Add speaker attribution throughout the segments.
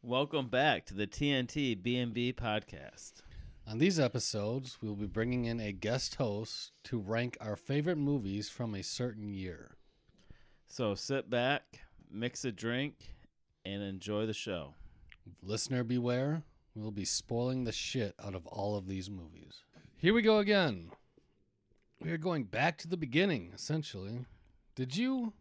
Speaker 1: Welcome back to the TNT B&B podcast.
Speaker 2: On these episodes, we will be bringing in a guest host to rank our favorite movies from a certain year.
Speaker 1: So sit back, mix a drink, and enjoy the show.
Speaker 2: Listener beware, we will be spoiling the shit out of all of these movies. Here we go again. We are going back to the beginning, essentially. Did you.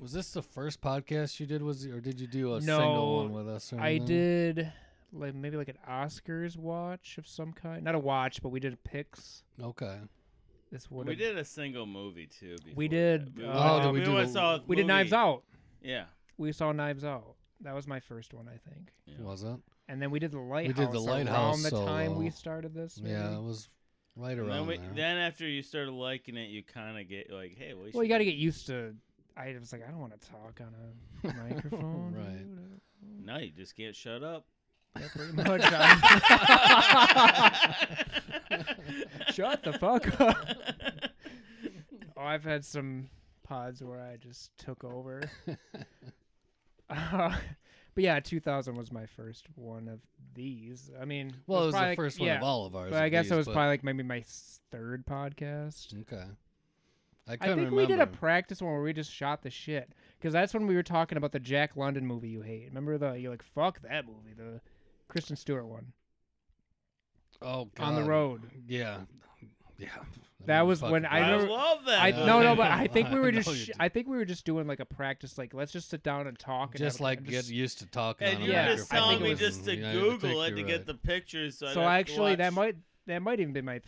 Speaker 2: Was this the first podcast you did? Was or did you do a single
Speaker 3: No,
Speaker 2: one with us? Or
Speaker 3: I
Speaker 2: anything?
Speaker 3: did like maybe like an Oscars watch of some kind. Not a watch, but we did picks.
Speaker 2: Okay.
Speaker 3: This would
Speaker 1: we
Speaker 3: have-
Speaker 1: did a single movie too. Before
Speaker 3: We did,
Speaker 1: that.
Speaker 3: uh,
Speaker 2: Oh, did we do
Speaker 1: went
Speaker 2: the-
Speaker 1: saw a
Speaker 3: we did
Speaker 1: movie.
Speaker 3: Knives Out.
Speaker 1: Yeah,
Speaker 3: We saw Knives Out. That was my first one, I think.
Speaker 1: Yeah.
Speaker 2: Was it?
Speaker 3: And then we did the
Speaker 2: did
Speaker 3: lighthouse.
Speaker 2: The Lighthouse
Speaker 3: around the time
Speaker 2: solo.
Speaker 3: we started this. maybe.
Speaker 2: Yeah, it was right
Speaker 1: And then,
Speaker 2: around
Speaker 1: we,
Speaker 2: there.
Speaker 1: then after you started liking it, you kind of get like, "Hey, we
Speaker 3: Well,
Speaker 1: should
Speaker 3: you got to get used to. I was like, I don't want to talk on a microphone.
Speaker 2: Right.
Speaker 3: dude.
Speaker 1: No, you just can't shut up.
Speaker 3: Yeah, pretty much. I'm- Shut the fuck up. Oh, I've had some pods where I just took over. Uh, but yeah, 2000 was my first one of these. I mean,
Speaker 2: well, it was,
Speaker 3: probably
Speaker 2: the
Speaker 3: like-
Speaker 2: first one
Speaker 3: yeah,
Speaker 2: of all of ours.
Speaker 3: But I
Speaker 2: at
Speaker 3: guess it
Speaker 2: least,
Speaker 3: was
Speaker 2: but-
Speaker 3: probably like maybe my s- third podcast.
Speaker 2: Okay. I
Speaker 3: I
Speaker 2: couldn't
Speaker 3: think
Speaker 2: remember.
Speaker 3: we did a practice one where we just shot the shit because that's when we were talking about the Jack London movie you hate. Remember the you're like fuck that movie, the Kristen Stewart one
Speaker 2: oh,
Speaker 3: on the
Speaker 2: God.
Speaker 3: road.
Speaker 2: Yeah, yeah.
Speaker 3: That was
Speaker 2: fucking
Speaker 3: when I
Speaker 2: bad.
Speaker 1: I,
Speaker 3: remember-
Speaker 1: love that.
Speaker 3: I
Speaker 2: Uh,
Speaker 3: no no,
Speaker 1: movie.
Speaker 3: but I think we
Speaker 2: I
Speaker 3: were
Speaker 2: know
Speaker 3: just
Speaker 2: you
Speaker 3: sh-
Speaker 2: did.
Speaker 3: I think we were just doing like a practice like let's just sit down and talk. and
Speaker 2: just
Speaker 3: have a-
Speaker 2: like
Speaker 3: and
Speaker 2: get
Speaker 3: just-
Speaker 2: used to talking.
Speaker 1: And
Speaker 2: on a
Speaker 1: you
Speaker 3: Yeah,
Speaker 1: were
Speaker 3: I
Speaker 1: just
Speaker 3: think
Speaker 1: telling
Speaker 3: it
Speaker 1: me
Speaker 3: was-
Speaker 1: just to
Speaker 2: Yeah, I
Speaker 1: Google
Speaker 2: think
Speaker 1: it to
Speaker 2: you're
Speaker 1: get
Speaker 2: right.
Speaker 1: the pictures. So, I'd
Speaker 3: so
Speaker 1: have to
Speaker 3: actually
Speaker 1: watch-
Speaker 3: that might that might even be my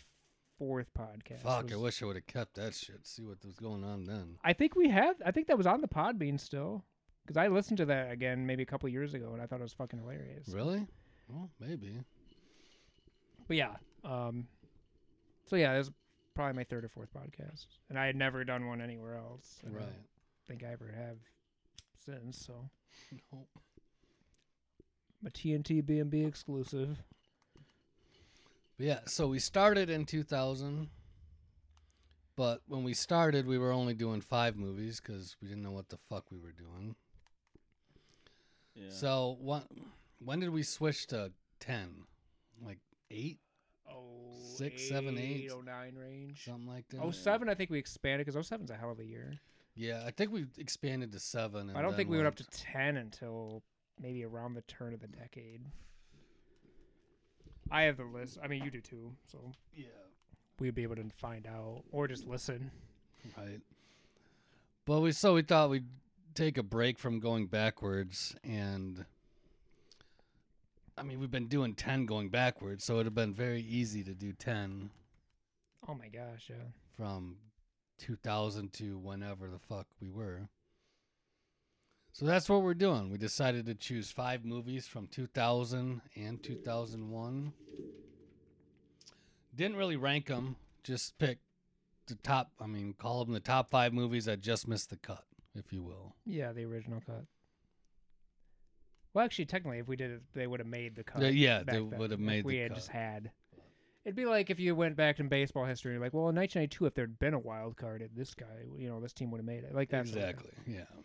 Speaker 3: fourth podcast.
Speaker 2: Fuck! I
Speaker 3: was-
Speaker 2: wish I would have kept that shit. See what was going on then.
Speaker 3: I think we have. I think that was on the Podbean still because I listened to that again maybe a couple years ago and I thought it was fucking hilarious.
Speaker 2: Really? Well, maybe.
Speaker 3: But yeah. Um, so yeah, this is probably my third or fourth podcast, and I had never done one anywhere else. and I
Speaker 2: Right.
Speaker 3: don't think I ever have since. So
Speaker 2: Nope.
Speaker 3: a TNT B and B exclusive.
Speaker 2: But yeah. So we started in 2000, but when we started, we were only doing five movies because we didn't know what the fuck we were doing.
Speaker 1: Yeah.
Speaker 2: So what? When did we switch to ten? Like eight,
Speaker 3: Oh,
Speaker 2: Six, seven, eight.
Speaker 3: oh nine range.
Speaker 2: something like that.
Speaker 3: Oh seven, I think we expanded because 07's a hell of a year.
Speaker 2: Yeah, I think we expanded to seven. And
Speaker 3: I don't
Speaker 2: then
Speaker 3: think we went up
Speaker 2: went-
Speaker 3: to ten until maybe around the turn of the decade. I have the list. I mean, you do too, so
Speaker 2: Yeah.
Speaker 3: we'd be able to find out or just listen.
Speaker 2: Right. But we so we thought we'd take a break from going backwards and I mean we've been doing ten going backwards, so it'd have been very easy to do ten
Speaker 3: Oh my gosh, yeah.
Speaker 2: from two thousand to whenever the fuck we were. So that's what we're doing. We decided to choose five movies from 2000 and 2001. Didn't really rank them, just picked the top, I mean, call them the top five movies that just missed the cut, if you will.
Speaker 3: Yeah, the original cut. Well, actually, technically, if we did it, they would have made the cut.
Speaker 2: Yeah, yeah,
Speaker 3: back
Speaker 2: they
Speaker 3: then,
Speaker 2: would have
Speaker 3: if
Speaker 2: made the
Speaker 3: we had
Speaker 2: cut.
Speaker 3: just had. It'd be like if you went back in baseball history, like, well, in 1992, if there'd been a wild card, it- this guy, you know, this team would have made it. Like that. sort of thing.
Speaker 2: exactly, Hmm. yeah.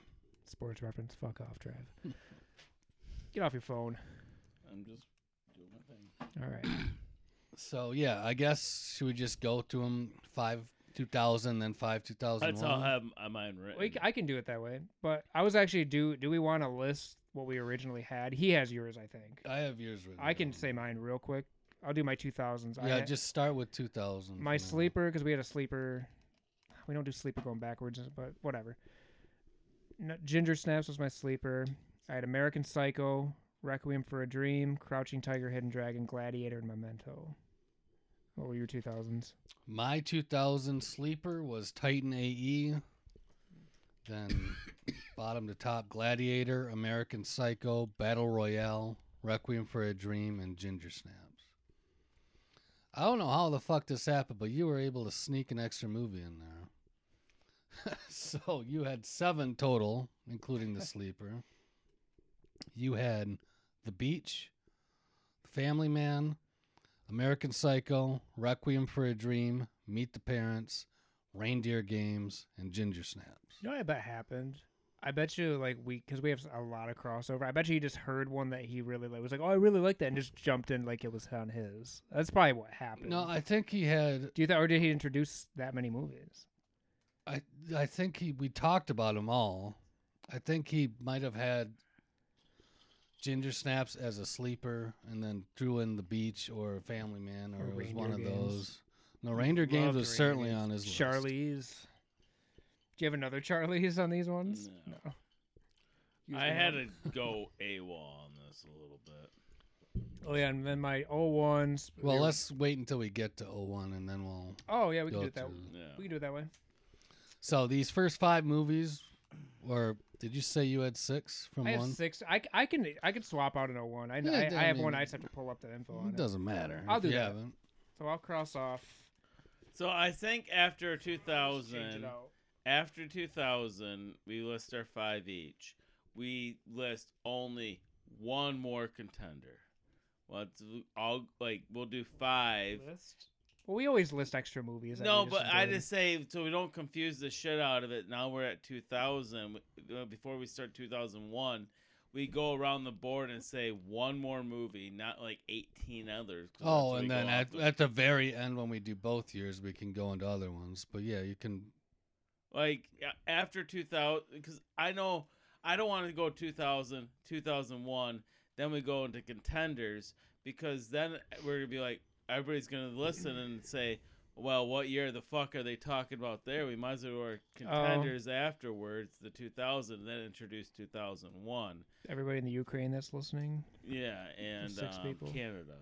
Speaker 3: Sports reference. Fuck off, Trav. Get off your phone.
Speaker 1: I'm just doing my thing.
Speaker 3: All right.
Speaker 2: So, yeah, I guess, should we just go to them five 2000, then five 2001?
Speaker 1: That's how I have m- mine written.
Speaker 3: We, c- I can do it that way. But I was actually do. Do we want to list what we originally had? He has yours, I think.
Speaker 2: I have yours written.
Speaker 3: I can
Speaker 2: down.
Speaker 3: say mine real quick. I'll do my 2000s. I
Speaker 2: Yeah,
Speaker 3: had-
Speaker 2: just start with 2000.
Speaker 3: My
Speaker 2: for now.
Speaker 3: sleeper, because we had a sleeper. We don't do sleeper going backwards, but whatever. No, Ginger Snaps was my sleeper. I had American Psycho, Requiem for a Dream, Crouching Tiger, Hidden Dragon, Gladiator, and Memento. What were your 2000s?
Speaker 2: My 2000 sleeper was Titan AE, then bottom to top Gladiator, American Psycho, Battle Royale, Requiem for a Dream, and Ginger Snaps. I don't know how the fuck this happened, but you were able to sneak an extra movie in there. so you had seven total, including the sleeper. You had The Beach, Family Man, American Psycho, Requiem for a Dream, Meet the Parents, Reindeer Games, and Ginger Snaps.
Speaker 3: You know what I bet happened? I bet you like we because we have a lot of crossover. I bet you he just heard one that he really like was like, oh, I really like that, and just jumped in like it was on his. That's probably what happened.
Speaker 2: No, I think he had.
Speaker 3: do you think or did he introduce that many movies?
Speaker 2: I I think he. We talked about them all. I think he might have had Ginger Snaps as a sleeper, and then threw in the beach or Family Man, or,
Speaker 3: Or
Speaker 2: it was one of
Speaker 3: Reindeer Games.
Speaker 2: those. No, Reindeer Games
Speaker 3: Loved
Speaker 2: was
Speaker 3: Reindeer
Speaker 2: certainly
Speaker 3: Games.
Speaker 2: on his list.
Speaker 3: Charlie's. Do you have another Charlie's on these ones?
Speaker 1: No.
Speaker 3: You
Speaker 1: I
Speaker 3: just
Speaker 1: had
Speaker 3: one?
Speaker 1: to go AWOL on this a little bit.
Speaker 3: Oh yeah, and then my O ones.
Speaker 2: Well, let's wait until we get to 01 and then we'll
Speaker 3: Oh yeah, we can
Speaker 2: go
Speaker 3: do it that.
Speaker 2: to-
Speaker 1: Yeah.
Speaker 3: We can do it that way.
Speaker 2: So these first five movies, or did you say you had six from
Speaker 3: I have
Speaker 2: one?
Speaker 3: six. I, c- I can I can swap out an O one. I,
Speaker 2: Yeah,
Speaker 3: I,
Speaker 2: I
Speaker 3: I have one.
Speaker 2: mean,
Speaker 3: I just have to pull up the info on
Speaker 2: It
Speaker 3: it.
Speaker 2: doesn't matter.
Speaker 3: I'll
Speaker 2: if
Speaker 3: do
Speaker 2: you
Speaker 3: that.
Speaker 2: haven't.
Speaker 3: So I'll cross off.
Speaker 1: So I think after
Speaker 3: just change it
Speaker 1: 2000,
Speaker 3: out.
Speaker 1: after 2000, we list our five each. We list only one more contender. Let's all like we'll do five.
Speaker 3: List? Well, we always list extra movies. that
Speaker 1: No,
Speaker 3: we
Speaker 1: but I
Speaker 3: enjoy.
Speaker 1: just say so we don't confuse the shit out of it. Now we're at 2000. Uh, Before we start 2001, we go around the board and say one more movie, not like 18 others. 'cause that's
Speaker 2: Oh,
Speaker 1: what we
Speaker 2: and
Speaker 1: go
Speaker 2: then
Speaker 1: off
Speaker 2: at,
Speaker 1: the-
Speaker 2: at the very end when we do both years, we can go into other ones. But yeah, you can.
Speaker 1: like a- after 2000 because i know i don't want to go 2000 2001 then we go into contenders because then we're gonna be like everybody's gonna listen and say well what year the fuck are they talking about there we might as well do
Speaker 3: Oh.
Speaker 1: our contenders afterwards the 2000 then introduce 2001
Speaker 3: everybody in the Ukraine that's listening.
Speaker 1: yeah and
Speaker 3: Six
Speaker 1: um,
Speaker 3: people.
Speaker 1: canada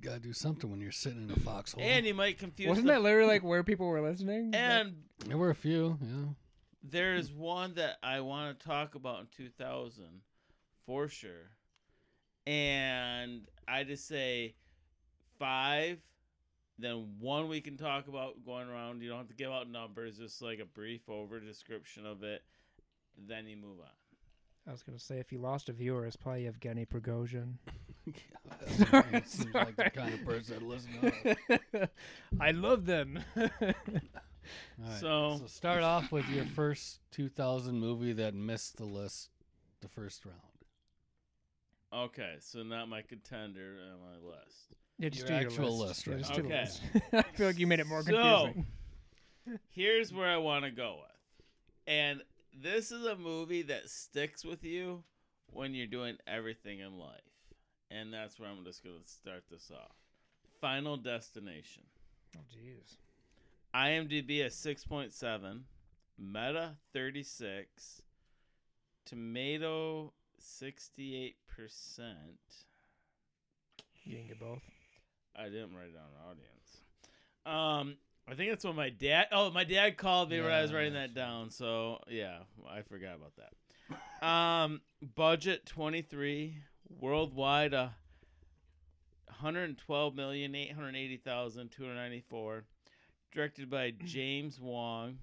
Speaker 2: Gotta do something when you're sitting in a foxhole.
Speaker 1: and you might confuse
Speaker 3: Wasn't
Speaker 1: the-
Speaker 3: that literally like where people were listening? Like,
Speaker 1: and
Speaker 2: there were a few, yeah.
Speaker 1: There is one that I want to talk about in 2000 for sure. And I just say five, then one we can talk about going around. You don't have to give out numbers, just like a brief over description of it. Then you move on.
Speaker 3: I was gonna say if you lost a viewer, it's probably Evgeny Prigozhin.
Speaker 2: Yeah, it seems like the
Speaker 3: sorry.
Speaker 2: kind of person that listens. to us.
Speaker 3: I love them.
Speaker 2: All right.
Speaker 1: So-
Speaker 2: so start off with your first 2000 movie that missed the list, the first round.
Speaker 1: Okay, so not my contender on my list.
Speaker 3: yeah, just
Speaker 2: Your
Speaker 3: do
Speaker 2: actual
Speaker 3: your
Speaker 2: list,
Speaker 3: Yeah,
Speaker 2: right.
Speaker 3: just do the
Speaker 1: Okay.
Speaker 3: list. I feel like you made it more
Speaker 1: So-
Speaker 3: confusing.
Speaker 1: Here's where I want to go with. And this is a movie that sticks with you when you're doing everything in life. And that's where I'm just going to start this off. Final Destination.
Speaker 3: Oh jeez.
Speaker 1: IMDb at 6.7, Meta 36, Tomato 68%.
Speaker 3: You didn't get both.
Speaker 1: I didn't write down an audience. Um, I think that's what my dad. Oh, my dad called me when I was writing
Speaker 2: Yeah.
Speaker 1: that down. So yeah, I forgot about that. Um, budget twenty three worldwide. Uh, 112,880,294 directed by James Wong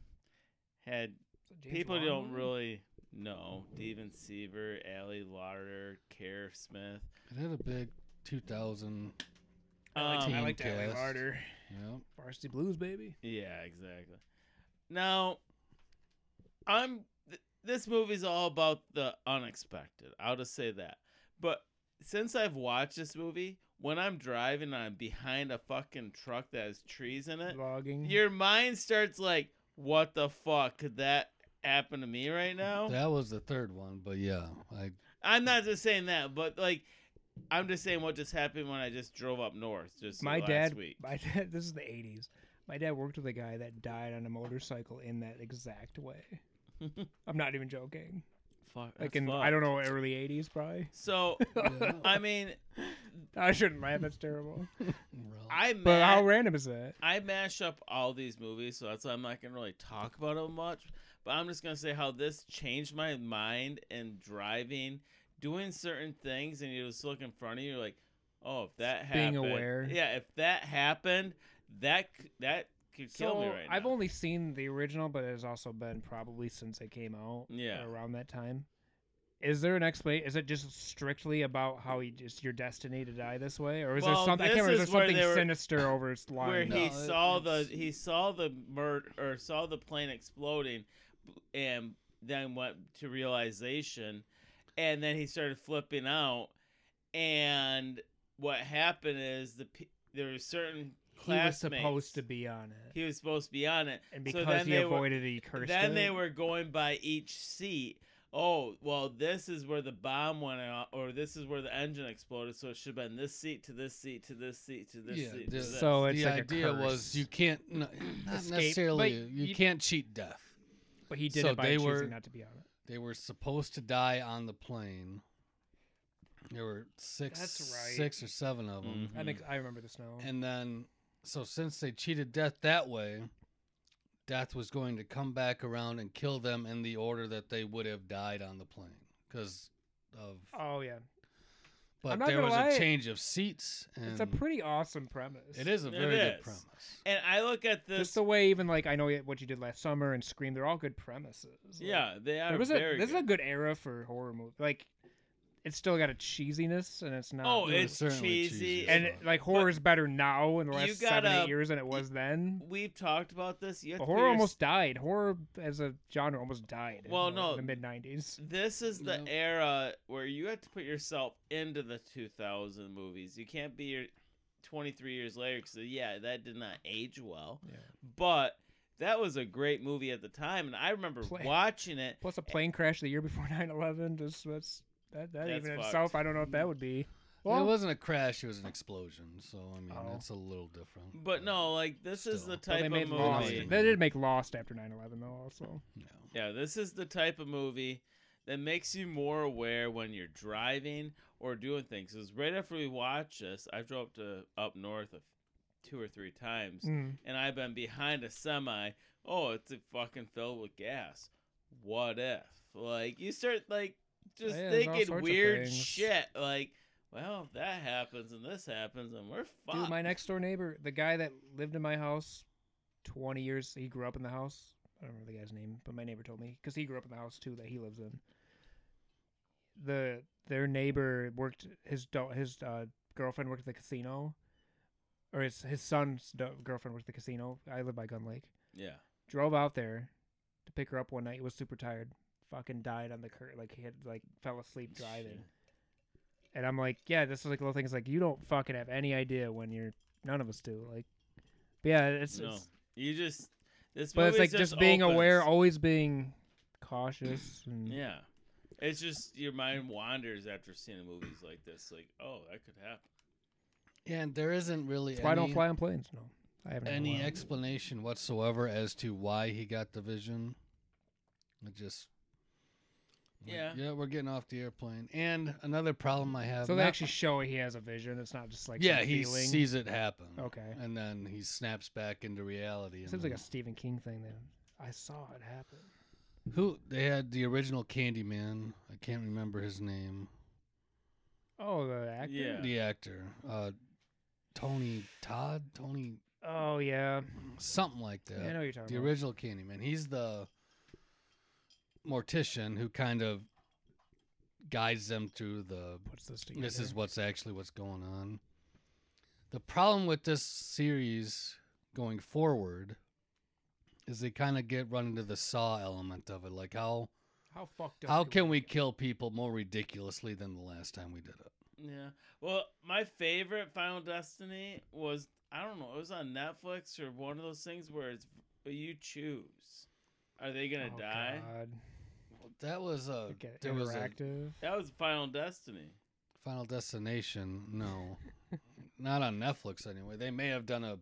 Speaker 1: had
Speaker 3: Is it James
Speaker 1: people
Speaker 3: Wan
Speaker 1: don't
Speaker 3: movie?
Speaker 1: really know Steven Seaver, Ali Lauder, Kerr Smith.
Speaker 2: It had a big 2000.
Speaker 3: I liked,
Speaker 1: Um,
Speaker 3: I liked L.A.
Speaker 2: Teamcast.
Speaker 3: Larder.
Speaker 2: Yep.
Speaker 3: Varsity Blues, baby.
Speaker 1: Yeah, exactly. Now, I'm th- this movie's all about the unexpected. I'll just say that. But since I've watched this movie, when I'm driving and I'm behind a fucking truck that has trees in
Speaker 3: Uh,
Speaker 1: it,
Speaker 3: Vlogging.
Speaker 1: your mind starts like, "What the fuck could that happen to me right now?"
Speaker 2: That was the third one, but yeah, I
Speaker 1: I'm not just saying that, but like, I'm just saying what just happened when I just drove up north just
Speaker 3: my
Speaker 1: last
Speaker 3: dad,
Speaker 1: week.
Speaker 3: my dad. This is the '80s. My dad worked with a guy that died on a motorcycle in that exact way. I'm not even joking.
Speaker 1: Fuck,
Speaker 3: Like
Speaker 1: that's
Speaker 3: in I don't
Speaker 1: fucked.
Speaker 3: know early '80s probably.
Speaker 1: So
Speaker 2: Yeah.
Speaker 1: I mean,
Speaker 3: I shouldn't laugh. That's terrible.
Speaker 2: well,
Speaker 1: I
Speaker 3: But how
Speaker 1: ma-
Speaker 3: random is that?
Speaker 1: I mash up all these movies, so that's why I'm not gonna really talk about them much. But I'm just gonna say how this changed my mind and driving, doing certain things, and you just look in front of you, you're like, oh, if that
Speaker 3: Being
Speaker 1: happened,
Speaker 3: aware.
Speaker 1: yeah, if that happened, that c- that could kill
Speaker 3: so
Speaker 1: me right
Speaker 3: I've
Speaker 1: now.
Speaker 3: only seen the original, but it has also been probably since it came out.
Speaker 1: Yeah.
Speaker 3: or around that time. Is there an explanation? Is it just strictly about how you just your destiny to die this way, or is
Speaker 1: Well,
Speaker 3: there something? I
Speaker 1: this
Speaker 3: can't remember.
Speaker 1: is
Speaker 3: Is there
Speaker 1: where
Speaker 3: something
Speaker 1: they were-
Speaker 3: sinister over its line?
Speaker 1: where he
Speaker 2: No, it-
Speaker 1: saw the
Speaker 2: it's-
Speaker 1: he saw the murder or saw the plane exploding, b- and then went to realization, and then he started flipping out. And what happened is the pe- there were certain
Speaker 3: He was
Speaker 1: classmates
Speaker 3: supposed to be on it,
Speaker 1: he was supposed to be on it,
Speaker 3: and
Speaker 1: So
Speaker 3: because
Speaker 1: then
Speaker 3: he
Speaker 1: they were-
Speaker 3: avoided it, he cursed
Speaker 1: then
Speaker 3: it.
Speaker 1: they were going by each seat. Oh, well, this is where the bomb went out, or this is where the engine exploded. So it should have been this seat to this seat to this seat to this
Speaker 2: Yeah,
Speaker 1: seat. To
Speaker 2: the-
Speaker 1: this.
Speaker 3: So it's
Speaker 2: the
Speaker 3: like a
Speaker 2: idea was
Speaker 3: curse.
Speaker 2: you can't n- not
Speaker 3: Escape,
Speaker 2: necessarily
Speaker 3: but
Speaker 2: you,
Speaker 3: you-
Speaker 2: can't cheat death.
Speaker 3: but he did
Speaker 2: so
Speaker 3: it by
Speaker 2: they
Speaker 3: choosing
Speaker 2: were-
Speaker 3: not to be on it.
Speaker 2: They were supposed to die on the plane. There were six,
Speaker 3: That's right. Mm-hmm.
Speaker 2: six or seven of them,
Speaker 3: I think I remember this now.
Speaker 2: and then so since they cheated death that way, death was going to come back around and kill them in the order that they would have died on the plane because of.
Speaker 3: oh yeah,
Speaker 2: But
Speaker 3: not
Speaker 2: there
Speaker 3: gonna
Speaker 2: was
Speaker 3: lie,
Speaker 2: a change of seats, and
Speaker 3: it's a pretty awesome premise.
Speaker 2: it is a
Speaker 1: It
Speaker 2: very good
Speaker 1: is.
Speaker 2: premise.
Speaker 1: and I look at
Speaker 3: Just
Speaker 1: this.
Speaker 3: the way even like I know what you did last summer and Scream, they're all good premises. Like,
Speaker 1: yeah, they are
Speaker 3: there was a
Speaker 1: very
Speaker 3: this is a
Speaker 1: good.
Speaker 3: good era for horror movie. Like it's still got a cheesiness and it's not.
Speaker 1: Oh,
Speaker 2: It was
Speaker 1: it's
Speaker 2: certainly
Speaker 1: cheesy.
Speaker 2: cheesy as
Speaker 3: and
Speaker 2: fuck.
Speaker 3: it- like horror is better now in the
Speaker 1: you
Speaker 3: last seven
Speaker 1: gotta-
Speaker 3: eight years than it was then.
Speaker 1: We've talked about this. You have
Speaker 3: But
Speaker 1: to
Speaker 3: horror
Speaker 1: figure-
Speaker 3: almost died. Horror as a genre almost died. in,
Speaker 1: Well,
Speaker 3: like,
Speaker 1: no.
Speaker 3: the mid nineties.
Speaker 1: This is the
Speaker 2: Yep.
Speaker 1: era where you have to put yourself into the 2000 movies. You can't be your 23 years later because yeah, that did not age well.
Speaker 3: Yeah.
Speaker 1: But that was a great movie at the time, and I remember
Speaker 3: Play-
Speaker 1: watching it.
Speaker 3: Plus a plane crash the year before 9-11. This that's that, that
Speaker 1: That's
Speaker 3: even
Speaker 1: fucked.
Speaker 3: itself. I don't know if that would be.
Speaker 2: it
Speaker 3: Well,
Speaker 2: wasn't a crash; it was an explosion. So I mean,
Speaker 3: Oh.
Speaker 2: it's a little different.
Speaker 1: But no, like this is
Speaker 2: Still.
Speaker 1: the
Speaker 3: well,
Speaker 1: type
Speaker 3: they
Speaker 1: of
Speaker 3: made
Speaker 1: movie.
Speaker 3: Lost.
Speaker 2: movie.
Speaker 3: They did make Lost after 9-11 though. Also,
Speaker 2: no.
Speaker 1: Yeah, this is the type of movie that makes you more aware when you're driving or doing things. Because right after we watch this, I drove up to up north of two or three times,
Speaker 3: Mm.
Speaker 1: and I've been behind a semi. Oh, it's fucking filled with gas. What if? Like you start like just
Speaker 3: Yeah, there's all
Speaker 1: thinking
Speaker 3: sorts of
Speaker 1: weird
Speaker 3: things.
Speaker 1: shit. Like, well, if that happens and this happens, and we're fucked.
Speaker 3: Dude, my next door neighbor, the guy that lived in my house 20 years, he grew up in the house. I don't remember the guy's name, but my neighbor told me because he grew up in the house too that he lives in. The their neighbor worked his do- his uh, girlfriend worked at the casino, or his his son's do- girlfriend worked at the casino. I live by Gun Lake.
Speaker 1: yeah.
Speaker 3: Drove out there to pick her up one night. He was super tired. Fucking died on the cur like he had like fell asleep driving. And I'm like, yeah, this is like little things like you don't fucking have any idea when you're none of us do. Like but yeah, it's,
Speaker 1: no,
Speaker 3: it's
Speaker 1: you just this.
Speaker 3: but it's
Speaker 1: movie's
Speaker 3: like just, being aware,
Speaker 1: opens.
Speaker 3: always being cautious and
Speaker 2: Mm-hmm.
Speaker 1: Yeah, it's just your mind wanders after seeing movies like this. Like, oh, that could happen.
Speaker 2: Yeah, and there isn't really
Speaker 3: that's
Speaker 2: any,
Speaker 3: why I don't fly on planes. No. I haven't in a
Speaker 2: any
Speaker 3: while.
Speaker 2: explanation whatsoever as to why he got the vision. It just. like,
Speaker 1: Yeah.
Speaker 2: Yeah, we're getting off the airplane. And another problem I have.
Speaker 3: So they
Speaker 2: not-
Speaker 3: actually show he has a vision. It's not just like
Speaker 2: yeah,
Speaker 3: some
Speaker 2: he
Speaker 3: feeling.
Speaker 2: sees it happen.
Speaker 3: Okay.
Speaker 2: And then he snaps back into reality. and
Speaker 3: Seems like
Speaker 2: then-
Speaker 3: a Stephen King thing then. I saw it happen.
Speaker 2: who they had the original Candyman. I can't remember his name.
Speaker 3: Oh, the actor.
Speaker 1: Yeah.
Speaker 2: The actor, uh, Tony Todd, Tony
Speaker 3: Oh yeah.
Speaker 2: something like that.
Speaker 3: yeah. I know what you're talking
Speaker 2: the
Speaker 3: about.
Speaker 2: original Candyman. He's the mortician who kind of guides them through the
Speaker 3: Puts this together.
Speaker 2: this is what's actually what's going on. The problem with this series going forward is they kind of get run into the saw element of it. Like how
Speaker 3: how fucked up.
Speaker 2: how
Speaker 3: do
Speaker 2: can we
Speaker 3: get?
Speaker 2: kill people more ridiculously than the last time we did it?
Speaker 1: Yeah. Well, my favorite Final Destiny was I don't know. It was on Netflix or one of those things where it's you choose. Are they gonna
Speaker 3: Oh,
Speaker 1: die?
Speaker 3: God.
Speaker 2: That was a
Speaker 3: Like a
Speaker 2: there was a
Speaker 3: interactive.
Speaker 1: That was Final Destiny.
Speaker 2: Final Destination. No, not on Netflix anyway. They may have done a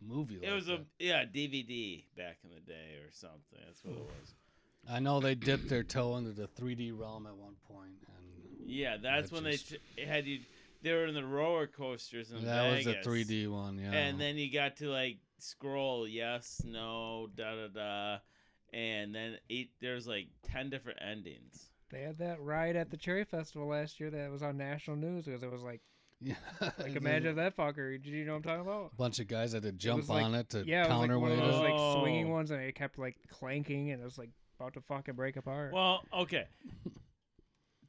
Speaker 2: movie.
Speaker 1: it
Speaker 2: like
Speaker 1: was a
Speaker 2: that.
Speaker 1: yeah DVD back in the day or something. That's what it was.
Speaker 2: I know they dipped their toe into the 3D realm at one point, and
Speaker 1: Yeah, that's
Speaker 2: That
Speaker 1: when
Speaker 2: just-
Speaker 1: they ch- had you. They were in the roller coasters in
Speaker 2: that was
Speaker 1: Vegas.
Speaker 2: the 3D one. Yeah,
Speaker 3: Oh.
Speaker 1: And then you got to like scroll yes, no, da da da, and then eight. There's like ten different endings.
Speaker 3: They had that ride at the Cherry Festival last year that was on national news because it was like,
Speaker 2: yeah,
Speaker 3: like imagine that fucker. Did you know what I'm talking about?
Speaker 2: a bunch of guys had to jump
Speaker 3: was like-
Speaker 2: on it to
Speaker 3: yeah, it was like one
Speaker 2: counterweight
Speaker 3: of
Speaker 2: it.
Speaker 3: those
Speaker 1: Oh.
Speaker 3: like swinging ones, and it kept like clanking, and it was like about to fucking break apart.
Speaker 1: Well, okay.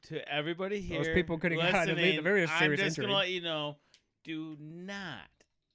Speaker 1: to everybody here,
Speaker 3: Those people could've gotten- they made a
Speaker 1: listening,
Speaker 3: very serious
Speaker 1: I'm just
Speaker 3: injury.
Speaker 1: gonna let you know: do not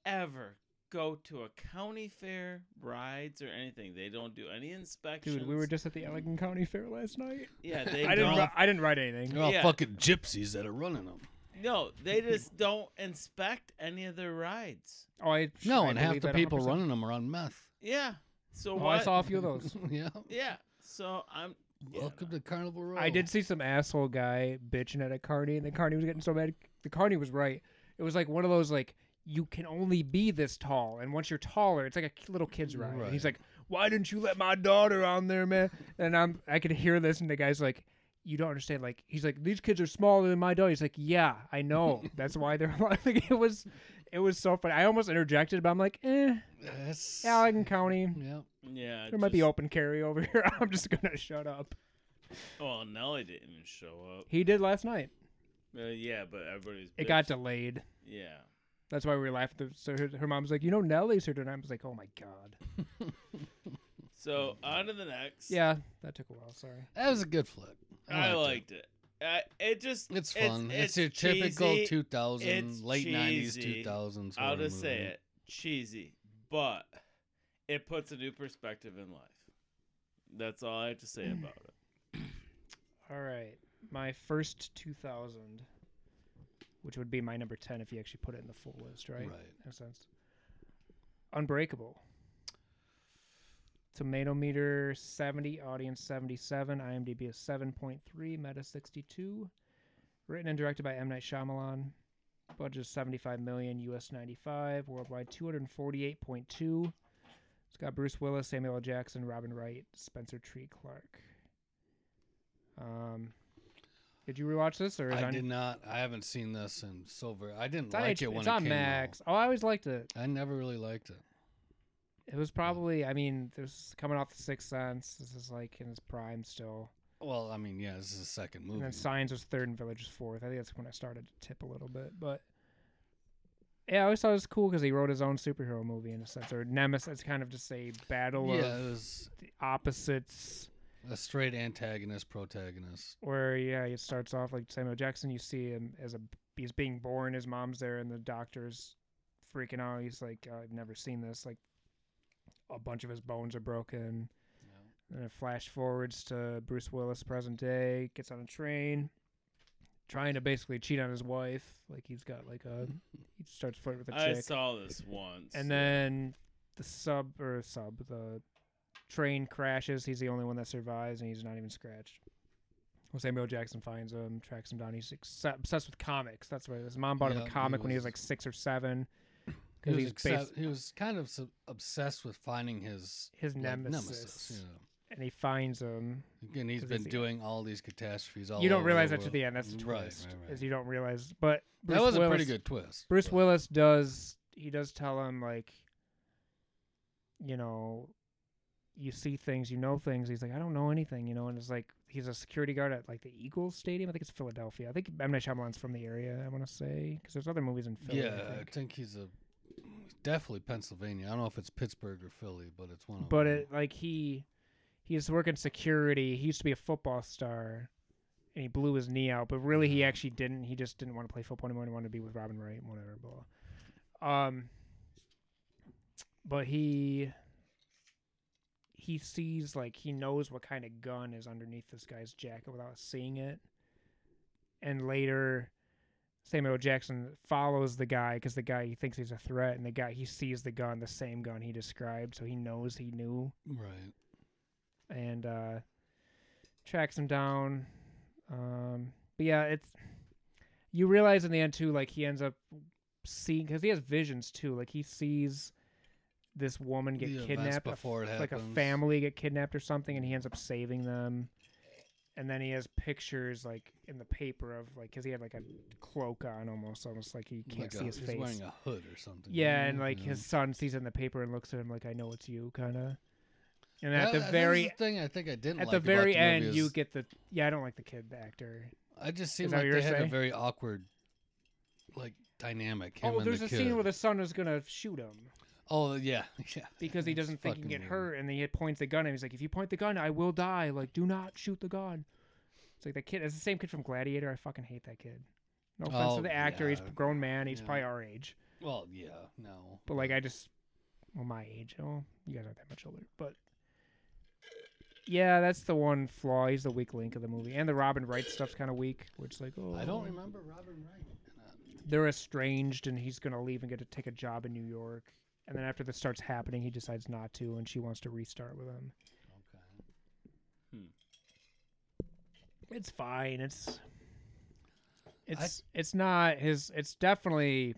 Speaker 1: ever go to a county fair, rides, or anything. They don't do any inspections.
Speaker 3: Dude, we were just at the Allegan County Fair last night.
Speaker 1: yeah. They
Speaker 3: I
Speaker 1: don't.
Speaker 3: didn't. Ri- I didn't write anything.
Speaker 2: They're all
Speaker 1: Yeah.
Speaker 2: fucking gypsies that are running them.
Speaker 1: No, they just don't inspect any of their rides.
Speaker 3: Oh, I
Speaker 2: No,
Speaker 3: I
Speaker 2: and half
Speaker 3: believe
Speaker 2: the
Speaker 3: that
Speaker 2: people
Speaker 3: 100%.
Speaker 2: running them are on meth.
Speaker 1: Yeah. So
Speaker 3: Oh,
Speaker 1: what?
Speaker 3: I saw a few of those.
Speaker 2: yeah.
Speaker 1: yeah. So I'm. Yeah,
Speaker 2: Welcome to Carnival Row.
Speaker 3: I did see some asshole guy bitching at a carny, and the carny was getting so mad. The carny was right. It was like one of those like you can only be this tall, and once you're taller, it's like a k- little kid's ride. And he's like, "Why didn't you let my daughter on there, man?" And I'm I could hear this, and the guy's like, "You don't understand." Like he's like, "These kids are smaller than my daughter." He's like, "Yeah, I know. That's why they're like." It was, it was so funny. I almost interjected, but I'm like, "Eh,
Speaker 2: Yes.
Speaker 3: Allegan County."
Speaker 2: Yeah.
Speaker 1: Yeah.
Speaker 3: There might be
Speaker 1: just-
Speaker 3: open carry over here. I'm just gonna shut up.
Speaker 1: Well, Nelly didn't even show up.
Speaker 3: He did last night.
Speaker 1: Uh, yeah, but everybody's.
Speaker 3: It got
Speaker 1: bitching.
Speaker 3: delayed.
Speaker 1: Yeah.
Speaker 3: That's why we were laughing. So her, her mom's like, you know, Nelly's here tonight. I was like, oh my god.
Speaker 1: So on to the next.
Speaker 3: Yeah, that took a while. Sorry.
Speaker 2: That was a good flip.
Speaker 1: I liked it. I it just
Speaker 2: It's fun. It's,
Speaker 1: It's,
Speaker 2: your typical
Speaker 1: cheesy.
Speaker 2: 2000,
Speaker 1: it's
Speaker 2: late 90s,
Speaker 1: cheesy.
Speaker 2: 2000s.
Speaker 1: I'll
Speaker 2: horror
Speaker 1: just say
Speaker 2: movie.
Speaker 1: it, cheesy, but it puts a new perspective in life. That's all I have to say about it.
Speaker 3: All right, my first 2000, which would be my number 10 if you actually put it in the full list, right?
Speaker 2: Right.
Speaker 3: In a sense. Unbreakable. Tomato meter 70, audience 77, IMDb is 7.3, Meta 62. Written and directed by M Night Shyamalan. Budget is 75 million, US 95, worldwide 248.2. It's got Bruce Willis, Samuel L. Jackson, Robin Wright, Spencer Tree Clark. Um, did you rewatch this or is it
Speaker 2: I
Speaker 3: on,
Speaker 2: did not. I haven't seen this in silver. I didn't
Speaker 3: it's on,
Speaker 2: like
Speaker 3: H-
Speaker 2: it when
Speaker 3: it's
Speaker 2: it
Speaker 3: on
Speaker 2: came
Speaker 3: Max? Oh, I always liked it.
Speaker 2: out. I never really liked it.
Speaker 3: It was probably, I mean, this is coming off the Sixth Sense. This is like in its prime still.
Speaker 2: Well, I mean, yeah, this is the second movie.
Speaker 3: And then Signs was third and Village was fourth. I think that's when I started to tip a little bit. But yeah, I always thought it was cool because he wrote his own superhero movie in a sense, or Nemesis. It's kind of just a battle
Speaker 2: yeah, it
Speaker 3: of
Speaker 2: was
Speaker 3: the opposites.
Speaker 2: a straight antagonist protagonist.
Speaker 3: Where yeah, it starts off like Samuel Jackson. You see him as a he's being born. His mom's there, and the doctor's freaking out. He's like, I've never seen this. Like a bunch of his bones are broken. And it flash forwards to Bruce Willis, present day, gets on a train, trying to basically cheat on his wife. Like he's got like a, he starts flirting with a
Speaker 1: I
Speaker 3: chick.
Speaker 1: saw this once.
Speaker 3: and then the sub or sub the train crashes. He's the only one that survives, and he's not even scratched. Well, Samuel Jackson finds him, tracks him down. He's ex- obsessed with comics. That's what his mom bought
Speaker 2: Yeah,
Speaker 3: him a
Speaker 2: he
Speaker 3: comic when he
Speaker 2: was-
Speaker 3: was like six or seven.
Speaker 2: He
Speaker 3: Because
Speaker 2: was,
Speaker 3: he's
Speaker 2: obsessed-
Speaker 3: bas-
Speaker 2: he was kind of sub- obsessed with finding his
Speaker 3: his
Speaker 2: like,
Speaker 3: nemesis,
Speaker 2: nemesis you know.
Speaker 3: and he finds him.
Speaker 2: Again, he's
Speaker 3: 'Cause he's
Speaker 2: been
Speaker 3: the-
Speaker 2: doing all these catastrophes. All
Speaker 3: you don't
Speaker 2: over
Speaker 3: realize
Speaker 2: the
Speaker 3: that to
Speaker 2: world.
Speaker 3: the end. That's the twist.
Speaker 2: Right, right,
Speaker 3: Is
Speaker 2: right.
Speaker 3: you don't realize, but Bruce
Speaker 2: That was a
Speaker 3: Willis,
Speaker 2: pretty good twist.
Speaker 3: Bruce
Speaker 2: but-
Speaker 3: Willis does. He does tell him like, you know, you see things, you know things. He's like, I don't know anything, you know, and it's like he's a security guard at like the Eagles Stadium. I think it's Philadelphia. I think M Night Shyamalan's from the area. I want to say because there's other movies in Philly. I
Speaker 2: Yeah, I
Speaker 3: think.
Speaker 2: think. he's a definitely Pennsylvania. I don't know if it's Pittsburgh or Philly, but it's one of
Speaker 3: but
Speaker 2: them.
Speaker 3: it like he he's working security he used to be a football star and he blew his knee out but really he
Speaker 2: Yeah.
Speaker 3: actually didn't he just didn't want to play football anymore he wanted to be with robin wright and whatever blah, blah. um but he he sees like he knows what kind of gun is underneath this guy's jacket without seeing it and later Samuel Jackson follows the guy because the guy he thinks he's a threat, and the guy he sees the gun, the same gun he described, so he knows he knew,
Speaker 2: right.
Speaker 3: and uh, tracks him down. Um, but yeah, it's you realize in the end too, like he ends up seeing because he has visions too, like he sees this woman get
Speaker 2: The events
Speaker 3: kidnapped, a f-
Speaker 2: before it
Speaker 3: like a
Speaker 2: happens.
Speaker 3: family get kidnapped or something, and he ends up saving them. And then he has pictures like in the paper of like because he had like a cloak on almost, almost like he can't
Speaker 2: Like
Speaker 3: see
Speaker 2: a-
Speaker 3: his
Speaker 2: Oh he's
Speaker 3: face.
Speaker 2: wearing a hood or something.
Speaker 3: Yeah,
Speaker 2: right?
Speaker 3: and like
Speaker 2: Yeah.
Speaker 3: his son sees it in the paper and looks at him like, "I know it's you," kind of. And
Speaker 2: Yeah,
Speaker 3: at the
Speaker 2: that was
Speaker 3: very
Speaker 2: Uh, thing, I think I didn't.
Speaker 3: at
Speaker 2: like
Speaker 3: the
Speaker 2: about
Speaker 3: very
Speaker 2: movie
Speaker 3: end,
Speaker 2: is
Speaker 3: you get the yeah. I don't like the kid the actor.
Speaker 2: I just seemed
Speaker 3: that
Speaker 2: like
Speaker 3: what you
Speaker 2: they
Speaker 3: were
Speaker 2: had a
Speaker 3: saying?
Speaker 2: very awkward, like dynamic. Him
Speaker 3: oh,
Speaker 2: and
Speaker 3: there's
Speaker 2: the
Speaker 3: a
Speaker 2: kid.
Speaker 3: scene where the son is gonna shoot him
Speaker 2: Oh yeah, yeah.
Speaker 3: because he
Speaker 2: It's
Speaker 3: doesn't think he
Speaker 2: fucking
Speaker 3: can get
Speaker 2: weird.
Speaker 3: hurt, and then he points the gun and he's like, "If you point the gun, I will die. Like, do not shoot the gun." It's like the kid. It's the same kid from Gladiator. I fucking hate that kid. No offense
Speaker 2: Oh,
Speaker 3: to the actor. He's
Speaker 2: yeah.
Speaker 3: a grown man. He's
Speaker 2: Yeah.
Speaker 3: probably our age.
Speaker 2: Well, yeah, no.
Speaker 3: But like, I just well, my age. Oh, you guys aren't that much older, but yeah, that's the one flaw. He's the weak link of the movie, and the Robin Wright stuff's kind of weak. Which like, oh,
Speaker 2: I don't remember Robin Wright.
Speaker 3: They're estranged, and he's gonna leave and get to take a job in New York. And then after this starts happening, he decides not to, and she wants to restart with him.
Speaker 2: Okay.
Speaker 3: It's fine. It's it's it's not his. It's definitely.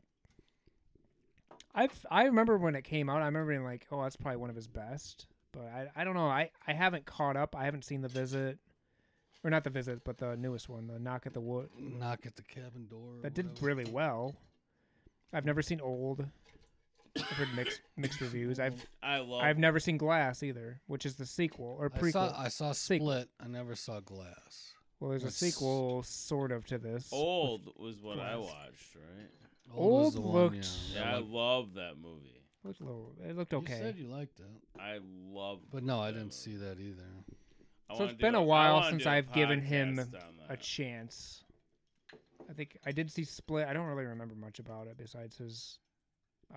Speaker 3: I've I remember when it came out. I remember being like, oh, that's probably one of his best. But I I don't know. I I haven't caught up. I haven't seen the visit, or not the visit, but the newest one, the knock at the wood.
Speaker 2: Knock at the cabin door. or
Speaker 3: That did
Speaker 2: whatever.
Speaker 3: really well. I've never seen old. I've heard mixed mixed reviews. I've
Speaker 1: I love.
Speaker 3: I've never seen Glass either, which is the sequel or
Speaker 2: I
Speaker 3: prequel.
Speaker 2: saw I saw
Speaker 3: Sequel.
Speaker 2: Split. I never saw Glass. Oh.
Speaker 3: well, there's a
Speaker 2: Yes.
Speaker 3: sequel sort of to this.
Speaker 1: Old was what I
Speaker 3: Glass.
Speaker 1: watched, right?
Speaker 2: was
Speaker 3: Old
Speaker 2: the one,
Speaker 3: looked-
Speaker 2: yeah.
Speaker 1: Yeah, I
Speaker 2: like-
Speaker 1: love that movie.
Speaker 3: Looked little- it looked
Speaker 2: You
Speaker 3: okay.
Speaker 2: said you liked it,
Speaker 1: I love.
Speaker 2: but no, I
Speaker 1: that
Speaker 2: didn't
Speaker 1: movie.
Speaker 2: see that either.
Speaker 1: I
Speaker 3: So
Speaker 1: wanna
Speaker 3: it's been
Speaker 1: do
Speaker 3: a
Speaker 1: I
Speaker 3: while
Speaker 1: wanna
Speaker 3: since
Speaker 1: do a
Speaker 3: I've given him
Speaker 1: podcast on
Speaker 3: a
Speaker 2: uh,
Speaker 1: that.
Speaker 3: chance. I think I did see Split. I don't really remember much about it besides his,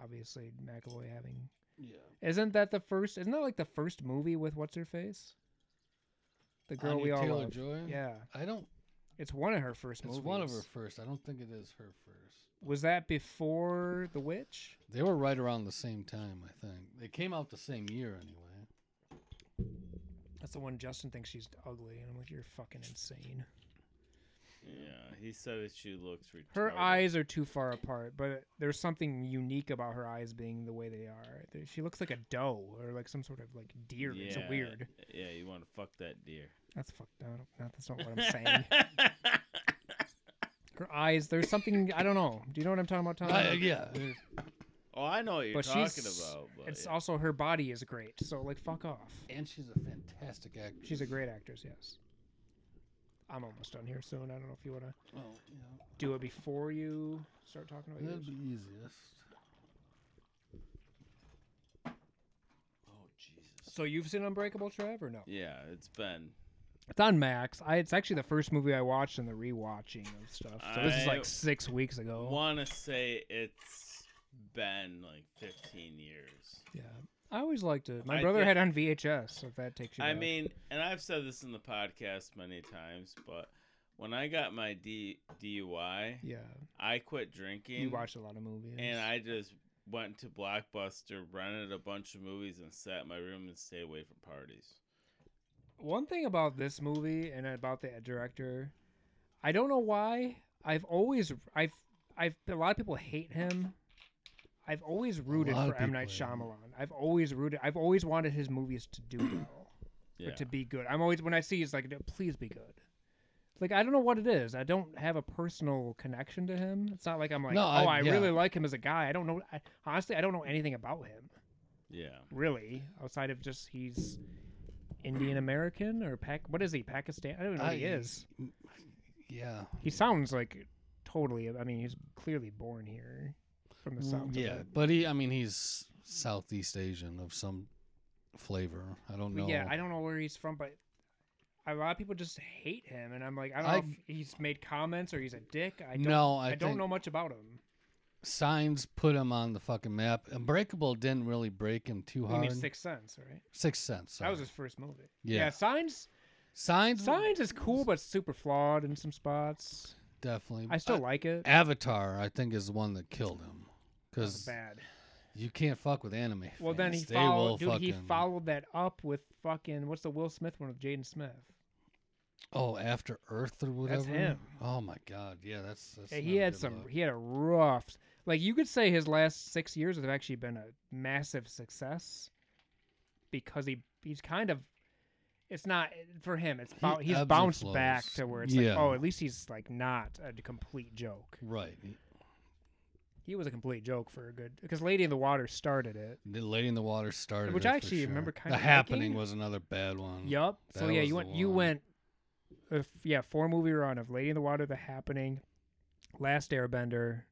Speaker 3: obviously McAvoy having.
Speaker 2: Yeah.
Speaker 3: Isn't that the first? Isn't that like the first movie with what's her face? The girl we all
Speaker 2: Taylor
Speaker 3: love.
Speaker 2: Joy.
Speaker 3: Yeah,
Speaker 2: I don't.
Speaker 3: it's one of her first
Speaker 2: It's
Speaker 3: movies.
Speaker 2: one of her first. I don't think it is her first.
Speaker 3: Was that before The Witch?
Speaker 2: They were right around the same time, I think. They came out the same year anyway.
Speaker 3: That's the one Justin thinks she's ugly, and I'm like, you're fucking insane.
Speaker 1: Yeah, he said that she looks retarded.
Speaker 3: Her eyes are too far apart, but there's something unique about her eyes being the way they are. They- She looks like a doe or like some sort of like deer. It's
Speaker 1: Yeah,
Speaker 3: weird.
Speaker 1: Yeah, you want to fuck that deer.
Speaker 3: That's fucked. I don't- no, that's not what I'm saying. Her eyes. There's something I don't know. Do you know what I'm talking about, Tom?
Speaker 2: I- Uh, yeah. it-
Speaker 1: oh, I know what you're
Speaker 3: But
Speaker 1: talking
Speaker 3: she's-
Speaker 1: about. But
Speaker 3: it's
Speaker 1: yeah.
Speaker 3: also her body is great. So like, fuck off.
Speaker 2: And she's a fantastic actress.
Speaker 3: She's a great actress. Yes. I'm almost done here soon. I don't know if you want to
Speaker 2: Well, Oh, yeah.
Speaker 3: do it before you start talking about
Speaker 2: That'd
Speaker 3: yours.
Speaker 2: be easiest. Oh, Jesus.
Speaker 3: So you've seen Unbreakable, Trev, or no?
Speaker 1: yeah, it's been.
Speaker 3: It's on Max. I, it's actually the first movie I watched in the rewatching of stuff. So this is
Speaker 1: I
Speaker 3: like six weeks ago.
Speaker 1: Want to say it's been like 15 years.
Speaker 3: yeah, I always liked it. My
Speaker 1: I
Speaker 3: brother
Speaker 1: thi-
Speaker 3: had it on VHS. If that takes you.
Speaker 1: I
Speaker 3: back.
Speaker 1: mean, and I've said this in the podcast many times, but when I got my D- DUI,
Speaker 3: yeah,
Speaker 1: I quit drinking.
Speaker 3: you watched a lot of movies.
Speaker 1: and I just went to Blockbuster, rented a bunch of movies, and sat in my room and stayed away from parties.
Speaker 3: one thing about this movie and about the director, I don't know why. I've always, I've, I've. A lot of people hate him. I've always rooted
Speaker 2: lot
Speaker 3: for
Speaker 2: of
Speaker 3: M Night
Speaker 2: people hate him.
Speaker 3: Shyamalan. I've always rooted. I've always wanted his movies to do well.
Speaker 1: Yeah.
Speaker 3: or to be good. I'm always when I see it's like, please be good. Like I don't know what it is. I don't have a personal connection to him. It's not like I'm like,
Speaker 2: No,
Speaker 3: oh,
Speaker 2: I-
Speaker 3: I,
Speaker 2: yeah.
Speaker 3: really like him as a guy. I don't know. I, honestly, I don't know anything about him
Speaker 1: yeah.
Speaker 3: really, outside of just he's Indian American or Pak. What is he? Pakistan? I don't know what he
Speaker 2: I-
Speaker 3: is.
Speaker 2: Yeah.
Speaker 3: He sounds like totally. I mean, he's clearly born here from the south. of
Speaker 2: Mm, yeah.
Speaker 3: it.
Speaker 2: But he, I mean, he's Southeast Asian of some flavor. I don't
Speaker 3: But
Speaker 2: know.
Speaker 3: yeah, I don't know where he's from, but a lot of people just hate him, and I'm like, I don't
Speaker 2: I-
Speaker 3: know if he's made comments or he's a dick. I don't,
Speaker 2: No, I
Speaker 3: I don't
Speaker 2: think-
Speaker 3: know much about him.
Speaker 2: Signs put him on the fucking map. Unbreakable didn't really break him too
Speaker 3: You
Speaker 2: hard.
Speaker 3: mean Sixth Sense, right?
Speaker 2: Sixth Sense.
Speaker 3: That was
Speaker 2: sorry.
Speaker 3: his first movie.
Speaker 2: Yeah.
Speaker 3: Signs.
Speaker 2: Signs,
Speaker 3: Signs is cool, but super flawed in some spots.
Speaker 2: definitely.
Speaker 3: I still
Speaker 2: Uh,
Speaker 3: like it.
Speaker 2: Avatar, I think, is the one that killed him.
Speaker 3: It's
Speaker 2: Because
Speaker 3: bad.
Speaker 2: you can't fuck with anime.
Speaker 3: Well, then he
Speaker 2: fans. They will
Speaker 3: followed. Dude, he
Speaker 2: fucking-
Speaker 3: followed that up with fucking what's the Will Smith one with Jaden Smith?
Speaker 2: Oh, After Earth or whatever.
Speaker 3: That's him.
Speaker 2: Oh my God, yeah, that's. that's
Speaker 3: Yeah,
Speaker 2: not
Speaker 3: he
Speaker 2: a
Speaker 3: had
Speaker 2: good
Speaker 3: some.
Speaker 2: look.
Speaker 3: He had a rough. Like you could say his last six years have actually been a massive success because he he's kind of. It's not for him. It's bou- he's
Speaker 2: ebbs and
Speaker 3: bounced back
Speaker 2: flows.
Speaker 3: to where it's
Speaker 2: Yeah.
Speaker 3: like, oh, at least he's like not a complete joke.
Speaker 2: Right, He-
Speaker 3: He was a complete joke for a good because Lady in the Water started it.
Speaker 2: the Lady in the Water started,
Speaker 3: Which
Speaker 2: it
Speaker 3: I
Speaker 2: for
Speaker 3: actually
Speaker 2: sure.
Speaker 3: remember kinda
Speaker 2: The happening
Speaker 3: liking.
Speaker 2: was another bad one.
Speaker 3: Yup. So
Speaker 2: Mm-hmm. That
Speaker 3: yeah,
Speaker 2: was
Speaker 3: you
Speaker 2: the
Speaker 3: went. You
Speaker 2: one.
Speaker 3: went. uh, f- yeah, four movie run of Lady in the Water, The Happening, Last Airbender,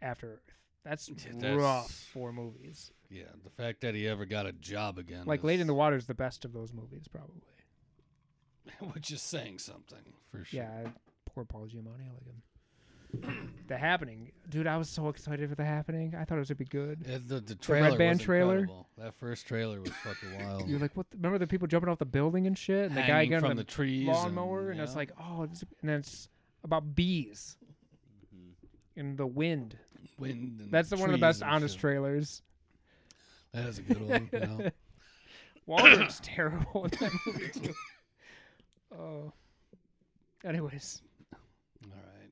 Speaker 3: After Earth. That's
Speaker 2: that's-
Speaker 3: rough. Four movies.
Speaker 2: Yeah, the fact that he ever got a job again,
Speaker 3: Like
Speaker 2: is,
Speaker 3: Lady in the Water is the best of those movies, probably.
Speaker 2: which is saying something for sure.
Speaker 3: Yeah. Poor Paul Giamatti, I like him. The Happening, dude. I was so excited for The Happening. I thought it was gonna be good.
Speaker 2: Uh, The, the trailer
Speaker 3: Band
Speaker 2: was
Speaker 3: trailer?
Speaker 2: incredible. That first trailer was fucking wild.
Speaker 3: You're like, what? The, remember the people jumping off the building and shit, and the guy
Speaker 2: Hanging
Speaker 3: got
Speaker 2: from
Speaker 3: on
Speaker 2: the
Speaker 3: the
Speaker 2: trees,
Speaker 3: lawnmower, and,
Speaker 2: yeah.
Speaker 3: it's like, oh, it's, and then it's about bees
Speaker 2: Mm-hmm.
Speaker 3: and the wind.
Speaker 2: wind. and
Speaker 3: That's the one of the
Speaker 2: trees
Speaker 3: best
Speaker 2: and
Speaker 3: honest
Speaker 2: shit.
Speaker 3: trailers.
Speaker 2: That is a good one. You know?
Speaker 3: Wahlberg's terrible in that movie. too. Oh. Anyways,
Speaker 2: All right.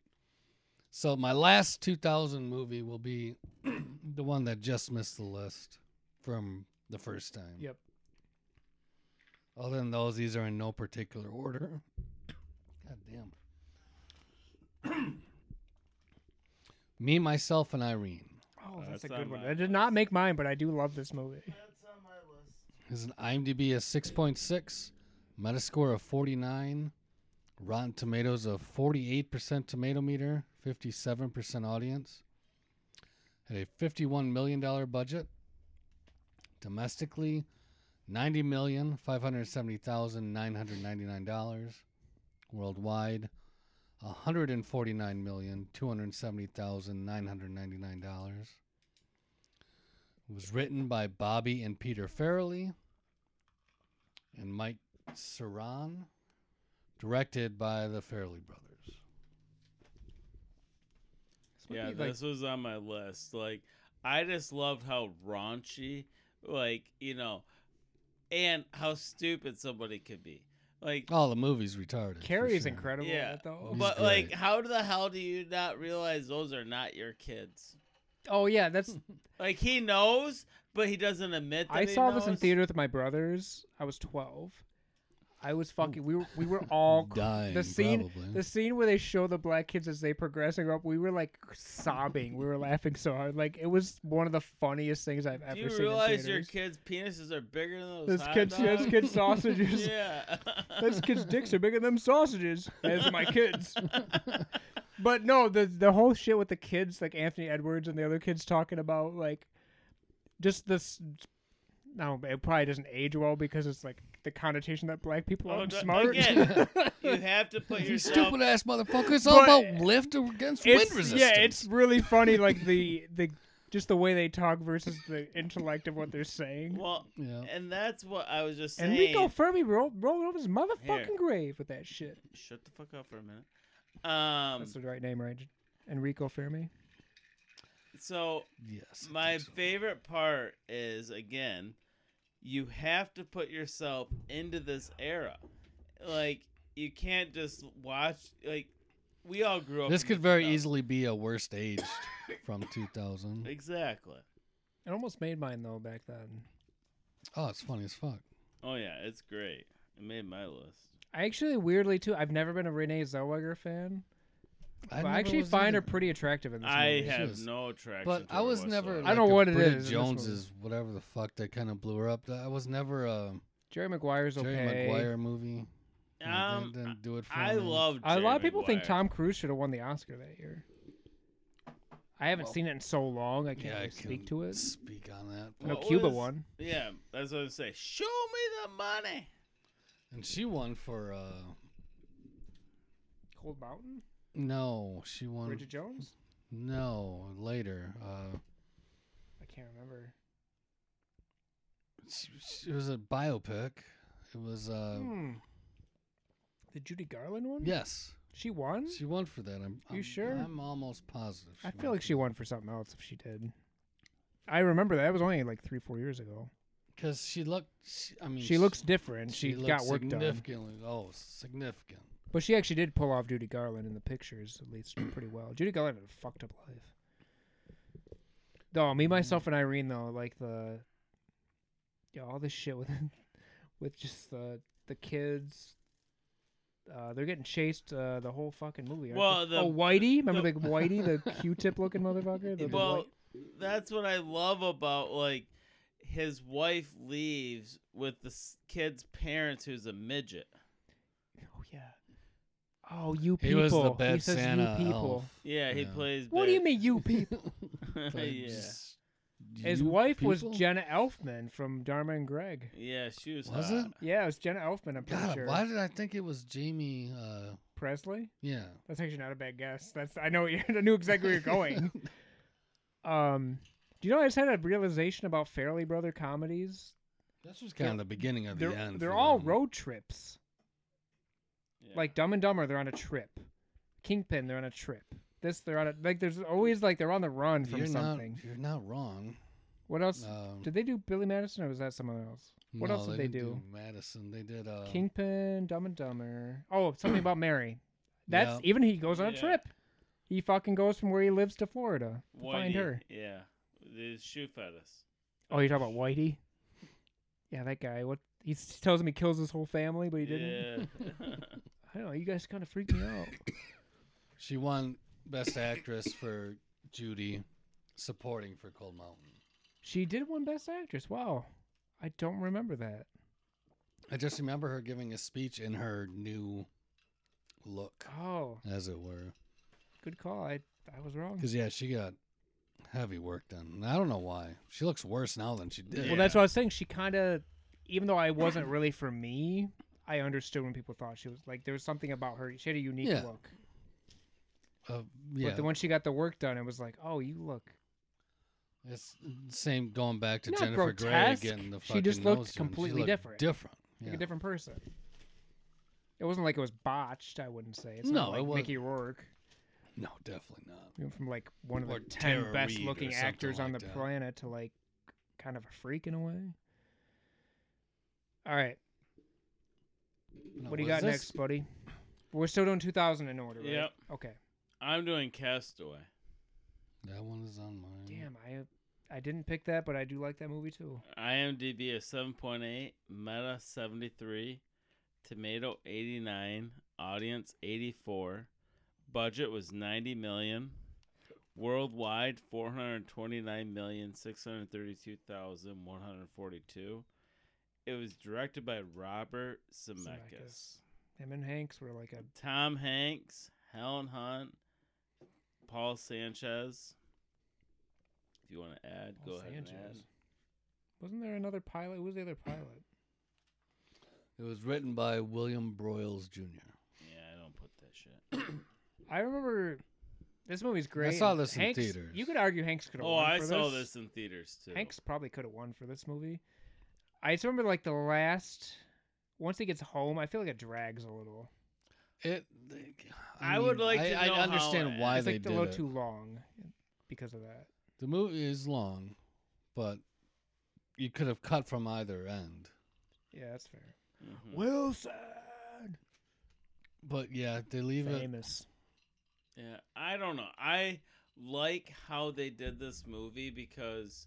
Speaker 2: So my last 2000 movie will be the one that just missed the list from the first time.
Speaker 3: Yep.
Speaker 2: Other than those, these are in no particular order. God damn. Me, myself, and Irene
Speaker 3: oh,
Speaker 1: Uh,
Speaker 3: that's,
Speaker 1: it's
Speaker 3: a good
Speaker 1: on
Speaker 3: one.
Speaker 1: my
Speaker 3: I did not
Speaker 1: list.
Speaker 3: make mine, but I do love this movie.
Speaker 2: is an IMDb of 6.6, Metascore of 49, Rotten Tomatoes of 48% tomato meter, 57% audience. Had a $51 million budget. Domestically, $90,570,999. Worldwide, $149,270,999. It was written by Bobby and Peter Farrelly and Mike Saran, directed by the Farrelly brothers.
Speaker 3: This would
Speaker 1: Yeah,
Speaker 3: be, like,
Speaker 1: this was on my list. Like, I just loved how raunchy, like you know, and how stupid somebody could be. Like,
Speaker 2: Oh, the movie's retarded. for
Speaker 3: Carrie's
Speaker 2: sure.
Speaker 3: incredible. in
Speaker 1: Yeah.
Speaker 3: it, though.
Speaker 2: He's
Speaker 1: but
Speaker 2: great.
Speaker 1: like, how the hell do you not realize those are not your kids?
Speaker 3: oh yeah, that's.
Speaker 1: Like he knows, but he doesn't admit. That
Speaker 3: I
Speaker 1: he
Speaker 3: saw this in
Speaker 1: knows.
Speaker 3: theater with my brothers. I was twelve. I was fucking. We were we were all cr-
Speaker 2: Dying,
Speaker 3: the scene.
Speaker 2: probably.
Speaker 3: The scene where they show the black kids as they progress and grow up. We were like sobbing. we were laughing so hard. Like it was one of the funniest things I've ever
Speaker 1: Do you
Speaker 3: seen.
Speaker 1: realize
Speaker 3: in
Speaker 1: your kids'
Speaker 3: theaters.
Speaker 1: penises are bigger than those?
Speaker 3: This
Speaker 1: hot
Speaker 3: kid's, yeah, this
Speaker 1: dogs?
Speaker 3: kid's sausages.
Speaker 1: Yeah.
Speaker 3: Those kids' dicks are bigger than sausages. As my kids. but no, the the whole shit with the kids, like Anthony Edwards and the other kids talking about like just this. No, it probably doesn't age well because it's like the connotation that black people
Speaker 1: Oh,
Speaker 3: are
Speaker 1: d-
Speaker 3: smart.
Speaker 1: again, you have to put
Speaker 2: you
Speaker 1: yourself.
Speaker 2: stupid ass motherfucker. It's all
Speaker 3: But-
Speaker 2: about lift against wind
Speaker 3: it's
Speaker 2: resistance.
Speaker 3: yeah, it's really funny. Like the the just the way they talk versus the intellect of what they're saying.
Speaker 1: Well,
Speaker 2: Yeah.
Speaker 1: and that's what I was just saying.
Speaker 3: Enrico Fermi roll, rolled over his motherfucking grave with that shit.
Speaker 1: Shut the fuck up for a minute. Um,
Speaker 3: That's the right name, right? Enrico Fermi.
Speaker 1: so
Speaker 2: Yes. I
Speaker 1: my
Speaker 2: think so.
Speaker 1: favorite part is again, you have to put yourself into this era. Like you can't just watch. Like we all grew up.
Speaker 2: This
Speaker 1: in
Speaker 2: could
Speaker 1: the
Speaker 2: very
Speaker 1: 2000s.
Speaker 2: easily be a worst aged from 2000.
Speaker 1: Exactly.
Speaker 3: It almost made mine though back then.
Speaker 2: Oh, it's funny as fuck.
Speaker 1: Oh yeah, it's great. It made my list.
Speaker 3: I actually weirdly too. I've never been a Renee Zellweger fan, but
Speaker 2: never
Speaker 3: I actually
Speaker 2: was
Speaker 3: find
Speaker 2: either.
Speaker 3: her pretty attractive in this
Speaker 1: I
Speaker 3: movie.
Speaker 2: She
Speaker 1: have
Speaker 2: was-
Speaker 1: no attraction.
Speaker 2: But
Speaker 1: to
Speaker 2: I
Speaker 1: her
Speaker 2: was never.
Speaker 1: whatsoever.
Speaker 3: I don't know
Speaker 2: like
Speaker 3: what
Speaker 2: a
Speaker 3: it
Speaker 2: Bridget
Speaker 3: is in this
Speaker 2: Jones
Speaker 3: movie.
Speaker 2: is whatever the fuck that kind of blew her up. I was never a
Speaker 3: Jerry Maguire's okay.
Speaker 2: Jerry Maguire movie. It
Speaker 1: Um,
Speaker 2: didn't, didn't do it for
Speaker 1: I
Speaker 2: me.
Speaker 1: love.
Speaker 3: A lot of people think
Speaker 1: Maguire.
Speaker 3: Tom Cruise should have won the Oscar that year. I haven't
Speaker 2: Well,
Speaker 3: seen it in so long. I can't
Speaker 2: Yeah, I
Speaker 3: really
Speaker 2: couldn't
Speaker 3: speak to it.
Speaker 2: Speak on that.
Speaker 3: I know
Speaker 1: What
Speaker 3: Cuba
Speaker 1: was-
Speaker 3: won.
Speaker 1: Yeah, that's what I say. Show me the money.
Speaker 2: And she won for uh
Speaker 3: Cold Mountain.
Speaker 2: no, she won
Speaker 3: Bridget Jones.
Speaker 2: no later. Uh
Speaker 3: I can't remember.
Speaker 2: she, she- it was a biopic. It was uh
Speaker 3: Hmm. The Judy Garland one.
Speaker 2: yes,
Speaker 3: she won.
Speaker 2: she won for that. I'm,
Speaker 3: You
Speaker 2: I'm-
Speaker 3: sure?
Speaker 2: I'm almost positive.
Speaker 3: I feel like she won for something else if she did. I remember that. That was only like three, four years ago.
Speaker 2: because she looked. She, I mean,
Speaker 3: She looks different. She,
Speaker 2: looked
Speaker 3: got work done.
Speaker 2: significantly. Oh, significant.
Speaker 3: But she actually did pull off Judy Garland in the pictures, at least pretty well. Judy Garland had a fucked up life. No,
Speaker 1: Mm.
Speaker 3: me, myself, and Irene though, like the yeah, all this shit with with just the the kids. Uh, they're getting chased uh, the whole fucking movie. aren't
Speaker 1: Well,
Speaker 3: they?
Speaker 1: the-
Speaker 3: oh, Whitey, remember
Speaker 1: the-
Speaker 3: the, Whitey, the Q-tip looking motherfucker. The, the
Speaker 1: Well,
Speaker 3: white-
Speaker 1: that's what I love about like his wife leaves with the s- kid's parents, who's a midget.
Speaker 3: oh yeah. Oh, you
Speaker 2: He
Speaker 3: people.
Speaker 2: was the bad
Speaker 3: he says
Speaker 2: Santa
Speaker 3: you people.
Speaker 2: elf.
Speaker 1: Yeah, he
Speaker 2: Yeah.
Speaker 1: plays.
Speaker 3: What do you
Speaker 1: bad-
Speaker 3: mean, you people?
Speaker 2: Like,
Speaker 1: yeah,
Speaker 2: just,
Speaker 3: His
Speaker 2: you
Speaker 3: wife
Speaker 2: people?
Speaker 3: was Jenna Elfman from Dharma and Greg.
Speaker 1: yeah, she was.
Speaker 2: Was
Speaker 1: hot.
Speaker 2: it?
Speaker 3: Yeah, it was Jenna Elfman. I'm pretty
Speaker 2: God,
Speaker 3: sure.
Speaker 2: why did I think it was Jamie? Uh,
Speaker 3: Presley?
Speaker 2: Yeah.
Speaker 3: That's actually not a bad guess. That's I know what you're, I knew exactly where you're going. um, do you know I just had a realization about Fairly Brother comedies?
Speaker 2: This was kind of the beginning of the
Speaker 3: They're
Speaker 2: end.
Speaker 3: they're
Speaker 2: for
Speaker 3: all
Speaker 2: them.
Speaker 3: road trips.
Speaker 1: Yeah.
Speaker 3: Like Dumb and Dumber, they're on a trip. Kingpin, they're on a trip. This, they're on a like. There's always like they're on the run from
Speaker 2: You're
Speaker 3: something.
Speaker 2: not. You're not wrong.
Speaker 3: What else?
Speaker 2: Um,
Speaker 3: Did they do Billy Madison or was that someone else? What
Speaker 2: no,
Speaker 3: else did they,
Speaker 2: didn't
Speaker 3: do?
Speaker 2: Madison. They did. Uh,
Speaker 3: Kingpin, Dumb and Dumber. Oh, something about Mary. That's
Speaker 2: yeah.
Speaker 3: even he goes on a
Speaker 1: Yeah.
Speaker 3: trip. He fucking goes from where he lives to Florida to find
Speaker 1: Whitey,
Speaker 3: her.
Speaker 1: Yeah, the shoe fetish.
Speaker 3: Oh, you're talking about Whitey? Yeah, that guy. What he s- tells him he kills his whole family, but he didn't.
Speaker 1: Yeah.
Speaker 3: I don't know. You guys kind of freaked me out.
Speaker 2: She won Best Actress for Judy, supporting for Cold Mountain.
Speaker 3: She did win Best Actress. Wow, I don't remember that.
Speaker 2: I just remember her giving a speech in her new look,
Speaker 3: Oh,
Speaker 2: as it were.
Speaker 3: good call. I I was wrong.
Speaker 2: Because yeah, she got heavy work done. And I don't know why. She looks worse now than she did.
Speaker 3: Well, that's what I was saying. She kind of, even though I wasn't really for me, I understood when people thought she was like there was something about her. She had a unique
Speaker 2: Yeah.
Speaker 3: look.
Speaker 2: Uh, yeah,
Speaker 3: But then when she got the work done, it was like, oh, you look
Speaker 2: it's same going back to
Speaker 3: Not
Speaker 2: Jennifer
Speaker 3: grotesque.
Speaker 2: Grey getting the
Speaker 3: She
Speaker 2: fucking
Speaker 3: just looked
Speaker 2: nose job. She
Speaker 3: completely
Speaker 2: looked
Speaker 3: different.
Speaker 2: Different.
Speaker 3: like
Speaker 2: yeah.
Speaker 3: a different person. It wasn't like it was botched. I wouldn't say. It's
Speaker 2: No,
Speaker 3: not
Speaker 2: it
Speaker 3: like
Speaker 2: wasn't.
Speaker 3: Mickey Rourke.
Speaker 2: No, definitely not.
Speaker 3: you know, from like one of the
Speaker 2: Or
Speaker 3: ten
Speaker 2: Tara
Speaker 3: best
Speaker 2: Reid or
Speaker 3: looking
Speaker 2: something
Speaker 3: actors on the
Speaker 2: like that.
Speaker 3: planet to like kind of a freak in a way. All right,
Speaker 2: No,
Speaker 3: what do you
Speaker 2: was
Speaker 3: got
Speaker 2: this-
Speaker 3: next, buddy? We're still doing 2000 in order, right?
Speaker 1: Yep.
Speaker 3: Okay.
Speaker 1: I'm doing Castaway.
Speaker 2: That one is on mine.
Speaker 3: Damn, I I didn't pick that, but I do like that movie too.
Speaker 1: IMDb is 7.8, Meta 73, Tomato 89, Audience 84, Budget was 90 million, Worldwide 429,632,142. It was directed by Robert Zemeckis.
Speaker 3: Zemeckis. Him and Hanks were like a
Speaker 1: Tom Hanks, Helen Hunt, Paul Sanchez. If you want to add,
Speaker 3: Paul
Speaker 1: go ahead and add.
Speaker 3: Sanchez. Wasn't there another pilot? Who was the other pilot?
Speaker 2: It was written by William Broyles Jr.
Speaker 1: Yeah, I don't put that shit.
Speaker 3: I remember this movie's great.
Speaker 2: saw
Speaker 3: and
Speaker 2: this in
Speaker 3: Hanks-
Speaker 2: theaters.
Speaker 3: You could argue Hanks could have
Speaker 1: Oh,
Speaker 3: won
Speaker 1: I
Speaker 3: for
Speaker 1: saw this in theaters too.
Speaker 3: Hanks probably could have won for this movie. I just remember like the last once he gets home, I feel like it drags a little.
Speaker 2: It.
Speaker 1: I would
Speaker 2: mean,
Speaker 1: like
Speaker 2: I,
Speaker 1: to
Speaker 2: I
Speaker 1: know how
Speaker 2: understand
Speaker 1: it-
Speaker 2: why
Speaker 3: it's
Speaker 2: they
Speaker 3: like a
Speaker 2: did
Speaker 3: little
Speaker 2: it.
Speaker 3: too long because of that.
Speaker 2: The movie is long, but you could have cut from either end.
Speaker 3: Yeah, that's fair.
Speaker 1: Mhm.
Speaker 3: Wilson
Speaker 2: But yeah, they leave it.
Speaker 3: famous.
Speaker 1: Yeah, I don't know. I like how they did this movie because
Speaker 3: This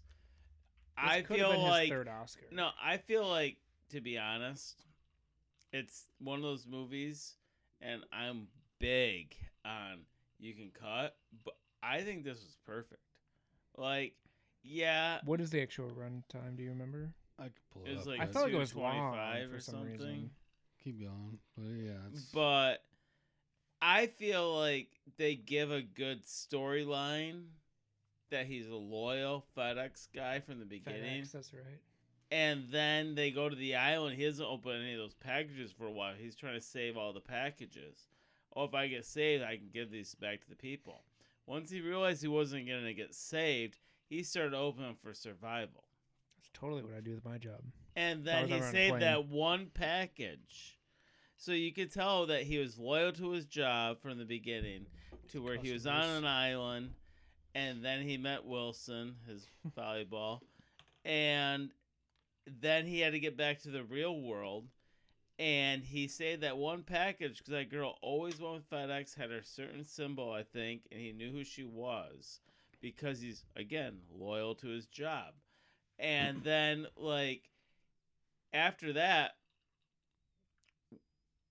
Speaker 1: I
Speaker 3: could have
Speaker 1: feel
Speaker 3: been his
Speaker 1: like
Speaker 3: third Oscar.
Speaker 1: no, I feel like to be honest, it's one of those movies, and I'm big on you can cut, but I think this was perfect. Like, yeah,
Speaker 3: What is the actual runtime? Do you remember?
Speaker 2: I could pull it,
Speaker 1: it was
Speaker 2: up.
Speaker 1: like
Speaker 3: I
Speaker 2: but
Speaker 3: felt like it was long
Speaker 1: 225
Speaker 3: for
Speaker 1: or
Speaker 3: some
Speaker 1: something.
Speaker 3: reason.
Speaker 2: keep going. But yeah, it's,
Speaker 1: but I feel like they give a good storyline that he's a loyal FedEx guy from the beginning,
Speaker 3: FedEx, that's right.
Speaker 1: and then they go to the island. He doesn't open any of those packages for a while. He's trying to save all the packages. Oh, if I get saved, I can give these back to the people. Once he realized he wasn't going to get saved, he started opening for survival.
Speaker 3: That's totally what I do with my job.
Speaker 1: And then
Speaker 3: was
Speaker 1: he
Speaker 3: ever on a
Speaker 1: saved
Speaker 3: plane.
Speaker 1: that one package. So you could tell that he was loyal to his job from the beginning to where he was on
Speaker 3: Customers.
Speaker 1: an island and then he met Wilson, his volleyball, and then he had to get back to the real world. And he saved that one package because that girl always went with FedEx, had her certain symbol, I think, and he knew who she was because he's, again, loyal to his job. And then, like, after that,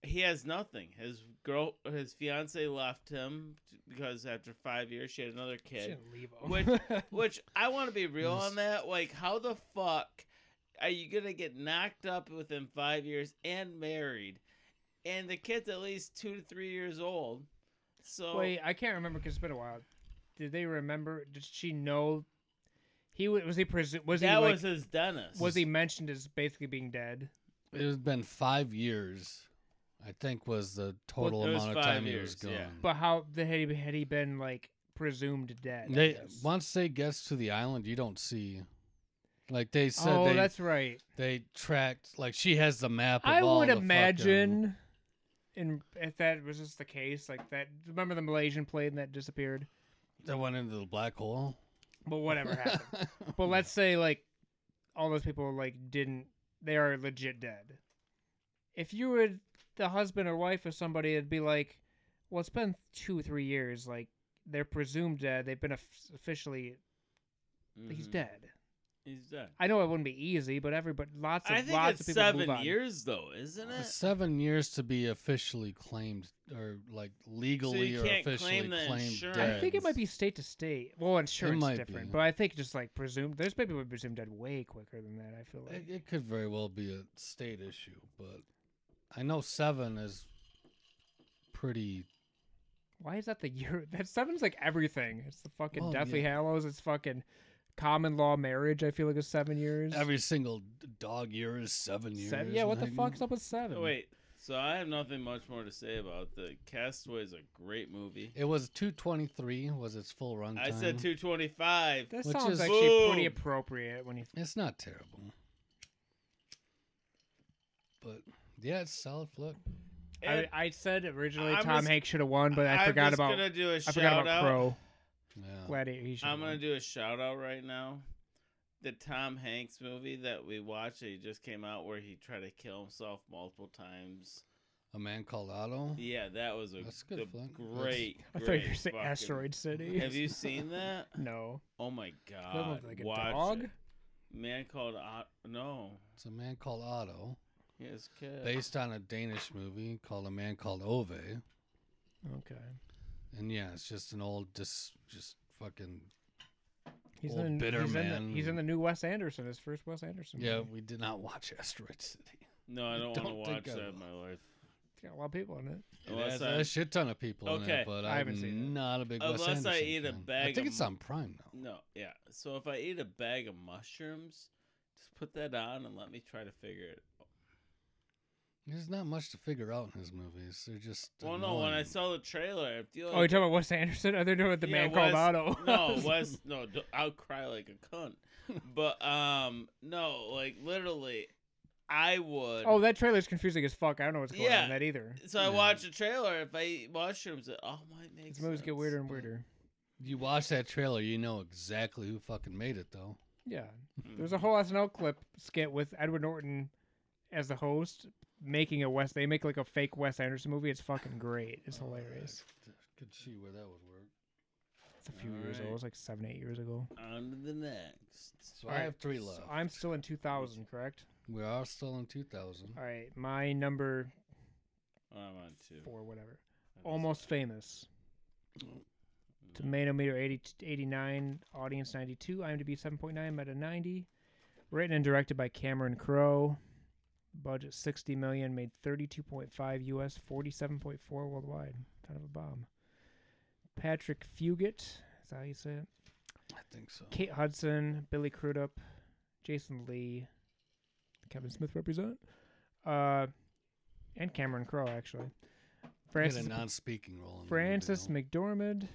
Speaker 1: he has nothing. His girl, his fiance left him because after five years, she had another kid.
Speaker 3: Shouldn't leave 'em.
Speaker 1: Which- Which I want to be real
Speaker 2: Yes.
Speaker 1: on that. Like, how the fuck are you gonna get knocked up within five years and married, and the kid's at least two to three years old? So
Speaker 3: Wait, I can't remember because it's been a while. Did they remember? Did she know? He wa- was he presu- was he
Speaker 1: that
Speaker 3: like,
Speaker 1: was his dentist.
Speaker 3: was he mentioned as basically being dead?
Speaker 2: it has been five years I think was the total
Speaker 1: it was
Speaker 2: amount of
Speaker 1: five
Speaker 2: time
Speaker 1: years,
Speaker 2: he was gone.
Speaker 1: yeah.
Speaker 3: But how the had he, had he been like presumed dead? I
Speaker 2: They
Speaker 3: guess.
Speaker 2: once they gets to the island, you don't see. Like they said,
Speaker 3: oh,
Speaker 2: they
Speaker 3: that's right.
Speaker 2: they tracked. Like she has the map. Of
Speaker 3: I
Speaker 2: all
Speaker 3: would
Speaker 2: the fucking-
Speaker 3: imagine, and if that was just the case, like that. Remember the Malaysian plane that disappeared?
Speaker 2: that went into the black hole.
Speaker 3: But whatever happened. But let's say like all those people like didn't they are legit dead. If you were the husband or wife of somebody, it'd be like, well, it's been two three years. Like they're presumed dead. They've been off- officially he's
Speaker 1: Mhm.
Speaker 3: dead.
Speaker 1: He's dead.
Speaker 3: I know it wouldn't be easy, but everybody lots of
Speaker 1: I think
Speaker 3: lots
Speaker 1: it's
Speaker 3: of people move
Speaker 1: seven
Speaker 3: on.
Speaker 1: years though, isn't it?
Speaker 2: seven years to be officially claimed or like legally or
Speaker 1: can't
Speaker 2: officially
Speaker 1: claim the
Speaker 2: claimed
Speaker 1: insurance.
Speaker 2: dead.
Speaker 3: I think it might be state to state. Well, insurance
Speaker 2: might
Speaker 3: is different,
Speaker 2: be.
Speaker 3: but I think just like presumed. There's people who are presumed dead way quicker than that. I feel like.
Speaker 2: It, it could very well be a state issue, but I know seven is pretty.
Speaker 3: Why is that the year? That seven's like everything. It's the fucking
Speaker 2: Well,
Speaker 3: Deathly
Speaker 2: yeah.
Speaker 3: Hallows. It's fucking common law marriage. I feel like is seven years.
Speaker 2: Every single d- dog year is seven years.
Speaker 3: seven. Yeah, what the
Speaker 2: like-
Speaker 3: fuck's up with seven?
Speaker 1: Oh, Wait, so I have nothing much more to say about the Castaway is a great movie.
Speaker 2: It was two twenty three. Was its full runtime?
Speaker 1: I said 225.
Speaker 3: that
Speaker 2: Which
Speaker 3: sounds
Speaker 2: is-
Speaker 3: actually pretty
Speaker 1: Boom.
Speaker 3: appropriate when you.
Speaker 2: It's not terrible, but yeah, it's a solid flick.
Speaker 1: And
Speaker 3: I, I said originally
Speaker 1: I'm
Speaker 3: Tom
Speaker 1: just-
Speaker 3: Hanks should have won, but I
Speaker 1: I'm
Speaker 3: forgot
Speaker 1: just
Speaker 3: about
Speaker 1: Gonna do a
Speaker 3: I
Speaker 1: shout
Speaker 3: forgot about
Speaker 1: out.
Speaker 3: Crow.
Speaker 2: Yeah,
Speaker 3: Gladiator. He should.
Speaker 1: I'm gonna do a shout out right now. The Tom Hanks movie that we watched, that just came out where he tried to kill himself multiple times.
Speaker 2: a man called Otto.
Speaker 1: Yeah, that was a,
Speaker 2: That's a good
Speaker 1: the
Speaker 2: flick. That's-
Speaker 1: great.
Speaker 3: I thought
Speaker 1: great
Speaker 3: you were saying
Speaker 1: fucking-
Speaker 3: Asteroid City.
Speaker 1: Have you seen that?
Speaker 3: No.
Speaker 1: Oh my
Speaker 3: That
Speaker 1: god!
Speaker 3: looked like a
Speaker 1: Watch
Speaker 3: dog.
Speaker 1: it. Man called Ot- no.
Speaker 2: It's a man called Otto,
Speaker 1: Yes, kid.
Speaker 2: based on a Danish movie called A Man Called Ove.
Speaker 3: Okay.
Speaker 2: And yeah, it's just an old, dis, just fucking.
Speaker 3: He's
Speaker 2: Old
Speaker 3: in.
Speaker 2: bitter
Speaker 3: he's, In
Speaker 2: man.
Speaker 3: the, he's in the new Wes Anderson. His first Wes Anderson.
Speaker 2: Yeah,
Speaker 3: movie.
Speaker 2: we did not watch Asteroid City.
Speaker 1: no, I
Speaker 2: I
Speaker 1: don't,
Speaker 2: don't
Speaker 1: want
Speaker 2: think
Speaker 1: to watch
Speaker 2: I
Speaker 1: that in
Speaker 2: will.
Speaker 1: my life.
Speaker 3: It's got a lot of people in it.
Speaker 2: It
Speaker 1: Unless
Speaker 2: has
Speaker 1: I'm-
Speaker 2: a shit ton of people in
Speaker 1: Okay.
Speaker 2: it, but
Speaker 3: I
Speaker 2: I
Speaker 3: haven't
Speaker 2: am
Speaker 3: seen it.
Speaker 2: not a big Wes
Speaker 1: Unless I
Speaker 2: Anderson
Speaker 1: eat a
Speaker 2: fan. I
Speaker 1: bag
Speaker 2: think
Speaker 1: of
Speaker 2: it's on Prime now.
Speaker 1: No, yeah. So if I eat a bag of mushrooms, just put that on and let me try to figure it.
Speaker 2: There's not much to figure out in his movies. They're just.
Speaker 1: Well, no, when I
Speaker 2: annoying.
Speaker 1: saw the trailer, I feel like
Speaker 3: Oh, you're talking about Wes Anderson? Oh, they're doing it the
Speaker 1: Yeah,
Speaker 3: man called
Speaker 1: Wes-
Speaker 3: Otto.
Speaker 1: no, Wes. No, d- I'll cry like a cunt. But um, no, like literally, I would.
Speaker 3: Oh, that trailer's confusing as fuck. I don't know what's going on
Speaker 1: Yeah.
Speaker 3: in that either.
Speaker 1: so I
Speaker 2: yeah.
Speaker 1: watched the trailer. If I eat mushrooms, it all might make
Speaker 3: These movies
Speaker 1: sense.
Speaker 3: get weirder and weirder.
Speaker 2: You watch that trailer, you know exactly who fucking made it, though.
Speaker 3: Yeah.
Speaker 1: Hmm,
Speaker 3: There was a whole SNL clip skit with Edward Norton as the host making a Wes. They make like a fake Wes Anderson movie. It's fucking great. It's hilarious.
Speaker 2: I could see where that would work.
Speaker 3: It's a few years
Speaker 1: Alright.
Speaker 3: old. It's like seven, eight years ago.
Speaker 1: On to the next.
Speaker 2: So I
Speaker 3: Alright,
Speaker 2: have three
Speaker 3: so
Speaker 2: left.
Speaker 3: I'm still in 2000, correct?
Speaker 2: We are still in 2000.
Speaker 3: All right. My number
Speaker 1: Oh, I'm on two.
Speaker 3: four, whatever.
Speaker 1: That is-
Speaker 3: Almost Famous. Tomato meter 80, 89, audience 92, IMDb 7.9, meta 90. Written and directed by Cameron Crowe. Budget 60 million, made 32.5 US, 47.4 worldwide. Kind of a bomb. Patrick Fugit, is that how you say it?
Speaker 2: I think so.
Speaker 3: Kate Hudson, Billy Crudup, Jason Lee, Kevin Smith represent, uh, and Cameron Crowe actually.
Speaker 2: He had
Speaker 3: Francis
Speaker 2: a non-speaking role. In the
Speaker 3: Francis
Speaker 2: movie,
Speaker 3: McDormand,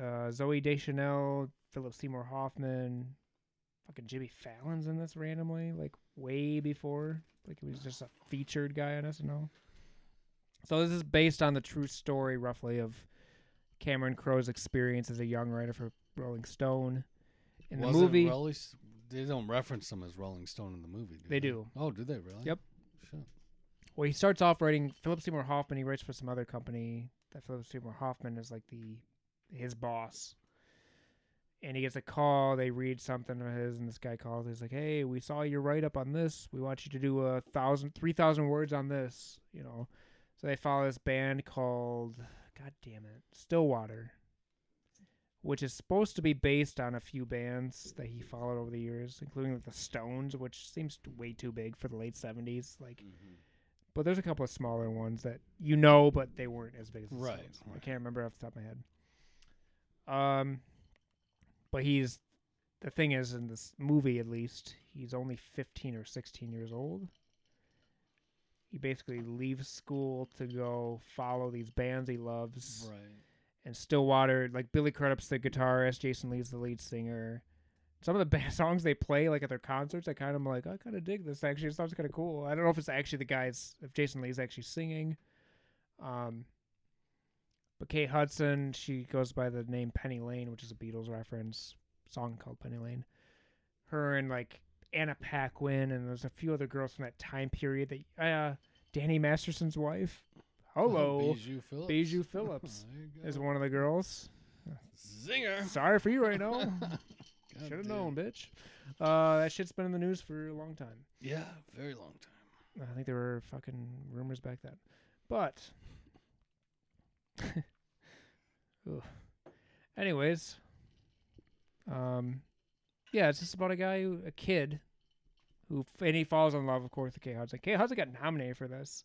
Speaker 3: uh, Zoe Deschanel, Philip Seymour Hoffman, fucking Jimmy Fallon's in this randomly, like way before. Like he was just a featured guy on SNL. So this is based on the true story, roughly, of Cameron Crowe's experience as a young writer for Rolling Stone.
Speaker 2: though.
Speaker 3: In the
Speaker 2: Wasn't
Speaker 3: movie,
Speaker 2: Rolling S- they don't reference him as Rolling Stone in the movie. Do
Speaker 3: They do.
Speaker 2: Oh, do they really?
Speaker 3: Yep.
Speaker 2: Shit.
Speaker 3: Well, he starts off writing Philip Seymour Hoffman. He writes for some other company that Philip Seymour Hoffman is like the his boss. And he gets a call. They read something of his, and this guy calls. He's like, "Hey, we saw your write up on this. We want you to do a thousand, three thousand words on this." You know, so they follow this band called God damn it, Stillwater, which is supposed to be based on a few bands that he followed over the years, including like the Stones, which seems way too big for the late seventies. Like
Speaker 1: Mhm.
Speaker 3: but there's a couple of smaller ones that you know, but they weren't as big as the
Speaker 2: Right,
Speaker 3: Stones. I
Speaker 2: right.
Speaker 3: can't remember off the top of my head. Um, but he's the thing is in this movie at least he's only 15 or 16 years old. he basically leaves school to go follow these bands he loves.
Speaker 2: Right.
Speaker 3: And Stillwater, like Billy Crudup's the guitarist, Jason Lee's the lead singer. Some of the best songs they play, like at their concerts, I kind of am like, I kind of dig this. Actually, it sounds kind of cool. I don't know if it's actually the guys, if Jason Lee's actually singing. Um, but Kate Hudson, she goes by the name Penny Lane, which is a Beatles reference song called Penny Lane. Her and like Anna Paquin, and there's a few other girls from that time period. That uh, Danny Masterson's wife,
Speaker 2: Oh,
Speaker 3: hello,
Speaker 2: Uh-huh. Bijou Phillips.
Speaker 3: Oh, Bijou Phillips,
Speaker 2: There you go.
Speaker 3: is one of the girls.
Speaker 1: Zinger.
Speaker 3: Sorry for you right now.
Speaker 2: God
Speaker 3: Should have
Speaker 2: damn.
Speaker 3: known, bitch. Uh, that shit's been in the news for a long time.
Speaker 2: Yeah, very long time.
Speaker 3: I think there were fucking rumors back then. But Ugh. anyways, um yeah, it's just about a guy, who, a kid who and he falls in love of course with Kate Hudson. Kate Hudson got nominated for this.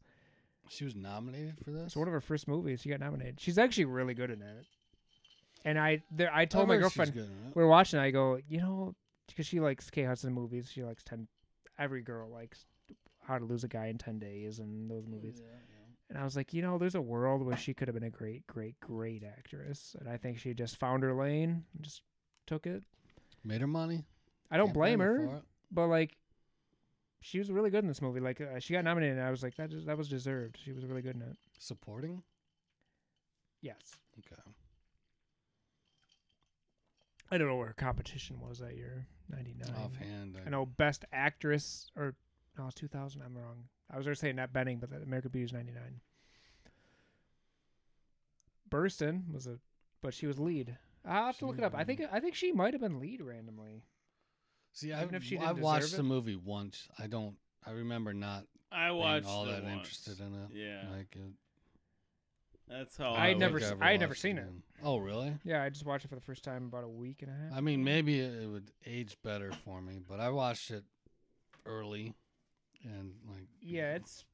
Speaker 2: She was nominated for this.
Speaker 3: It's one of her first movies. She got nominated. She's actually really good in it. And I there I
Speaker 2: I
Speaker 3: told my
Speaker 2: heard she was
Speaker 3: girlfriend
Speaker 2: good in it.
Speaker 3: we are watching. it, I go, you know, because she likes Kate Hudson movies. She likes ten. Every girl likes How to Lose a Guy in Ten Days and those movies.
Speaker 2: Yeah, yeah.
Speaker 3: And I was like, you know, there's a world where she could have been a great, great, great actress, and I think she just found her lane, and just took it.
Speaker 2: Made her money.
Speaker 3: I don't
Speaker 2: Can't
Speaker 3: blame
Speaker 2: for
Speaker 3: her,
Speaker 2: it.
Speaker 3: but like, she was really good in this movie. Like, uh, she got nominated, and I was like, that is, that was deserved. She was really good in it.
Speaker 2: Supporting.
Speaker 3: Yes.
Speaker 2: Okay.
Speaker 3: I don't know where her competition was that year, '99.
Speaker 2: Offhand. I,
Speaker 3: I know Best Actress or no, it's 2000. I'm wrong. I was going to say Nat Benning, but that American Beauty is 99. Burston was a, but she was lead. I will have to look it up. I think I think she might have been lead randomly.
Speaker 2: See,
Speaker 3: even
Speaker 2: I've,
Speaker 3: if she didn't
Speaker 2: I've
Speaker 3: deserve
Speaker 2: watched
Speaker 3: it?
Speaker 2: the movie once. I don't. I remember not
Speaker 1: I
Speaker 2: being
Speaker 1: watched
Speaker 2: all
Speaker 1: it
Speaker 2: that
Speaker 1: once.
Speaker 2: interested in it.
Speaker 1: Yeah,
Speaker 2: Like it,
Speaker 1: that's how
Speaker 3: I
Speaker 2: I
Speaker 3: had
Speaker 1: was.
Speaker 2: don't
Speaker 3: never
Speaker 2: think
Speaker 3: s-
Speaker 2: ever
Speaker 3: I had never
Speaker 2: watched
Speaker 3: seen it.
Speaker 2: again. Oh, really?
Speaker 3: Yeah, I just watched it for the first time about a week and a half.
Speaker 2: I mean, maybe it, it would age better for me, but I watched it early, and like you
Speaker 3: yeah,
Speaker 2: know,
Speaker 3: it's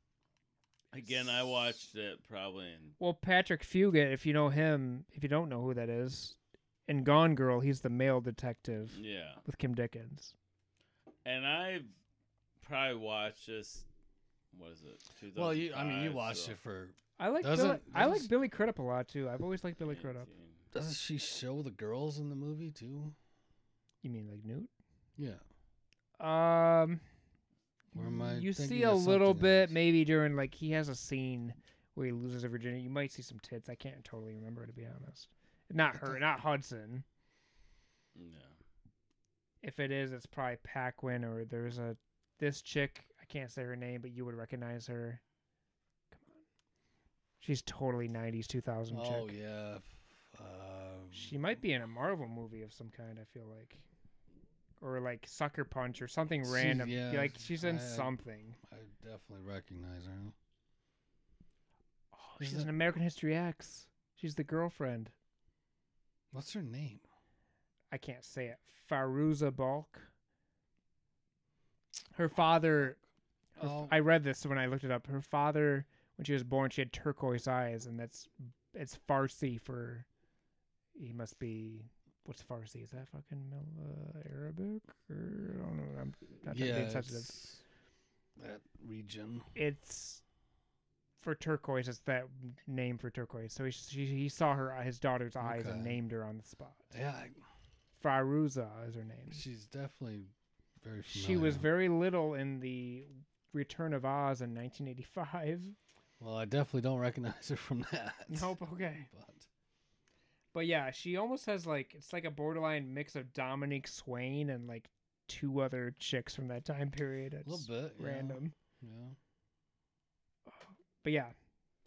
Speaker 1: Again, I watched it probably in
Speaker 3: well Patrick Fugit. If you know him, if you don't know who that is, in Gone Girl, he's the male detective
Speaker 1: yeah,
Speaker 3: with Kim Dickens.
Speaker 1: and I probably watched this. What is it?
Speaker 2: well, you. I mean, you
Speaker 1: 2005,
Speaker 2: watched
Speaker 1: so
Speaker 2: it for.
Speaker 3: I like
Speaker 2: Doesn't-
Speaker 3: Billy, I like
Speaker 2: doesn't-
Speaker 3: Billy Crudup a lot too. I've always liked Billy Crudup.
Speaker 1: 19.
Speaker 2: Doesn't she show the girls in the movie too?
Speaker 3: You mean like Newt?
Speaker 2: Yeah.
Speaker 3: Um,
Speaker 2: Or am I
Speaker 3: you
Speaker 2: thinking
Speaker 3: see a
Speaker 2: of
Speaker 3: little
Speaker 2: something
Speaker 3: bit
Speaker 2: else?
Speaker 3: maybe during like he has a scene where he loses a virginity. You might see some tits. I can't totally remember to be honest. Not
Speaker 2: I
Speaker 3: her,
Speaker 2: thought-
Speaker 3: not Hudson.
Speaker 1: No.
Speaker 3: If it is, it's probably Paquin or there's a this chick. I can't say her name, but you would recognize her. Come on, she's totally '90s 2000
Speaker 2: Oh
Speaker 3: chick.
Speaker 2: yeah. Um,
Speaker 3: She might be in a Marvel movie of some kind. I feel like, or like Sucker Punch or something
Speaker 2: She-
Speaker 3: random.
Speaker 2: yeah,
Speaker 3: like she's in
Speaker 2: I- I-
Speaker 3: something.
Speaker 2: I definitely recognize her.
Speaker 3: Oh, she's
Speaker 2: Isn't
Speaker 3: an American History X. She's the girlfriend.
Speaker 2: What's her name?
Speaker 3: I can't say it. Faruza Balk. Her father. her f-
Speaker 2: Oh.
Speaker 3: I read this when I looked it up. Her father, when she was born, she had turquoise eyes, and that's it's Farsi for. He must be. What's Farsi? Is that fucking uh, Arabic? Or, I don't know. I'm not yeah, being sensitive.
Speaker 2: it's that region.
Speaker 3: it's for turquoise. It's that name for turquoise. So he she, he saw her his daughter's eyes and
Speaker 2: Okay.
Speaker 3: named her on the spot.
Speaker 2: Yeah, I-
Speaker 3: Faruza is her name.
Speaker 2: she's definitely very. Familiar.
Speaker 3: She was very little in the Return of Oz in 1985.
Speaker 2: Well, I definitely don't recognize her from that.
Speaker 3: Nope. Okay.
Speaker 2: But
Speaker 3: But yeah, she almost has like it's like a borderline mix of Dominique Swain and like two other chicks from that time period. It's
Speaker 2: a little bit yeah,
Speaker 3: random.
Speaker 2: Yeah.
Speaker 3: But yeah,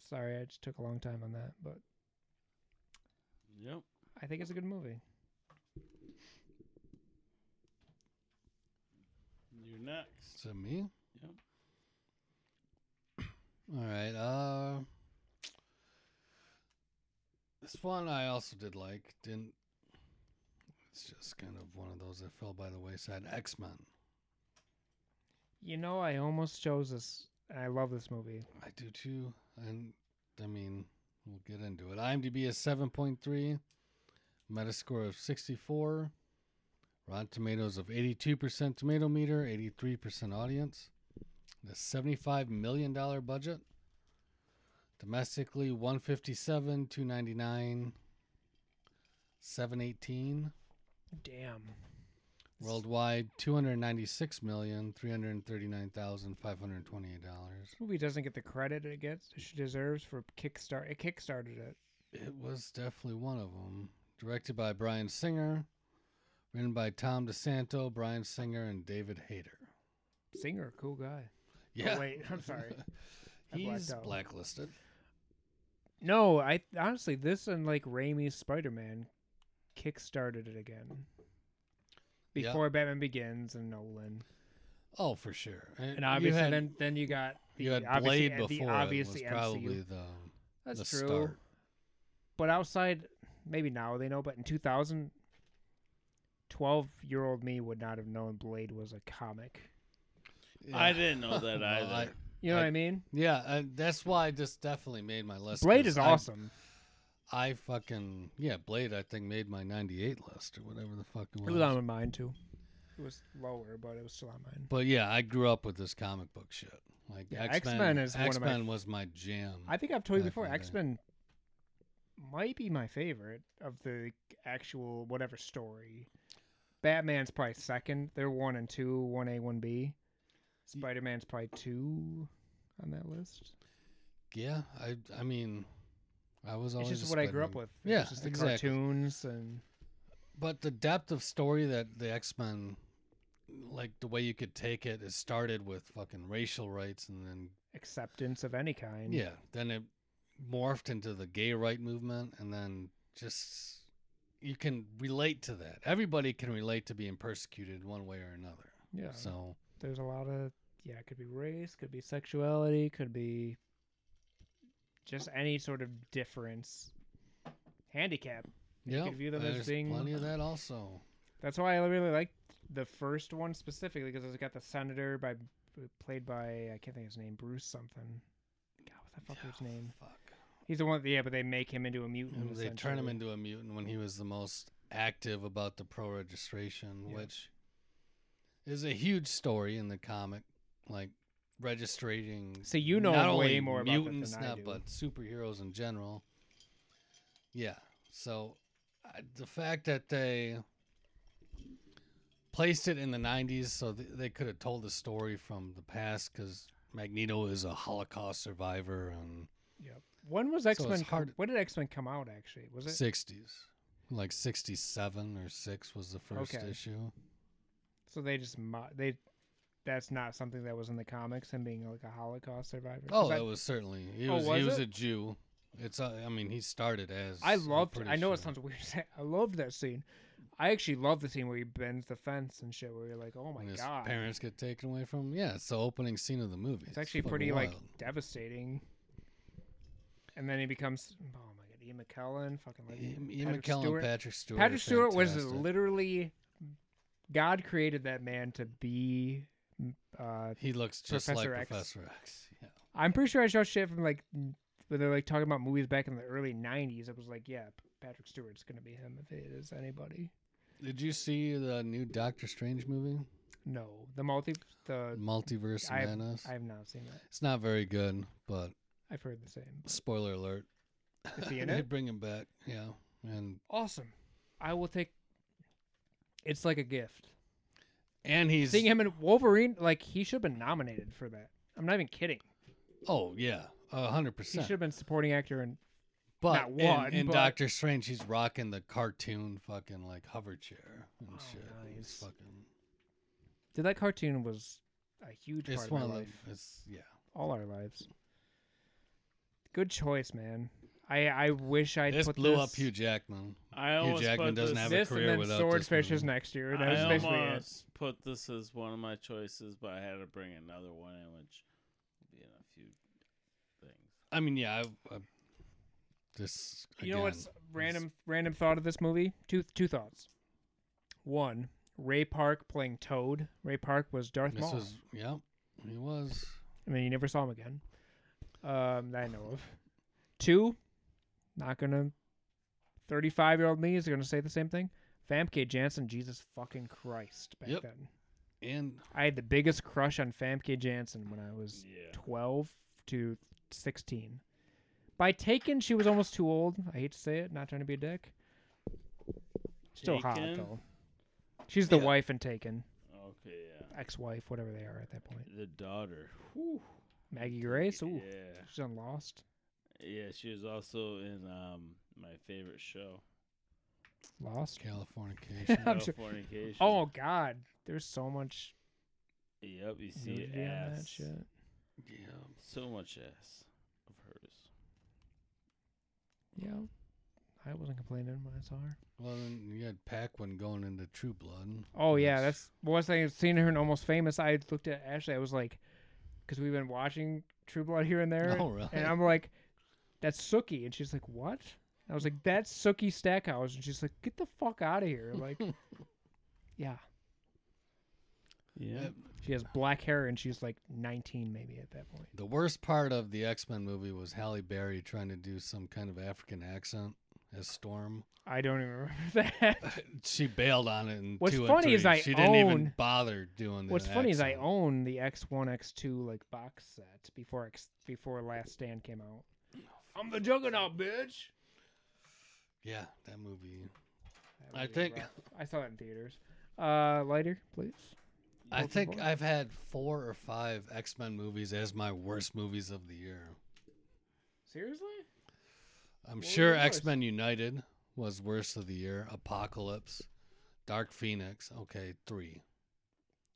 Speaker 3: sorry, I just took a long time on that, but
Speaker 1: Yep.
Speaker 3: I think it's a good movie.
Speaker 1: You're next.
Speaker 2: Is it me?
Speaker 1: Yep.
Speaker 2: All right. Uh, this one I also did like. Didn't. It's just kind of one of those that fell by the wayside. X Men.
Speaker 3: You know, I almost chose this. and I love this movie.
Speaker 2: I do too, and I mean we'll get into it. IMDb is seven point three, Metascore of sixty four, Rotten Tomatoes of eighty two percent tomato meter, eighty three percent audience, The seventy-five million dollar budget. Domestically, one fifty-seven, two ninety-nine, seven eighteen.
Speaker 3: Damn.
Speaker 2: Worldwide, two hundred ninety-six million, three hundred thirty-nine thousand, five hundred twenty-eight dollars.
Speaker 3: This movie doesn't get the credit it gets it sh- deserves for Kickstart. It kickstarted it.
Speaker 2: It was definitely one of them. Directed by Brian Singer, written by Tom DeSanto, Brian Singer, and David Hayter.
Speaker 3: Singer, cool guy.
Speaker 2: Yeah.
Speaker 3: Oh, wait, I'm sorry. I blacked
Speaker 2: He's
Speaker 3: out.
Speaker 2: blacklisted.
Speaker 3: No, I honestly this and like Raimi's Spider Man kickstarted it again.
Speaker 2: Yeah.
Speaker 3: Before Batman Begins and Nolan,
Speaker 2: Oh, for sure.
Speaker 3: and obviously
Speaker 2: you had,
Speaker 3: then then you got the
Speaker 2: you had
Speaker 3: obviously-
Speaker 2: Blade
Speaker 3: the
Speaker 2: before. it
Speaker 3: obviously
Speaker 2: was probably
Speaker 3: MCU.
Speaker 2: the
Speaker 3: That's
Speaker 2: the
Speaker 3: true.
Speaker 2: start.
Speaker 3: But outside, maybe now they know, but in 2000, 12 year old me would not have known Blade was a comic.
Speaker 1: I
Speaker 2: Yeah.
Speaker 1: didn't know that
Speaker 2: Well,
Speaker 1: either.
Speaker 2: I-
Speaker 3: You know what
Speaker 2: I-
Speaker 3: I mean?
Speaker 2: yeah, I, that's why this definitely made my list.
Speaker 3: Blade
Speaker 2: 'cause
Speaker 3: is
Speaker 2: I-
Speaker 3: awesome.
Speaker 2: I, fucking yeah, Blade. I think made my '98 list or whatever the fuck it was.
Speaker 3: It was on mine too. It was lower, but it was still on mine.
Speaker 2: But yeah, I grew up with this comic book shit. Like
Speaker 3: Yeah,
Speaker 2: X
Speaker 3: X-Men
Speaker 2: Men
Speaker 3: is one of my
Speaker 2: X
Speaker 3: f-
Speaker 2: Men was my jam.
Speaker 3: I think I've told you before,
Speaker 2: Definitely.
Speaker 3: X Men might be my favorite of the actual whatever story. Batman's probably second. They're one and two, one A, one B. Spider Man's probably two on that list.
Speaker 2: yeah, I I mean, I was
Speaker 3: It's
Speaker 2: always
Speaker 3: just
Speaker 2: a
Speaker 3: what I grew up
Speaker 2: Spider-Man.
Speaker 3: with. It
Speaker 2: Yeah,
Speaker 3: was just the
Speaker 2: exactly.
Speaker 3: cartoons and
Speaker 2: But the depth of story that the X Men, like the way you could take it, it started with fucking racial rights, and then
Speaker 3: acceptance of any kind.
Speaker 2: yeah, then it morphed into the gay right movement, and then just you can relate to that. Everybody can relate to being persecuted one way or another.
Speaker 3: Yeah.
Speaker 2: So
Speaker 3: There's a lot of yeah, it could be race, could be sexuality, could be just any sort of difference. Handicap.
Speaker 2: yeah,
Speaker 3: could view them as
Speaker 2: there's
Speaker 3: being-
Speaker 2: plenty of that also.
Speaker 3: That's why I really like the first one specifically because it's got the senator by played by I can't think of his name, Bruce something. God, what's that fucker's name?
Speaker 2: Fuck.
Speaker 3: He's the one. Yeah, but they make him into a mutant.
Speaker 2: And they turn him
Speaker 3: essentially.
Speaker 2: into a mutant when he was the most active about the pro registration,
Speaker 3: Yeah.
Speaker 2: which is a huge story in the comic, like registering.
Speaker 3: So you know
Speaker 2: not
Speaker 3: way
Speaker 2: only
Speaker 3: more about
Speaker 2: mutants
Speaker 3: mutants that than I
Speaker 2: now,
Speaker 3: do.
Speaker 2: but superheroes in general. Yeah, so I, the fact that they placed it in the '90s, so th- they could have told the story from the past, because Magneto is a Holocaust survivor and
Speaker 3: Yep. When was
Speaker 2: it's
Speaker 3: X Men?
Speaker 2: hard-
Speaker 3: when did X Men come out? Actually, was it?
Speaker 2: 60s like 67 or 6 was the first
Speaker 3: Okay.
Speaker 2: issue
Speaker 3: So they just mo- they. That's not something that was in the comics. Him being like a Holocaust survivor. 'Cause
Speaker 2: oh
Speaker 3: I,
Speaker 2: that was certainly he
Speaker 3: Oh,
Speaker 2: was,
Speaker 3: was
Speaker 2: he was
Speaker 3: it?
Speaker 2: a jew it's uh, i mean he started as
Speaker 3: I
Speaker 2: I'm
Speaker 3: loved.
Speaker 2: pretty
Speaker 3: I know it
Speaker 2: sure.
Speaker 3: sounds weird. to say- I loved that scene. I actually love the scene where he bends the fence and shit. Where you're like, oh my
Speaker 2: When his
Speaker 3: god.
Speaker 2: parents get taken away from him yeah it's the opening scene of the movie
Speaker 3: It's actually
Speaker 2: fucking
Speaker 3: pretty like
Speaker 2: wild.
Speaker 3: devastating. And then he becomes oh my god, Ian McKellen, fucking like
Speaker 2: Ian- Ian McKellen,
Speaker 3: Stewart.
Speaker 2: E, Patrick Stewart.
Speaker 3: Patrick
Speaker 2: are
Speaker 3: Stewart was
Speaker 2: fantastic.
Speaker 3: literally God created that man to be. Uh,
Speaker 2: He looks just
Speaker 3: Professor
Speaker 2: like
Speaker 3: X.
Speaker 2: Professor X. Yeah.
Speaker 3: I'm pretty sure I saw shit from like when they're like talking about movies back in the early '90s. It was like, yeah, Patrick Stewart's gonna be him if it is anybody.
Speaker 2: Did you see the new Doctor Strange movie,
Speaker 3: No, the multi, the
Speaker 2: Multiverse of
Speaker 3: I've-
Speaker 2: Madness?
Speaker 3: Uh, I have not seen that.
Speaker 2: It's not very good, but
Speaker 3: I've heard the same.
Speaker 2: spoiler alert.
Speaker 3: Is he in
Speaker 2: they
Speaker 3: it?
Speaker 2: bring him back. Yeah, and
Speaker 3: Awesome. I will take. It's like a gift.
Speaker 2: and he's
Speaker 3: seeing him in Wolverine, like he should have been nominated for that. I'm not even kidding.
Speaker 2: oh yeah, a hundred
Speaker 3: He should
Speaker 2: percent.
Speaker 3: have been supporting actor, and
Speaker 2: But
Speaker 3: not one,
Speaker 2: in, in
Speaker 3: but-
Speaker 2: Doctor Strange, he's rocking the cartoon fucking like hover chair and
Speaker 3: Oh,
Speaker 2: shit. It's
Speaker 3: nice.
Speaker 2: fucking.
Speaker 3: dude, that cartoon was a huge part
Speaker 2: It's
Speaker 3: of
Speaker 2: one
Speaker 3: my
Speaker 2: of the.
Speaker 3: life,
Speaker 2: It's yeah.
Speaker 3: all our lives. Good choice, man. I I wish I
Speaker 2: this
Speaker 3: put
Speaker 2: blew
Speaker 3: this,
Speaker 2: up Hugh Jackman.
Speaker 1: I almost
Speaker 2: Jackman
Speaker 1: put
Speaker 2: doesn't
Speaker 1: this,
Speaker 2: have a
Speaker 3: this
Speaker 2: career
Speaker 3: and then
Speaker 2: without this
Speaker 3: Swordfish is
Speaker 2: movie.
Speaker 3: next year. That was
Speaker 1: I
Speaker 3: basically it.
Speaker 1: almost put this as one of my choices, but I had to bring another one in, which will be in a few things.
Speaker 2: I mean, yeah. I, I, this
Speaker 3: You know
Speaker 2: again,
Speaker 3: what's random? Random thought of this movie. Two two thoughts. One, Ray Park playing Toad. Ray Park was Darth
Speaker 2: This
Speaker 3: Maul.
Speaker 2: was yeah. He was.
Speaker 3: I mean, you never saw him again. Um, that I know of. Two, not gonna. Thirty-five-year-old me is gonna say the same thing. Famke Janssen, Jesus fucking Christ, back
Speaker 2: Yep.
Speaker 3: then.
Speaker 2: And
Speaker 3: I had the biggest crush on Famke Janssen when I was
Speaker 1: Yeah.
Speaker 3: 12 to 16. By Taken, she was almost too old. I hate to say it, not trying to be a dick. Still hot
Speaker 1: Taken?
Speaker 3: though. She's the
Speaker 2: Yeah.
Speaker 3: wife in Taken,
Speaker 1: Okay, yeah.
Speaker 3: ex-wife, whatever they are at that point.
Speaker 1: The daughter. Whew.
Speaker 3: Maggie Grace, ooh,
Speaker 1: Yeah.
Speaker 3: she's on Lost.
Speaker 1: Yeah, she was also in um my favorite show.
Speaker 3: Lost.
Speaker 2: Californication.
Speaker 3: I'm sure-
Speaker 1: Californication.
Speaker 3: Oh God, there's so much
Speaker 1: Yep, you see
Speaker 3: nudity on that
Speaker 1: ass.
Speaker 3: shit.
Speaker 2: yeah.
Speaker 1: So much ass of hers.
Speaker 3: Yeah, I wasn't complaining when I saw her.
Speaker 2: Well, then you had Paquin going into True Blood.
Speaker 3: Oh yeah, that's well, once I seen her in Almost Famous, I looked at Ashley. I was like, because we've been watching True Blood here and there,
Speaker 2: Oh, really?
Speaker 3: and I'm like, that's Sookie, and she's like, what? I was like, that's Sookie Stackhouse, and she's like, get the fuck out of here, like, yeah,
Speaker 1: Yeah.
Speaker 3: she has black hair and she's like 19 maybe at that point.
Speaker 2: The worst part of the X Men movie was Halle Berry trying to do some kind of African accent as Storm.
Speaker 3: I don't even remember that.
Speaker 2: She bailed on it in
Speaker 3: What's
Speaker 2: two and
Speaker 3: funny
Speaker 2: three.
Speaker 3: is I
Speaker 2: she didn't even
Speaker 3: own-
Speaker 2: bother doing.
Speaker 3: What's
Speaker 2: an
Speaker 3: funny is I
Speaker 2: accent.
Speaker 3: own the X1, X2 like box set before X before Last Stand came out. I'm the Juggernaut, bitch.
Speaker 2: Yeah, that movie.
Speaker 3: That
Speaker 2: I
Speaker 3: movie was
Speaker 2: think-
Speaker 3: rough. I saw it in theaters. Uh, lighter, please.
Speaker 2: I
Speaker 3: Both
Speaker 2: think
Speaker 3: of 'em.
Speaker 2: I've had four or five X Men movies as my worst movies of the year.
Speaker 3: seriously.
Speaker 2: I'm
Speaker 3: were
Speaker 2: sure
Speaker 3: yours?
Speaker 2: X Men United was worst of the year. Apocalypse, Dark Phoenix. Okay, three,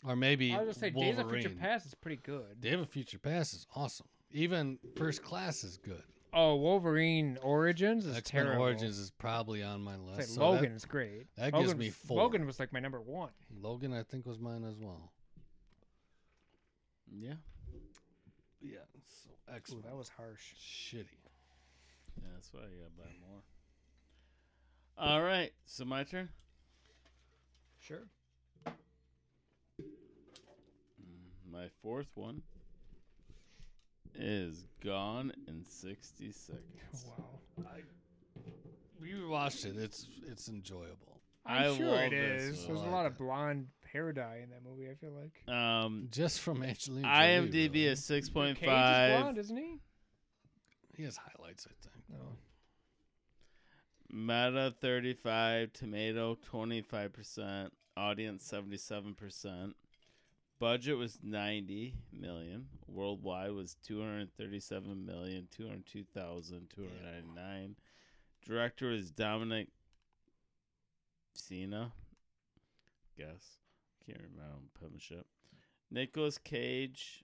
Speaker 2: or maybe
Speaker 3: I was gonna say
Speaker 2: Wolverine.
Speaker 3: Days of Future Past is pretty good.
Speaker 2: Day of Future Past is awesome. Even First Class is good.
Speaker 3: oh, Wolverine Origins is
Speaker 2: X Men
Speaker 3: terrible.
Speaker 2: Origins is probably on my
Speaker 3: Say,
Speaker 2: list. So that-
Speaker 3: Logan is great.
Speaker 2: that
Speaker 3: Logan
Speaker 2: gives me
Speaker 3: was-
Speaker 2: four.
Speaker 3: Logan was like my number one.
Speaker 2: Logan, I think, was mine as well.
Speaker 1: Yeah.
Speaker 2: Yeah. So X
Speaker 3: Ooh,
Speaker 2: Men.
Speaker 3: that was harsh.
Speaker 2: shitty.
Speaker 1: Yeah, that's why I gotta buy more. All right, so my turn.
Speaker 3: Sure.
Speaker 1: My fourth one is gone in sixty seconds.
Speaker 3: Oh, Wow.
Speaker 2: We watched it. It's it's enjoyable.
Speaker 3: I'm
Speaker 1: I
Speaker 3: sure
Speaker 1: love
Speaker 3: it
Speaker 1: this
Speaker 3: is.
Speaker 1: one.
Speaker 3: There's
Speaker 2: I
Speaker 3: a lot
Speaker 2: like
Speaker 3: of
Speaker 2: it.
Speaker 3: blonde hair dye in that movie. I feel like.
Speaker 1: Um,
Speaker 2: Just from Angelina. Jolie,
Speaker 1: IMDb
Speaker 2: really.
Speaker 1: is six point
Speaker 3: Cage is
Speaker 1: five.
Speaker 3: blonde, isn't he? Oh.
Speaker 2: He has highlights, I think.
Speaker 3: No.
Speaker 1: Meta 35, tomato 25%, audience 77%. Budget was 90 million. Worldwide was 237 million, 202,299. Director was Dominic Cena. Guess. Can't remember my own penmanship. Nicolas Cage,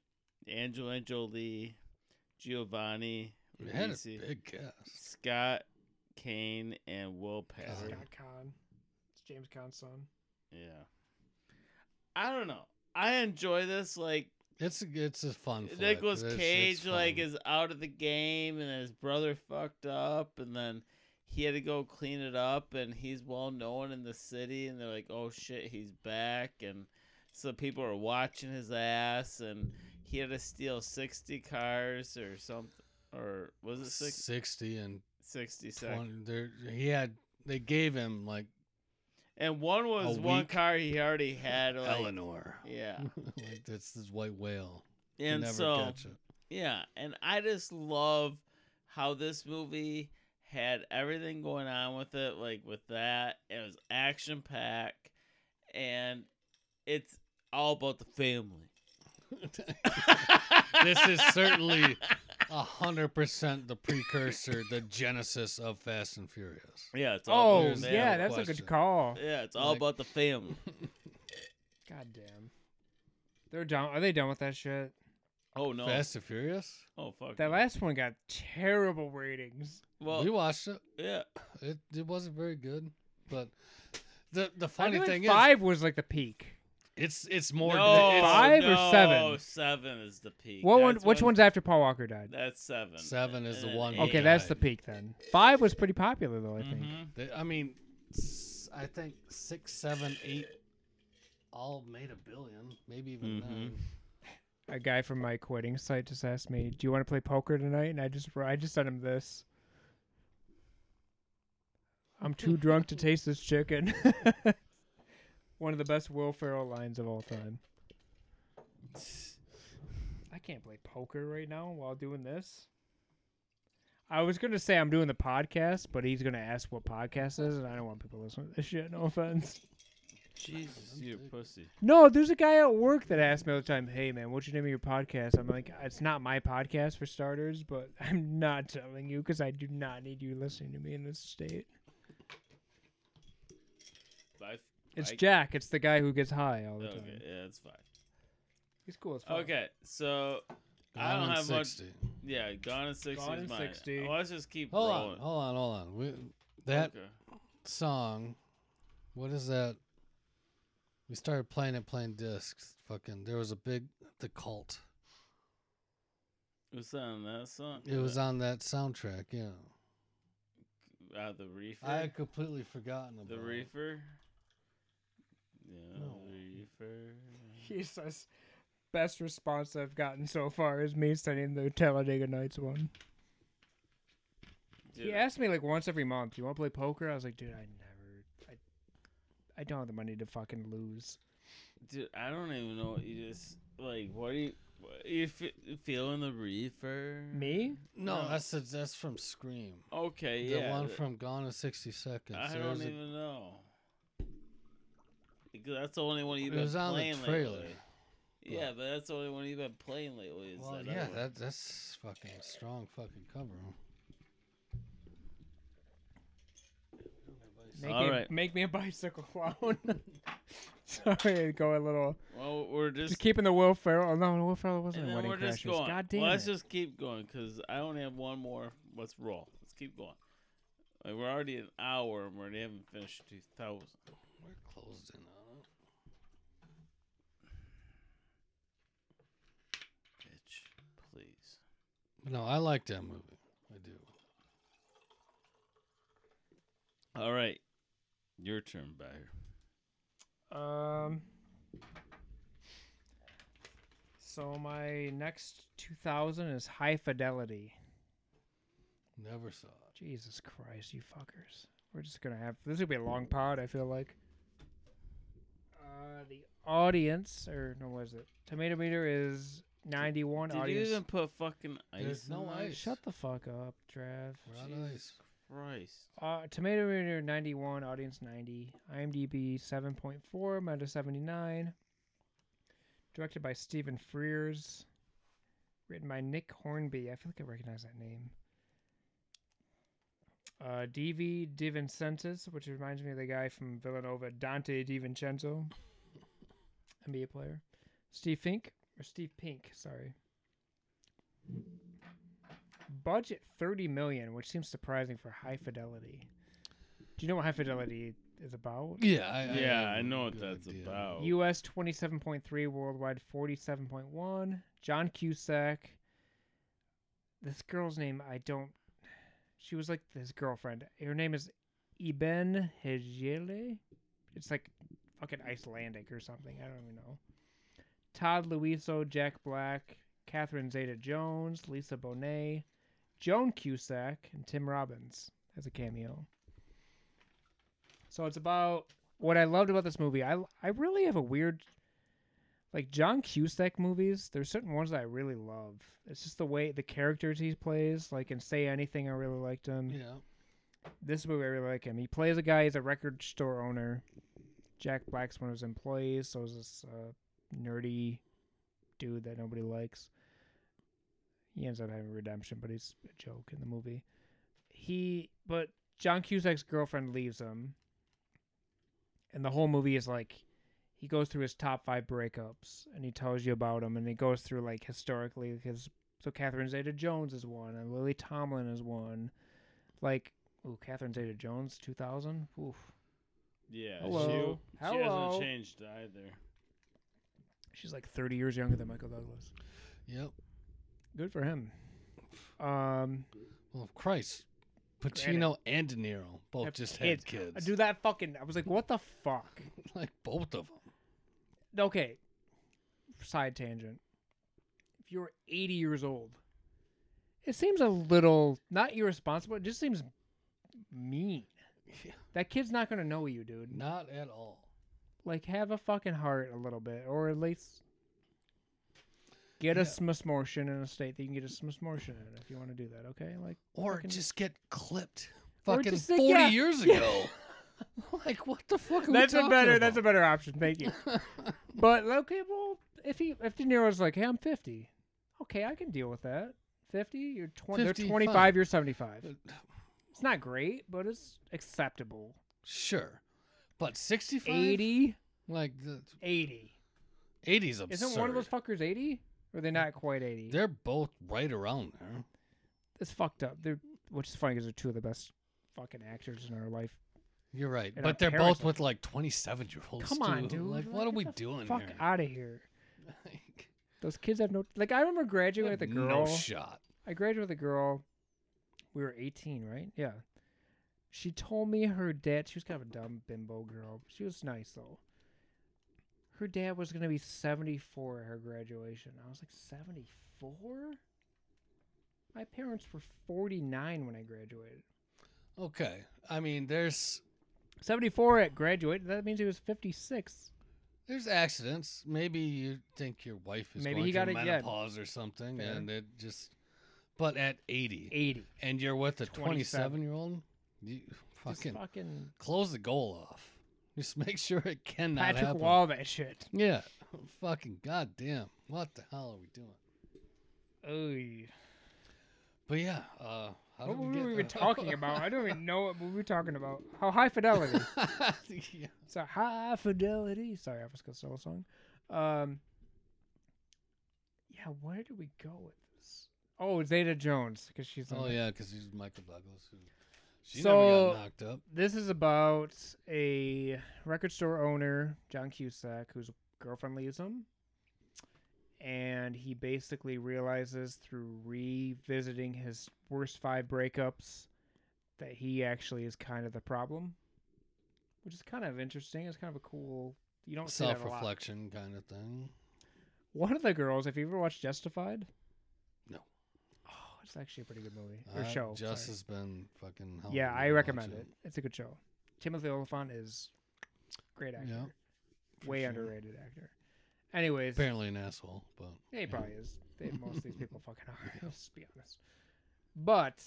Speaker 1: Angelina Jolie, Giovanni.
Speaker 2: We had a
Speaker 1: Ribisi.
Speaker 2: big guess.
Speaker 1: Scott Kane and Will
Speaker 2: Sorry.
Speaker 1: Patton.
Speaker 3: Scott Conn. It's James Conn's son.
Speaker 1: Yeah. I don't know. I enjoy this. Like
Speaker 2: It's a, it's a fun. flick.
Speaker 1: Nicolas
Speaker 2: It's- it's
Speaker 1: Cage, like
Speaker 2: fun.
Speaker 1: is out of the game, and his brother fucked up, and then he had to go clean it up, and he's well known in the city, and they're like, "Oh shit, he's back," and so people are watching his ass, and he had to steal sixty cars or something, or was it six,
Speaker 2: sixty and
Speaker 1: 60 seconds?
Speaker 2: twenty. There, he had. They gave him like
Speaker 1: And one was
Speaker 2: A
Speaker 1: one
Speaker 2: week.
Speaker 1: car he already had. Like,
Speaker 2: Eleanor.
Speaker 1: Yeah.
Speaker 2: like that's this white whale. You
Speaker 1: And
Speaker 2: never
Speaker 1: so
Speaker 2: catch it.
Speaker 1: yeah, and I just love how this movie had everything going on with it, like with that. It was action packed and it's all about the family.
Speaker 2: This is certainly a hundred percent the precursor, the genesis of Fast and Furious.
Speaker 1: Yeah, it's all
Speaker 3: Oh
Speaker 1: about the family.
Speaker 3: yeah,
Speaker 2: no
Speaker 3: that's a
Speaker 2: question.
Speaker 3: good call.
Speaker 1: Yeah, it's all
Speaker 2: Like-
Speaker 1: about the family.
Speaker 3: God damn. They're done. Are they done with that shit?
Speaker 1: Oh no.
Speaker 2: Fast and Furious.
Speaker 1: Oh fuck.
Speaker 3: That
Speaker 1: no.
Speaker 3: last one got terrible ratings.
Speaker 1: well,
Speaker 2: we watched it.
Speaker 1: yeah.
Speaker 2: It it wasn't very good, but the the
Speaker 3: I
Speaker 2: funny
Speaker 3: feel like
Speaker 2: thing is,
Speaker 3: five was like the peak.
Speaker 2: it's it's more
Speaker 1: no,
Speaker 2: it's
Speaker 3: Five or
Speaker 1: no,
Speaker 3: seven?
Speaker 1: Seven is the peak.
Speaker 3: What one?
Speaker 1: That's
Speaker 3: Which
Speaker 1: when-
Speaker 3: one's after Paul Walker died?
Speaker 1: That's seven.
Speaker 2: Seven
Speaker 1: And
Speaker 2: is the Mm-hmm.
Speaker 1: then
Speaker 2: one-
Speaker 1: eight.
Speaker 3: Okay,
Speaker 2: Yeah.
Speaker 3: that's the peak then. Five was pretty popular though. I think.
Speaker 1: Mhm.
Speaker 2: They- I mean, s- I think six, seven, eight, all made a billion, maybe even
Speaker 1: Mhm.
Speaker 2: nine.
Speaker 3: A guy from my quitting site just asked me, "Do you want to play poker tonight?" And I just I just sent him this. I'm too drunk to taste this chicken. One of the best Will Ferrell lines of all time. I can't play poker right now while doing this. I was gonna say I'm doing the podcast, but he's gonna ask what podcast is, and I don't want people listening to this shit. No offense.
Speaker 1: Jesus, you pussy.
Speaker 3: No, there's a guy at work that asked me all the time, "Hey man, what's your name of your podcast?" I'm like, "It's not my podcast for starters, but I'm not telling you because I do not need you listening to me in this state."
Speaker 1: I,
Speaker 3: It's
Speaker 1: I-
Speaker 3: Jack. It's the guy who gets high all the
Speaker 1: Okay,
Speaker 3: time.
Speaker 1: yeah, that's fine.
Speaker 3: He's cool as fuck.
Speaker 1: Okay, so I
Speaker 2: Gone
Speaker 1: don't
Speaker 2: in
Speaker 1: have much-
Speaker 2: 60.
Speaker 1: yeah, gone in sixty
Speaker 3: Gone
Speaker 1: is
Speaker 3: in
Speaker 1: mine.
Speaker 3: 60.
Speaker 1: Well, let's just keep
Speaker 2: Hold on,
Speaker 1: rolling.
Speaker 2: hold on, hold on. We, that
Speaker 1: Okay.
Speaker 2: song, what is that? We started playing it, playing discs. Fucking, there was a big, the cult.
Speaker 1: Was that on that song?
Speaker 2: It was on that soundtrack, yeah.
Speaker 1: uh, the reefer.
Speaker 2: I had completely forgotten about
Speaker 1: the
Speaker 2: it.
Speaker 1: reefer. Yeah,
Speaker 2: No.
Speaker 1: reefer.
Speaker 3: Jesus. Best response I've gotten so far is me sending the Talladega Nights one.
Speaker 1: Dude,
Speaker 3: He asked me like once every month, "You want to play poker?" I was like, "Dude, I never. I, I don't have the money to fucking lose."
Speaker 1: dude, I don't even know. what You just like what are you? What, you fe- feeling the reefer?
Speaker 3: Me?
Speaker 2: No,
Speaker 1: No.
Speaker 2: that's a, that's from Scream.
Speaker 1: Okay,
Speaker 2: The
Speaker 1: yeah.
Speaker 2: one
Speaker 1: th-
Speaker 2: from Gone in 60 Seconds.
Speaker 1: I
Speaker 2: There
Speaker 1: don't
Speaker 2: was a-
Speaker 1: even know. Because that's the only one you've
Speaker 2: It
Speaker 1: been
Speaker 2: was on the
Speaker 1: playing
Speaker 2: trailer.
Speaker 1: lately. Yeah, but that's the only one you've been playing lately. Is
Speaker 2: well,
Speaker 1: that
Speaker 2: yeah,
Speaker 1: other one.
Speaker 2: that, that's fucking strong fucking cover.
Speaker 3: Make
Speaker 1: All
Speaker 3: me,
Speaker 1: right.
Speaker 3: Make me a bicycle clown. Sorry, go a little.
Speaker 1: Well, we're just,
Speaker 3: Just keeping the Will Ferrell. oh, No, Will Ferrell wasn't
Speaker 1: and
Speaker 3: in
Speaker 1: then
Speaker 3: Wedding
Speaker 1: we're just
Speaker 3: Crashers.
Speaker 1: going.
Speaker 3: God damn
Speaker 1: well,
Speaker 3: it.
Speaker 1: let's just keep going because I only have one more. Let's roll. Let's keep going. Like, we're already an hour and we already haven't finished two thousand.
Speaker 2: We're closed in on it.
Speaker 1: Bitch, please.
Speaker 2: But no, I like that movie. I do.
Speaker 1: All right, your turn, Bayer.
Speaker 3: Um. So my next 2000 is High Fidelity.
Speaker 2: Never saw it.
Speaker 3: Jesus Christ, you fuckers! We're just gonna have this will be a long pod. I feel like. Uh, the audience, or no, was it? Tomato meter is 91.
Speaker 1: Did you
Speaker 3: audience.
Speaker 1: even put fucking ice?
Speaker 2: There's no
Speaker 1: in that?
Speaker 2: ice.
Speaker 3: Shut the fuck up, Trav.
Speaker 2: We're on
Speaker 1: Jesus
Speaker 2: ice.
Speaker 1: Christ.
Speaker 3: Uh, tomato meter 91, audience 90, IMDb 7.4, Meta 79. Directed by Stephen Frears. Written by Nick Hornby. I feel like I recognize that name. Uh, DV DiVincentis, which reminds me of the guy from Villanova, Dante DiVincenzo, NBA player. Steve Fink, or Steve Pink, sorry. Budget 30 million, which seems surprising for High Fidelity. Do you know what High Fidelity is about?
Speaker 2: Yeah, I,
Speaker 1: yeah,
Speaker 2: have
Speaker 1: I
Speaker 2: a
Speaker 1: know what
Speaker 2: good
Speaker 1: that's
Speaker 2: idea.
Speaker 1: about.
Speaker 3: U.S. twenty-seven point three, worldwide forty-seven point one. John Cusack. This girl's name I don't. She was like his girlfriend. Her name is Iben Hejele. It's like fucking Icelandic or something. I don't even know. Todd Luiso, Jack Black, Catherine Zeta-Jones, Lisa Bonet, Joan Cusack, and Tim Robbins as a cameo. So it's about what I loved about this movie, I I really have a weird like John Cusack movies. There's certain ones that I really love. It's just the way the characters he plays. Like in Say Anything, I really liked him.
Speaker 2: Yeah.
Speaker 3: This movie, I really like him. He plays a guy. He's a record store owner. Jack Black's one of his employees. So is this uh, nerdy dude that nobody likes. He ends up having redemption, but he's a joke in the movie. He, but John Cusack's girlfriend leaves him, and the whole movie is like he goes through his top five breakups, and he tells you about them, and he goes through like historically his. So Catherine Zeta-Jones is one, and Lily Tomlin is one. Like, ooh, Catherine Zeta-Jones, two thousand. Oof.
Speaker 1: Yeah.
Speaker 3: Hello.
Speaker 1: She, she
Speaker 3: Hello.
Speaker 1: hasn't changed either.
Speaker 3: She's like thirty years younger than Michael Douglas.
Speaker 2: Yep.
Speaker 3: Good for him. Um,
Speaker 2: Well, Christ. Pacino and De Niro both
Speaker 3: have
Speaker 2: just had
Speaker 3: kids.
Speaker 2: kids.
Speaker 3: do that fucking. I was like, what the fuck?
Speaker 2: Like both of them.
Speaker 3: okay. Side tangent. If you're 80 years old, it seems a little not irresponsible. It just seems mean.
Speaker 2: Yeah.
Speaker 3: That kid's not gonna know you, dude.
Speaker 2: Not at all.
Speaker 3: Like, have a fucking heart a little bit, or at least get
Speaker 2: Yeah.
Speaker 3: a smusmotion in a state that you can get a smusmotion in if you want to do that. Okay, like
Speaker 2: Or
Speaker 3: fucking-
Speaker 2: just get clipped
Speaker 3: Or
Speaker 2: fucking
Speaker 3: just say,
Speaker 2: 40
Speaker 3: yeah,
Speaker 2: years
Speaker 3: yeah.
Speaker 2: ago. like, what the fuck are
Speaker 3: that's
Speaker 2: we
Speaker 3: a
Speaker 2: talking
Speaker 3: better
Speaker 2: about?
Speaker 3: that's a better option. Thank you. but okay, well, if he if De Niro's like, hey, I'm 50, okay, I can deal with that. 50, you're 20, they're
Speaker 2: 55.
Speaker 3: 25, you're 75. It's not great, but it's acceptable.
Speaker 2: Sure. But 65?
Speaker 3: 80,
Speaker 2: Like, the
Speaker 3: 80.
Speaker 2: 80s absurd.
Speaker 3: Isn't one of those fuckers 80? Or are they not quite 80?
Speaker 2: They're both right around there.
Speaker 3: it's fucked up. They're which is funny because they're two of the best fucking actors in our life.
Speaker 2: You're right.
Speaker 3: And our
Speaker 2: but they're
Speaker 3: parents
Speaker 2: both with like 27 year olds.
Speaker 3: Come on,
Speaker 2: too.
Speaker 3: dude.
Speaker 2: Like, what are
Speaker 3: get
Speaker 2: we
Speaker 3: the
Speaker 2: doing
Speaker 3: Fuck
Speaker 2: here?
Speaker 3: out of here.
Speaker 2: Like,
Speaker 3: Those kids have no like. I remember
Speaker 2: we
Speaker 3: graduating
Speaker 2: have
Speaker 3: with a
Speaker 2: no
Speaker 3: girl.
Speaker 2: shot.
Speaker 3: I graduated with a girl. We were 18, right? Yeah. She told me her dad, she was kind of a dumb bimbo girl. She was nice, though. Her dad was going to be 74 at her graduation. I was like, 74? My parents were 49 when I graduated.
Speaker 2: Okay. I mean, there's
Speaker 3: 74 at graduate, that means he was 56.
Speaker 2: there's accidents. Maybe you think your wife is
Speaker 3: Maybe
Speaker 2: going
Speaker 3: he got
Speaker 2: through
Speaker 3: it, yeah.
Speaker 2: menopause or something,
Speaker 3: Fair.
Speaker 2: and it just. But at 80,
Speaker 3: 80.
Speaker 2: and you're with a
Speaker 3: 27.
Speaker 2: 27 year old, you
Speaker 3: Just
Speaker 2: fucking
Speaker 3: fucking
Speaker 2: close the goal off. Just make sure it cannot
Speaker 3: Patrick
Speaker 2: happen.
Speaker 3: Wall that shit.
Speaker 2: Yeah. Fucking goddamn. What the hell are we doing?
Speaker 3: Oy.
Speaker 2: But yeah, uh, how
Speaker 3: What
Speaker 2: did
Speaker 3: movie
Speaker 2: get-
Speaker 3: were we talking about? I don't even know what movie we were talking about. How high fidelity.
Speaker 2: yeah.
Speaker 3: It's a high fidelity. Sorry, I was gonna sell a song. Um, yeah, where do we go with this? Oh, Zeta Jones, because she's.
Speaker 2: Oh
Speaker 3: in-
Speaker 2: yeah, because he's Michael Douglas. Who, she
Speaker 3: So-
Speaker 2: never got knocked up.
Speaker 3: This is about a record store owner, John Cusack, whose girlfriend leaves him, and he basically realizes through revisiting his worst five breakups that he actually is kind of the problem, which is kind of interesting. It's kind of a cool. You don't see that a lot.
Speaker 2: Self-reflection kind of thing.
Speaker 3: One of the girls, if you ever watched Justified,
Speaker 2: No.
Speaker 3: Oh, it's actually a pretty good movie or
Speaker 2: Uh,
Speaker 3: show.
Speaker 2: Just
Speaker 3: sorry.
Speaker 2: has been fucking. helping
Speaker 3: yeah,
Speaker 2: me
Speaker 3: I
Speaker 2: watch
Speaker 3: recommend it. It's a good show. Timothy Oliphant is great actor,
Speaker 2: Yeah, for
Speaker 3: way
Speaker 2: sure.
Speaker 3: underrated actor. Anyways,
Speaker 2: Apparently an asshole, but
Speaker 3: yeah, he probably is. They, most of these people fucking are. Let's be honest. But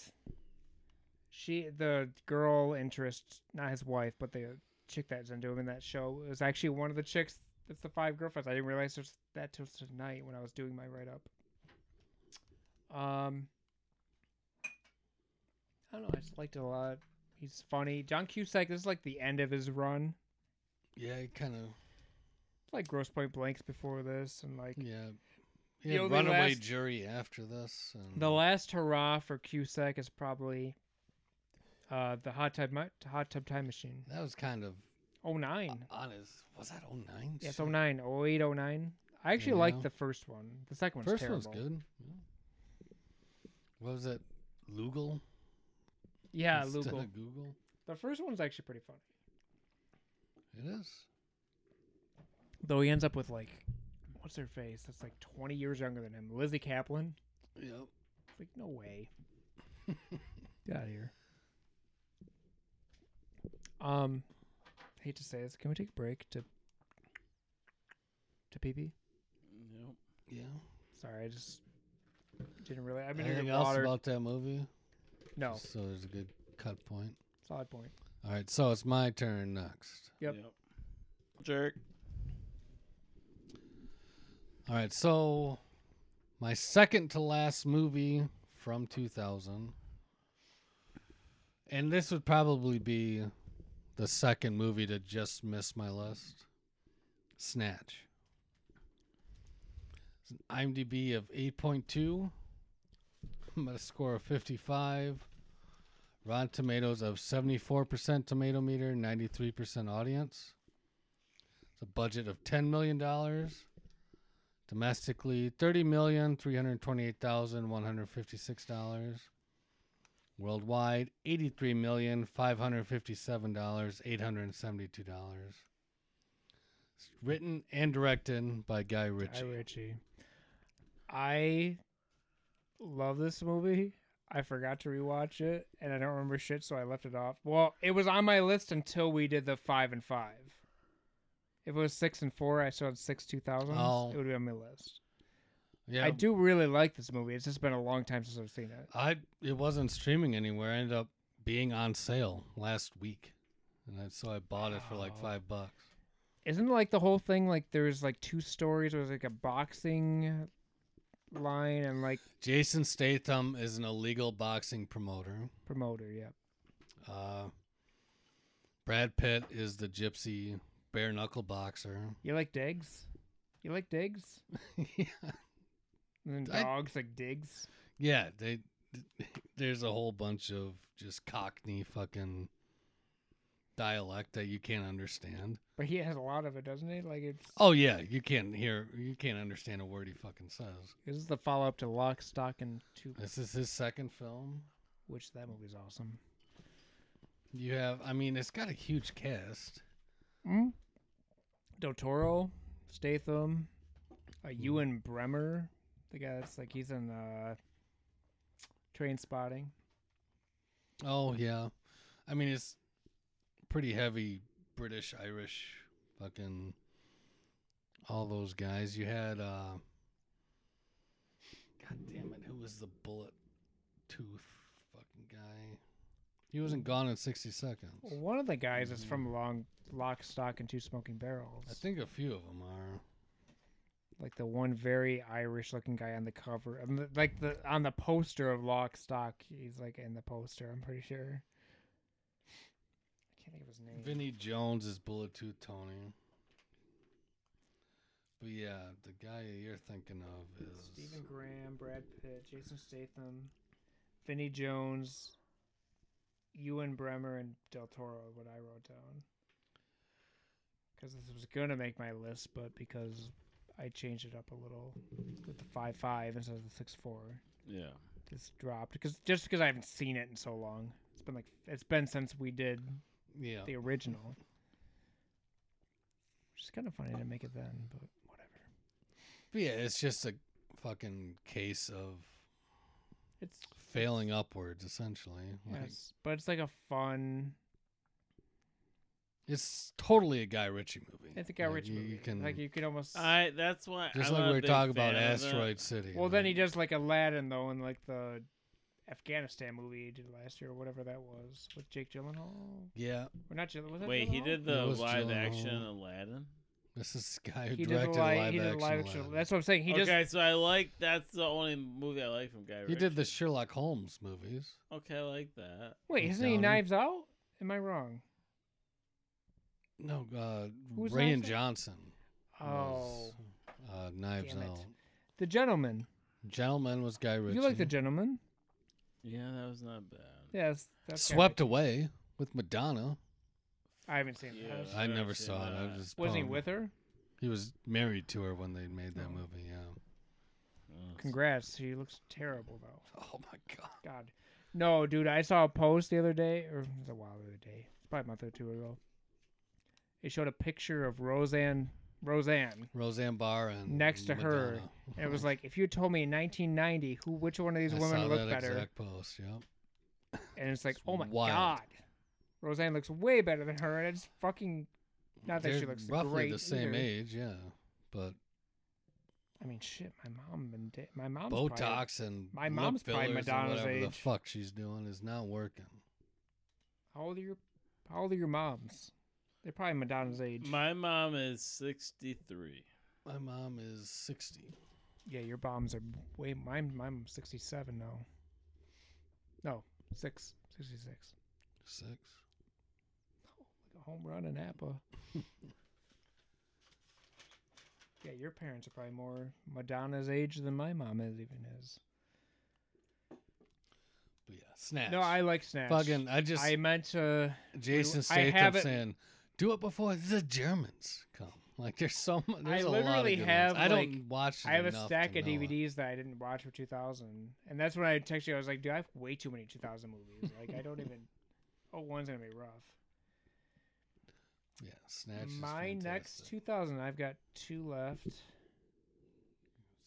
Speaker 3: she, the girl interest, not his wife, but the chick that's into him in that show was actually one of the chicks. That's the five girlfriends. I didn't realize there's that till tonight when I was doing my write up. Um, I don't know. I just liked it a lot. He's funny. John Cusack. This is like the end of his run.
Speaker 2: yeah, he kind of
Speaker 3: Like Gross Point Blanks before this, and like
Speaker 2: yeah.
Speaker 3: You
Speaker 2: Yeah,
Speaker 3: know, the
Speaker 2: runaway
Speaker 3: last-
Speaker 2: jury after this. And
Speaker 3: The last hurrah for Cusack is probably uh, the hot tub mi- hot tub time machine.
Speaker 2: that was kind of
Speaker 3: Oh nine,
Speaker 2: honest. Was that 09?
Speaker 3: yes,
Speaker 2: Shit.
Speaker 3: oh nine, oh eight, oh nine. I actually like
Speaker 2: Yeah.
Speaker 3: the first one. The second one's
Speaker 2: First
Speaker 3: terrible.
Speaker 2: one's good. Yeah. What was that? Lugal.
Speaker 3: Yeah,
Speaker 2: instead
Speaker 3: Lugal.
Speaker 2: of Google.
Speaker 3: The first one's actually pretty funny.
Speaker 2: It is.
Speaker 3: Though he ends up with like, what's her face? That's like twenty years younger than him, Lizzie Kaplan.
Speaker 2: Yep.
Speaker 3: It's like no way. Get out of here. Um, hate to say this. Can we take a break to to pee pee?
Speaker 1: Yep.
Speaker 2: Yeah.
Speaker 3: Sorry, I just didn't really. I've been
Speaker 2: Anything
Speaker 3: drinking
Speaker 2: else
Speaker 3: water. Oh.
Speaker 2: about that movie?
Speaker 3: no,
Speaker 2: So there's a good cut point.
Speaker 3: solid point.
Speaker 2: All right, so it's my turn next.
Speaker 3: Yep.
Speaker 1: Jerk.
Speaker 2: All right, so my second to last movie from 2000. And this would probably be the second movie to just miss my list Snatch. It's an IMDb of 8.2, but a score of 55. Rotten Tomatoes of 74% tomato meter, 93% audience. It's a budget of $10 million domestically thirty million three hundred twenty-eight thousand one hundred fifty-six dollars. Worldwide eighty-three million five hundred fifty-seven dollars eight hundred seventy-two dollars. It's written and directed by Guy
Speaker 3: Hi,
Speaker 2: Ritchie.
Speaker 3: Richie. I love this movie. I forgot to rewatch it, and I don't remember shit, so I left it off. Well, it was on my list until we did the five and five. If it was six and four, I still had six two thousands.
Speaker 2: Oh.
Speaker 3: It would be on my list.
Speaker 2: Yeah,
Speaker 3: I do really like this movie. It's just been a long time since I've seen it.
Speaker 2: I it wasn't streaming anywhere. It ended up being on sale last week, and I, so I bought it for like
Speaker 3: Wow.
Speaker 2: five bucks.
Speaker 3: Isn't like the whole thing like there's like two stories? It was like a boxing line and like
Speaker 2: Jason Statham is an illegal boxing promoter.
Speaker 3: promoter. Yeah.
Speaker 2: Uh, Brad Pitt is the gypsy bare knuckle boxer.
Speaker 3: You like digs? You like digs?
Speaker 2: yeah.
Speaker 3: And then
Speaker 2: I-
Speaker 3: dogs like digs.
Speaker 2: Yeah, they there's a whole bunch of just cockney fucking dialect that you can't understand.
Speaker 3: But he has a lot of it, doesn't he? Like it's
Speaker 2: Oh yeah, you can't hear you can't understand a word he fucking says.
Speaker 3: this is the follow up to Lock, Stock, and Two,
Speaker 2: This is his second film.
Speaker 3: which that movie's awesome.
Speaker 2: You have I mean, it's got a huge cast.
Speaker 3: Mm? Del Toro, Statham, uh,
Speaker 2: Hmm.
Speaker 3: Ewan Bremer, the guy that's like he's in uh, Train Spotting.
Speaker 2: Oh yeah. I mean, it's pretty heavy British Irish fucking all those guys. You had uh God damn it, who was the bullet tooth fucking guy? He wasn't gone in 60 seconds.
Speaker 3: Well, One of the guys is
Speaker 2: Hmm.
Speaker 3: from Long Lock, Stock, and Two Smoking Barrels.
Speaker 2: I think a few of them are.
Speaker 3: like the one very Irish looking guy on the cover, and the, like the on the poster of Lock, Stock. He's like in the poster. I'm pretty sure. I can't think of his name.
Speaker 2: Vinny Jones is bullet tooth Tony. But yeah, the guy you're thinking of is
Speaker 3: Stephen Graham, Brad Pitt, Jason Statham, Vinny Jones, Ewan Bremer, and Del Toro. is What I wrote down because this was gonna make my list, but because I changed it up a little with the five five instead of the six four,
Speaker 1: Yeah.
Speaker 3: this dropped because just because I haven't seen it in so long. It's been like it's been since we did
Speaker 2: yeah.
Speaker 1: Oh.
Speaker 3: the original, which is kind of funny to make it then, but whatever.
Speaker 2: But yeah, it's just a fucking case of
Speaker 3: It's
Speaker 2: failing upwards, essentially. Like,
Speaker 3: Yes, but it's like a fun.
Speaker 2: It's totally a Guy Ritchie movie.
Speaker 3: It's a Guy
Speaker 2: Like,
Speaker 3: Ritchie
Speaker 2: you,
Speaker 3: movie.
Speaker 2: You can,
Speaker 3: like you could almost.
Speaker 1: I. That's why.
Speaker 2: just
Speaker 1: I'm
Speaker 2: like
Speaker 1: not
Speaker 2: we
Speaker 1: a
Speaker 2: were
Speaker 1: big
Speaker 2: talking about
Speaker 1: fan of that.
Speaker 2: Asteroid City.
Speaker 3: well, then
Speaker 2: like,
Speaker 3: he does like Aladdin though, in like the Afghanistan movie he did last year or whatever that was with Jake Gyllenhaal.
Speaker 2: Yeah,
Speaker 3: Or not Gyllenhaal? Was that
Speaker 1: Wait, he
Speaker 3: Gyllenhaal?
Speaker 1: did
Speaker 2: That
Speaker 1: the
Speaker 2: was
Speaker 1: live
Speaker 2: Gyllenhaal.
Speaker 1: action Aladdin.
Speaker 2: this is the guy who
Speaker 3: He did
Speaker 2: directed
Speaker 3: the live.
Speaker 2: live
Speaker 3: He did
Speaker 2: action.
Speaker 3: the live action.
Speaker 2: Aladdin.
Speaker 3: That's what I'm saying. He
Speaker 1: okay,
Speaker 3: just.
Speaker 1: so I like that's the only movie I like from Guy Ritchie.
Speaker 2: he did the Sherlock Holmes movies.
Speaker 1: Okay, I like that.
Speaker 3: Wait,
Speaker 2: He's
Speaker 3: isn't he
Speaker 2: down.
Speaker 3: Knives Out? Am I wrong?
Speaker 2: No, uh,
Speaker 3: Who's
Speaker 2: Ray
Speaker 3: Knives
Speaker 2: and
Speaker 3: Out?
Speaker 2: Johnson.
Speaker 3: Oh,
Speaker 2: was, uh, Knives
Speaker 3: Damn it.
Speaker 2: Out.
Speaker 3: the gentleman.
Speaker 2: Gentleman was Guy Ritchie.
Speaker 3: You like the gentleman?
Speaker 1: Yeah, that was not bad.
Speaker 3: Yes. That's Guy
Speaker 2: Swept
Speaker 3: Ritchie.
Speaker 2: away with Madonna.
Speaker 3: I haven't seen
Speaker 1: Yeah.
Speaker 3: that.
Speaker 2: I
Speaker 1: I've
Speaker 2: never
Speaker 1: seen
Speaker 2: saw it. I
Speaker 1: that.
Speaker 2: was just
Speaker 3: Wasn't he
Speaker 2: bummed.
Speaker 3: with her?
Speaker 2: He was married to her when they made that
Speaker 3: Oh.
Speaker 2: movie. Yeah.
Speaker 1: Oh, it's-
Speaker 3: Congrats. He looks terrible though.
Speaker 2: Oh my god.
Speaker 3: God. No, dude, I saw a post the other day, or it was a while the other day. It's probably a month or two ago. It showed a picture of Roseanne Roseanne.
Speaker 2: Roseanne Barr and
Speaker 3: Next to her,
Speaker 2: Madonna.
Speaker 3: And it was like, if you had told me in nineteen ninety who which one of these
Speaker 2: I saw
Speaker 3: women looked
Speaker 2: that
Speaker 3: better
Speaker 2: Exact post. Yep.
Speaker 3: and it's like,
Speaker 2: It's
Speaker 3: oh my
Speaker 2: wild.
Speaker 3: god. Roseanne looks way better than her and it's fucking not that
Speaker 2: They're
Speaker 3: she looks
Speaker 2: roughly
Speaker 3: great
Speaker 2: the same
Speaker 3: either.
Speaker 2: age. Yeah, but
Speaker 3: I mean shit, my mom and da- my mom's probably-
Speaker 2: Botox and
Speaker 3: my
Speaker 2: lip
Speaker 3: mom's probably
Speaker 2: fillers and
Speaker 3: Madonna's
Speaker 2: whatever the
Speaker 3: age.
Speaker 2: fuck she's doing is not working.
Speaker 3: how old are your how old are your moms? They're probably Madonna's age.
Speaker 1: My mom is sixty three.
Speaker 2: My mom is sixty.
Speaker 3: Yeah, your bombs are way. My I'm 67 now. No, six, 66.
Speaker 2: Six.
Speaker 3: Like a home run in Napa. yeah, your parents are probably more Madonna's age than my mom is even is.
Speaker 2: But yeah, snatch.
Speaker 3: No, I like Snatch.
Speaker 2: fucking. I just
Speaker 3: I meant to.
Speaker 2: Jason
Speaker 3: I have
Speaker 2: Statham
Speaker 3: it-
Speaker 2: saying, "Do it before the Germans come." Like there's so much. There's a lot of
Speaker 3: literally
Speaker 2: good ones.
Speaker 3: have,
Speaker 2: I don't
Speaker 3: like-
Speaker 2: watch. It
Speaker 3: I have a
Speaker 2: enough to
Speaker 3: stack of
Speaker 2: know it.
Speaker 3: DVDs that I didn't watch for 2000, and that's when I texted you. I was like, "Dude, I have way too many 2000 movies. Like, I don't even. Oh, one's gonna be rough."
Speaker 2: Yeah, snatch. is
Speaker 3: my next
Speaker 2: fantastic.
Speaker 3: 2000, I've got two left.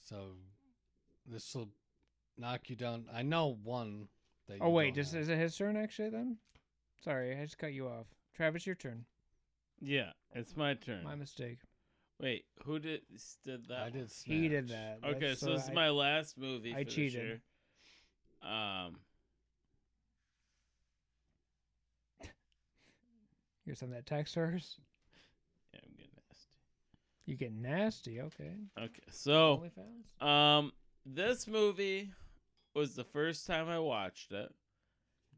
Speaker 2: So this will knock you down. I know one. That
Speaker 3: Oh
Speaker 2: you
Speaker 3: wait,
Speaker 2: don't
Speaker 3: just
Speaker 2: have.
Speaker 3: is it his turn actually then? Sorry, I just cut you off. Travis, your turn.
Speaker 1: Yeah, it's my turn.
Speaker 3: My mistake.
Speaker 1: Wait, who did s- did that?
Speaker 2: I did. Snatch.
Speaker 3: He did that.
Speaker 1: one? Okay,
Speaker 3: That's,
Speaker 1: so
Speaker 3: uh,
Speaker 1: this is
Speaker 3: I-
Speaker 1: my last movie.
Speaker 3: I
Speaker 1: for this
Speaker 3: cheated.
Speaker 1: year. Um,
Speaker 3: You're sending that text hers.
Speaker 1: yeah, I'm getting nasty.
Speaker 3: You get nasty. Okay.
Speaker 1: Okay, so
Speaker 3: OnlyFans?
Speaker 1: Um, this movie was the first time I watched it.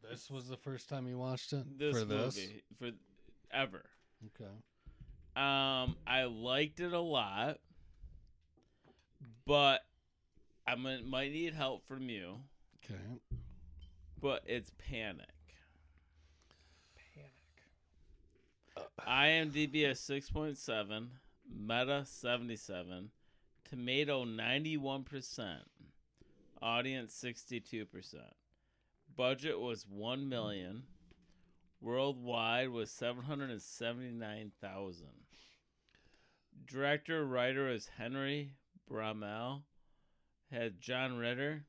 Speaker 2: This was the first time you watched it
Speaker 1: This
Speaker 2: for this.
Speaker 1: movie for ever.
Speaker 2: Okay.
Speaker 1: Um, I liked it a lot, but I might might need help from you.
Speaker 2: Okay.
Speaker 1: But it's Panic.
Speaker 3: Panic.
Speaker 1: IMDb a six point seven, Meta seventy seven, Tomato ninety one percent, Audience sixty two percent. Budget was one million. Worldwide was seven hundred and seventy nine thousand. Director writer is Henry Bromell. Had John Ritter,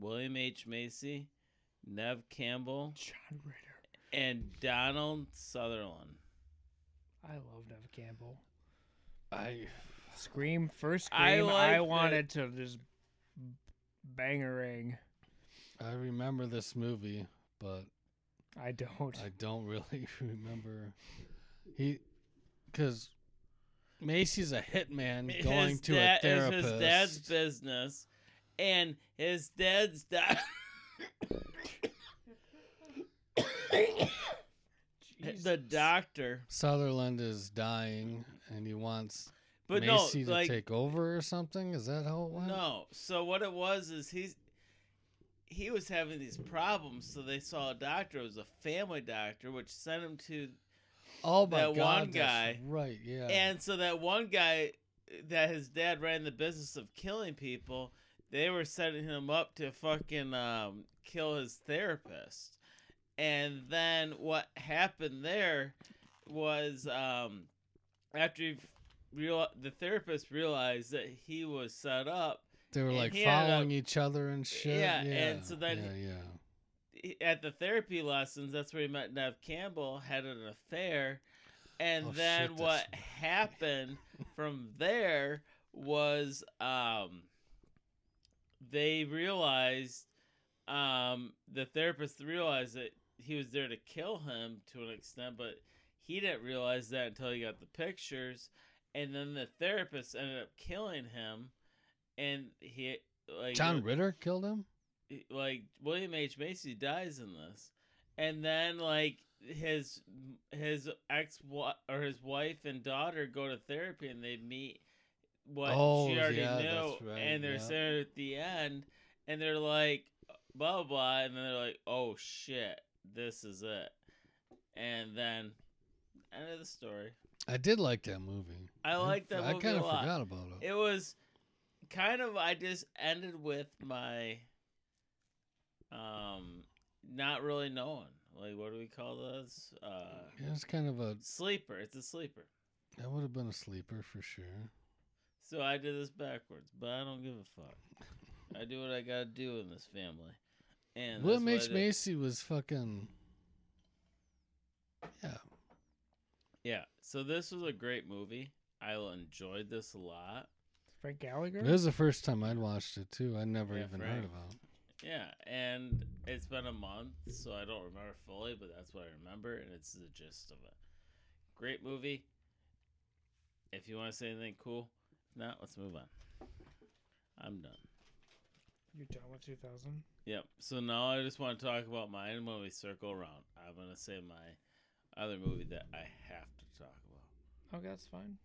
Speaker 1: William H Macy, Nev Campbell,
Speaker 3: John Ritter.
Speaker 1: and Donald Sutherland.
Speaker 3: I love Nev Campbell.
Speaker 2: I
Speaker 3: Scream first scream.
Speaker 1: I
Speaker 3: I,
Speaker 1: like that-
Speaker 3: wanted to just bangering.
Speaker 2: I remember this movie, but
Speaker 3: I don't.
Speaker 2: I don't really remember. He, because Macy's a hitman going
Speaker 1: his
Speaker 2: to
Speaker 1: dad-
Speaker 2: a therapist.
Speaker 1: It's his dad's business, and his dad's dad. the
Speaker 3: Jesus.
Speaker 1: doctor,
Speaker 2: Sutherland is dying, and he wants
Speaker 1: but
Speaker 2: Macy
Speaker 1: no,
Speaker 2: to
Speaker 1: like
Speaker 2: take over or something. Is that how it went?
Speaker 1: no. So what it was is he's he was having these problems, so they saw a doctor. It was a family doctor, which sent him to,
Speaker 2: Oh my
Speaker 1: That
Speaker 2: god,
Speaker 1: one
Speaker 2: that's
Speaker 1: guy.
Speaker 2: Right. Yeah.
Speaker 1: and so that one guy that his dad ran the business of killing people. They were setting him up to fucking um, kill his therapist. And then what happened there was um, after he f- real the therapist realized that he was set up
Speaker 2: they were
Speaker 1: and
Speaker 2: like
Speaker 1: he ended
Speaker 2: following
Speaker 1: up-
Speaker 2: each other and shit.
Speaker 1: Yeah, and so then-
Speaker 2: yeah, yeah.
Speaker 1: he- at the therapy lessons. That's where he met Nev Campbell, had an affair, and
Speaker 2: Oh,
Speaker 1: then
Speaker 2: shit,
Speaker 1: what
Speaker 2: that's right.
Speaker 1: happened from there was um, they realized um, the therapist realized that he was there to kill him to an extent, but he didn't realize that until he got the pictures, and then the therapist ended up killing him, and he like
Speaker 2: John Ritter killed him.
Speaker 1: like William H Macy dies in this, and then like his his ex or his wife and daughter go to therapy and they meet what
Speaker 2: Oh,
Speaker 1: she already
Speaker 2: yeah,
Speaker 1: knew,
Speaker 2: that's right,
Speaker 1: and they're
Speaker 2: yeah.
Speaker 1: sitting at the end, and they're like blah blah, blah and then they're like oh shit this is it, and then end of the story.
Speaker 2: I did like that movie.
Speaker 1: I like that
Speaker 2: I
Speaker 1: movie
Speaker 2: kind
Speaker 1: a
Speaker 2: of
Speaker 1: lot.
Speaker 2: forgot about it.
Speaker 1: It was kind of I just ended with my um not really knowing. Like what do we call those? Uh
Speaker 2: It was kind of a.
Speaker 1: sleeper. It's a sleeper.
Speaker 2: That would have been a sleeper for sure.
Speaker 1: So I did this backwards, but I don't give a fuck. I do what I gotta do in this family. And
Speaker 2: William
Speaker 1: that's
Speaker 2: H
Speaker 1: what I did.
Speaker 2: Macy was fucking. Yeah,
Speaker 1: Yeah. So this was a great movie. I enjoyed this a lot.
Speaker 3: Frank Gallagher.
Speaker 2: it was the first time I'd watched it too. I never
Speaker 1: Yeah,
Speaker 2: even
Speaker 1: Frank.
Speaker 2: heard about. it.
Speaker 1: Yeah, and it's been a month, so I don't remember fully, but that's what I remember, and it's the gist of it. Great movie. If you want to say anything cool, if not, let's move on. I'm done.
Speaker 3: You're done with 2000.
Speaker 1: Yep. So now I just want to talk about mine when we circle around. I'm gonna say my other movie that I have to talk about.
Speaker 3: Okay, that's fine.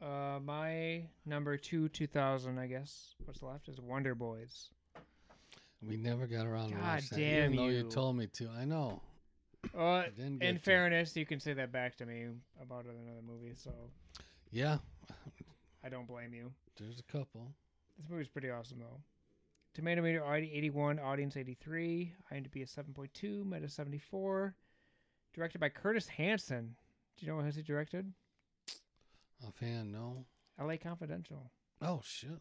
Speaker 3: Uh, my number two 2000, I guess. What's left is Wonder Boys.
Speaker 2: We never got around to
Speaker 3: God
Speaker 2: watch that,
Speaker 3: damn
Speaker 2: even though you
Speaker 3: you.
Speaker 2: told me to. I know.
Speaker 3: Uh,
Speaker 2: I didn't get
Speaker 3: in
Speaker 2: to.
Speaker 3: fairness, you can say that back to me about another movie, so
Speaker 2: Yeah,
Speaker 3: I don't blame you.
Speaker 2: there's a couple.
Speaker 3: This movie's pretty awesome though. Tomato meter audi- 81, audience 83, IMDb is 7.2, Meta 74. Directed by Curtis Hanson. Do you know what has he directed?
Speaker 2: Offhand, no.
Speaker 3: L.A. Confidential.
Speaker 2: Oh shit.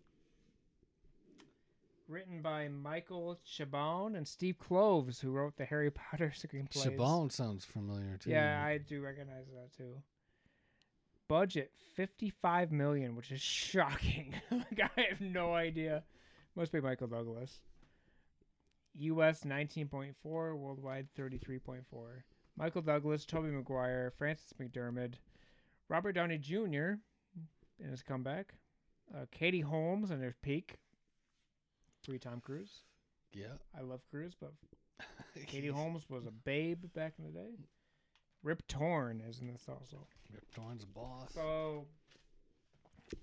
Speaker 3: Written by Michael Chabon and Steve Cloves, who wrote the Harry Potter screenplays.
Speaker 2: Shabon sounds familiar too.
Speaker 3: Yeah, I do recognize that too. budget 55 million, which is shocking. like I have no idea. Must be Michael Douglas. US 19.4, worldwide 33.4. Michael Douglas, Toby Maguire, Francis McDermott, Robert Downey Jr. in his comeback, uh, Katie Holmes in her peak, three time Cruise.
Speaker 2: Yeah.
Speaker 3: I love Cruise, but Katie Holmes was a babe back in the day. Rip Torn is in this also.
Speaker 2: Rip Torn's boss.
Speaker 3: So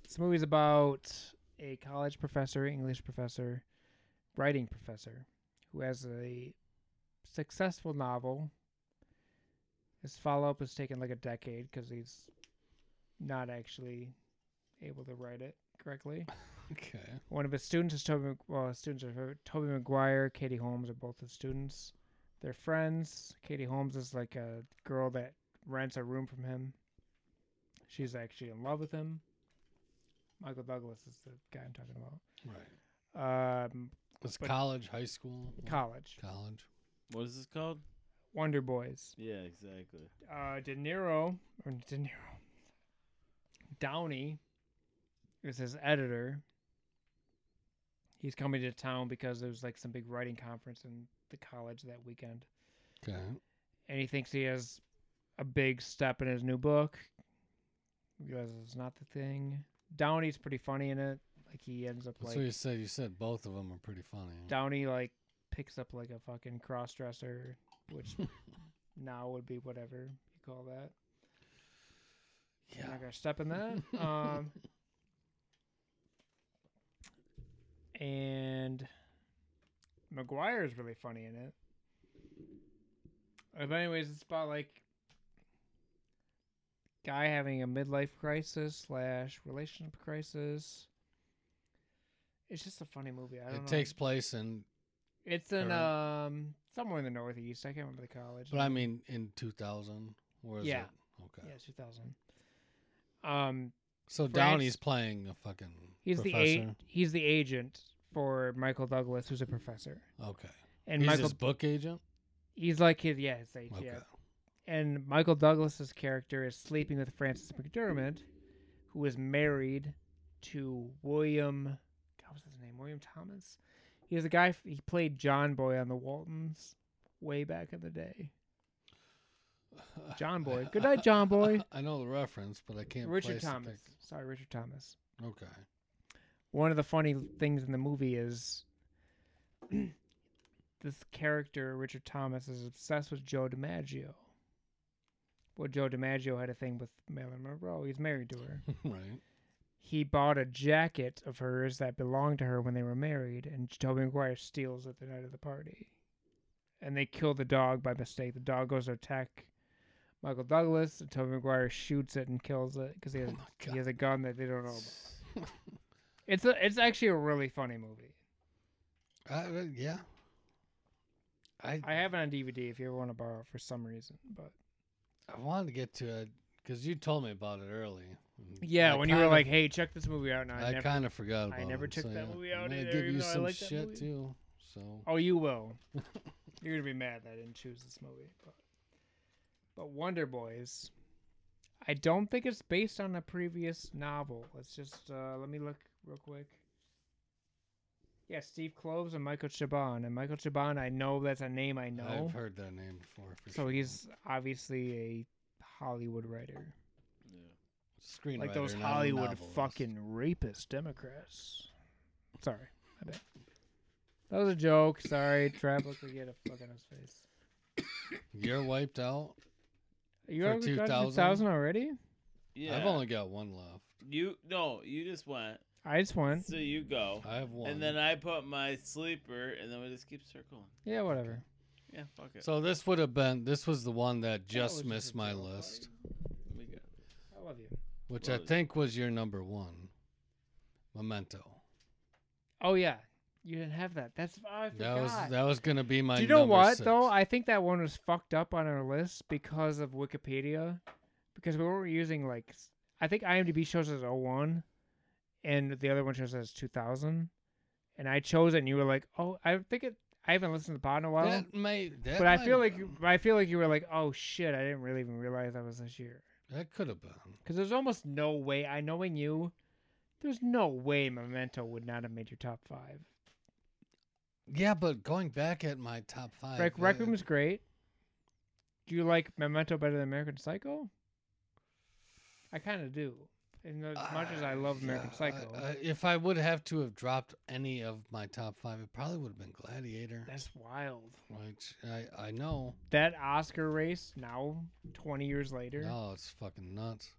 Speaker 3: this movie's about a college professor, English professor, writing professor, who has a successful novel. His follow up has taken like a decade because he's not actually able to write it correctly.
Speaker 2: Okay.
Speaker 3: One of his students is Toby. Mag- Well, his students are her- Toby Maguire, Katie Holmes are both his students. They're friends. Katie Holmes is like a girl that rents a room from him. She's actually in love with him. Michael Douglas is the guy I'm talking
Speaker 2: Right.
Speaker 3: about. Um,
Speaker 2: It's
Speaker 3: But-
Speaker 2: college, high school,
Speaker 3: college.
Speaker 2: college.
Speaker 1: What is this called?
Speaker 3: Wonder Boys.
Speaker 1: Yeah, exactly.
Speaker 3: Uh, De Niro or De Niro. Downey is his editor. He's coming to town because there was like some big writing conference in the college that weekend.
Speaker 2: Okay.
Speaker 3: and he thinks he has a big step in his new book. Realizes it's not the thing. Downey's pretty funny in it. Like he ends up
Speaker 2: That's
Speaker 3: like
Speaker 2: what you said. You said both of them are pretty funny.
Speaker 3: Downey like picks up like a fucking cross dresser, which now would be whatever you call that.
Speaker 2: yeah.
Speaker 3: I'm not gonna step in that. Um, and McGuire's really funny in it. Uh, But anyways, it's about like guy having a midlife crisis slash relationship crisis. It's just a funny movie. I don't
Speaker 2: It
Speaker 3: know.
Speaker 2: takes place in,
Speaker 3: It's in
Speaker 2: Alright.
Speaker 3: um somewhere in the northeast. I can't remember the college.
Speaker 2: but I mean in 2000. Where is
Speaker 3: Yeah.
Speaker 2: it? Okay.
Speaker 3: yeah, two thousand. Um,
Speaker 2: So
Speaker 3: France-
Speaker 2: Downey's playing a fucking
Speaker 3: He's
Speaker 2: professor.
Speaker 3: the a- he's the agent for Michael Douglas, who's a professor,
Speaker 2: Okay.
Speaker 3: and
Speaker 2: he's
Speaker 3: Michael
Speaker 2: his book agent.
Speaker 3: he's like his yeah, his agent,
Speaker 2: Okay.
Speaker 3: yeah. And Michael Douglas's character is sleeping with Francis McDermott, who is married to William. God, what's his name? William Thomas. He was a guy. f- He played John Boy on The Waltons way back in the day. John Boy. Good night, John Boy.
Speaker 2: I know the reference, but I can't.
Speaker 3: Richard
Speaker 2: place the
Speaker 3: Thomas. Sorry, Richard Thomas.
Speaker 2: pic- Okay.
Speaker 3: one of the funny things in the movie is this character Richard Thomas is obsessed with Joe DiMaggio. Well, Joe DiMaggio had a thing with Marilyn Monroe. He's married to her.
Speaker 2: right.
Speaker 3: He bought a jacket of hers that belonged to her when they were married, and Toby McGuire steals it the night of the party. And they kill the dog by mistake. The dog goes to attack Michael Douglas, and Toby McGuire shoots it and kills it because he,
Speaker 2: Oh
Speaker 3: has
Speaker 2: my
Speaker 3: he
Speaker 2: god.
Speaker 3: has a gun that they don't know about. It's a, it's actually a really funny movie.
Speaker 2: I, uh, yeah. I
Speaker 3: I have it on DVD if you ever want to borrow it for some reason. But
Speaker 2: I wanted to get to it because you told me about it early. and
Speaker 3: yeah,
Speaker 2: I
Speaker 3: when you were
Speaker 2: kinda-
Speaker 3: like, "Hey, check this movie out," and I,
Speaker 2: I,
Speaker 3: never.
Speaker 2: kind of forgot
Speaker 3: I
Speaker 2: about.
Speaker 3: never
Speaker 2: it,
Speaker 3: checked
Speaker 2: so
Speaker 3: that
Speaker 2: yeah.
Speaker 3: movie out
Speaker 2: I'm gonna
Speaker 3: either,
Speaker 2: give
Speaker 3: even
Speaker 2: you
Speaker 3: though I
Speaker 2: some
Speaker 3: like that
Speaker 2: shit
Speaker 3: movie.
Speaker 2: too. So
Speaker 3: Oh, you will. You're gonna be mad that I didn't choose this movie. But, but Wonder Boys, I don't think it's based on a previous novel. Let's just uh, let me look real quick. Yeah, Steve Cloves and Michael Chabon. And Michael Chabon, I know that's a name I know.
Speaker 2: I've heard that name before. For
Speaker 3: so
Speaker 2: sure.
Speaker 3: he's obviously a Hollywood writer.
Speaker 1: Yeah.
Speaker 2: screenwriter,
Speaker 3: like those
Speaker 2: not a
Speaker 3: Hollywood
Speaker 2: novelist.
Speaker 3: fucking rapist Democrats. Sorry, my bad. That was a joke. Sorry, Trav looked like he had a fuck on his face.
Speaker 2: You're wiped out.
Speaker 3: Are you
Speaker 2: For
Speaker 3: already got
Speaker 2: 2000?
Speaker 3: 2000 already?
Speaker 1: Yeah.
Speaker 2: I've only got one left.
Speaker 1: You no, you just went.
Speaker 3: I just won.
Speaker 1: So you go.
Speaker 2: I have one.
Speaker 1: And then I put my sleeper and then we just keep circling.
Speaker 3: Yeah, whatever.
Speaker 1: Yeah, fuck it.
Speaker 2: so this would have been. This was the one that
Speaker 3: was
Speaker 2: just
Speaker 3: just
Speaker 2: missed
Speaker 3: a
Speaker 2: my
Speaker 3: joke, right?
Speaker 2: list,
Speaker 1: We got-
Speaker 3: I love you.
Speaker 2: which I
Speaker 1: Well,
Speaker 2: think was your number one. Memento.
Speaker 3: Oh yeah, you didn't have that. That's oh, I forgot.
Speaker 2: That was that was gonna be my.
Speaker 3: Do you know
Speaker 2: number
Speaker 3: what
Speaker 2: six.
Speaker 3: though? I think that one was fucked up on our list because of Wikipedia, because we were using like s- I think IMDb shows us 01, and the other one shows us 2000, and I chose it, and you were like, oh, I think it. I haven't listened to the pod in a while,
Speaker 2: that may. That
Speaker 3: but I
Speaker 2: might
Speaker 3: feel
Speaker 2: have
Speaker 3: like
Speaker 2: been.
Speaker 3: you- I feel like you were like, oh shit, I didn't really even realize that was this year.
Speaker 2: That could have been.
Speaker 3: Because there's almost no way. I knowing you, there's no way Memento would not have made your top five.
Speaker 2: Yeah, but going back at my top five,
Speaker 3: Like
Speaker 2: that-
Speaker 3: Requiem is great. Do you like Memento better than American Psycho? I kind of do. And as much as I
Speaker 2: Uh,
Speaker 3: love American
Speaker 2: yeah,
Speaker 3: Psycho,
Speaker 2: I- I- if I would have to have dropped any of my top five, it probably would have been Gladiator,
Speaker 3: that's wild.
Speaker 2: which I I know.
Speaker 3: That Oscar race now, twenty years later,
Speaker 2: No, it's fucking nuts.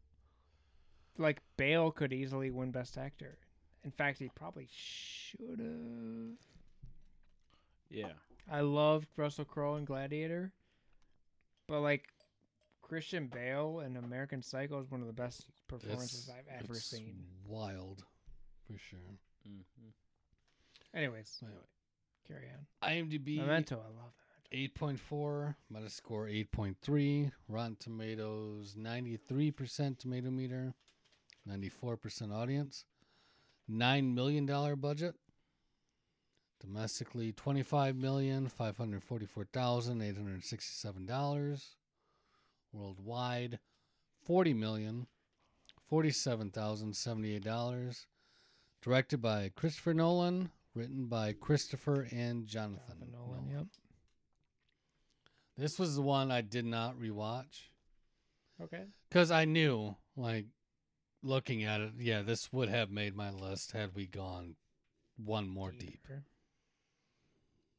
Speaker 3: like Bale could easily win Best Actor. In fact, he probably should have.
Speaker 1: Yeah.
Speaker 3: I loved Russell Crowe and Gladiator, but like Christian Bale and American Psycho is one of the best performances
Speaker 2: It's-
Speaker 3: I've ever
Speaker 2: it's
Speaker 3: seen.
Speaker 2: Wild, for sure.
Speaker 1: Mm-hmm.
Speaker 3: Anyways,
Speaker 2: Anyway,
Speaker 3: carry on.
Speaker 2: IMDb
Speaker 3: Memento, I love it.
Speaker 2: eight point four, Metascore eight point three, Rotten Tomatoes ninety three percent tomato meter, ninety four percent audience, nine million dollar budget. Domestically twenty five million five hundred forty four thousand eight hundred sixty seven dollars. Worldwide forty million forty seven thousand seventy eight dollars. Directed by Christopher Nolan, written by Christopher and Jonathan,
Speaker 3: Jonathan Nolan, yep.
Speaker 2: this was the one I did not rewatch
Speaker 3: Okay.
Speaker 2: because I knew, like, looking at it, yeah, this would have made my list had we gone one more deep.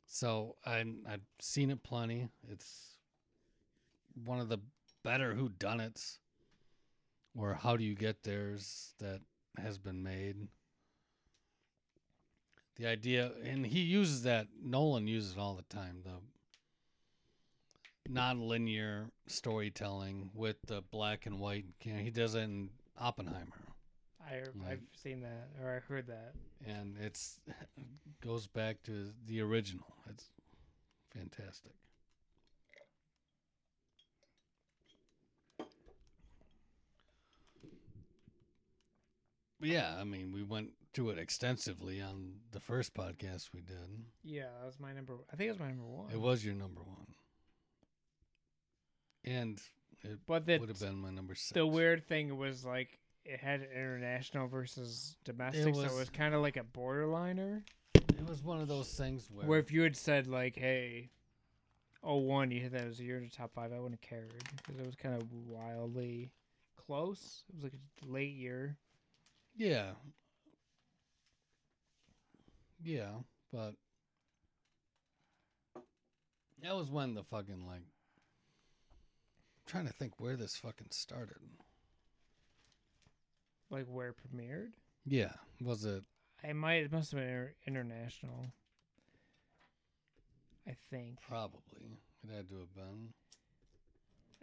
Speaker 2: So I I've seen it plenty. It's one of the better whodunits or how do you get theirs that has been made. The idea and he uses that Nolan uses it all the time, the non-linear storytelling with the black and white you know, he does it in Oppenheimer.
Speaker 3: I, I've seen that, or I heard that.
Speaker 2: and it's goes back to the original. It's fantastic. But yeah, I mean, we went through it extensively on the first podcast we did.
Speaker 3: Yeah, that was my number. I think it was my number one.
Speaker 2: It was your number one, and it
Speaker 3: But the
Speaker 2: would have been my number six.
Speaker 3: the weird thing was like it had international versus domestic, so
Speaker 2: was-
Speaker 3: it was kind of like a borderliner.
Speaker 2: It was one of those things where,
Speaker 3: Where if you had said like, "Hey, oh one, you hit that as your top five, I wouldn't have cared because it was kind of wildly close. It was like a late year.
Speaker 2: yeah, yeah, but that was when the fucking like. trying to think where this fucking started.
Speaker 3: Like where it premiered,
Speaker 2: Yeah, was it?
Speaker 3: I might it must have been inter- international. I think,
Speaker 2: Probably it had to have been.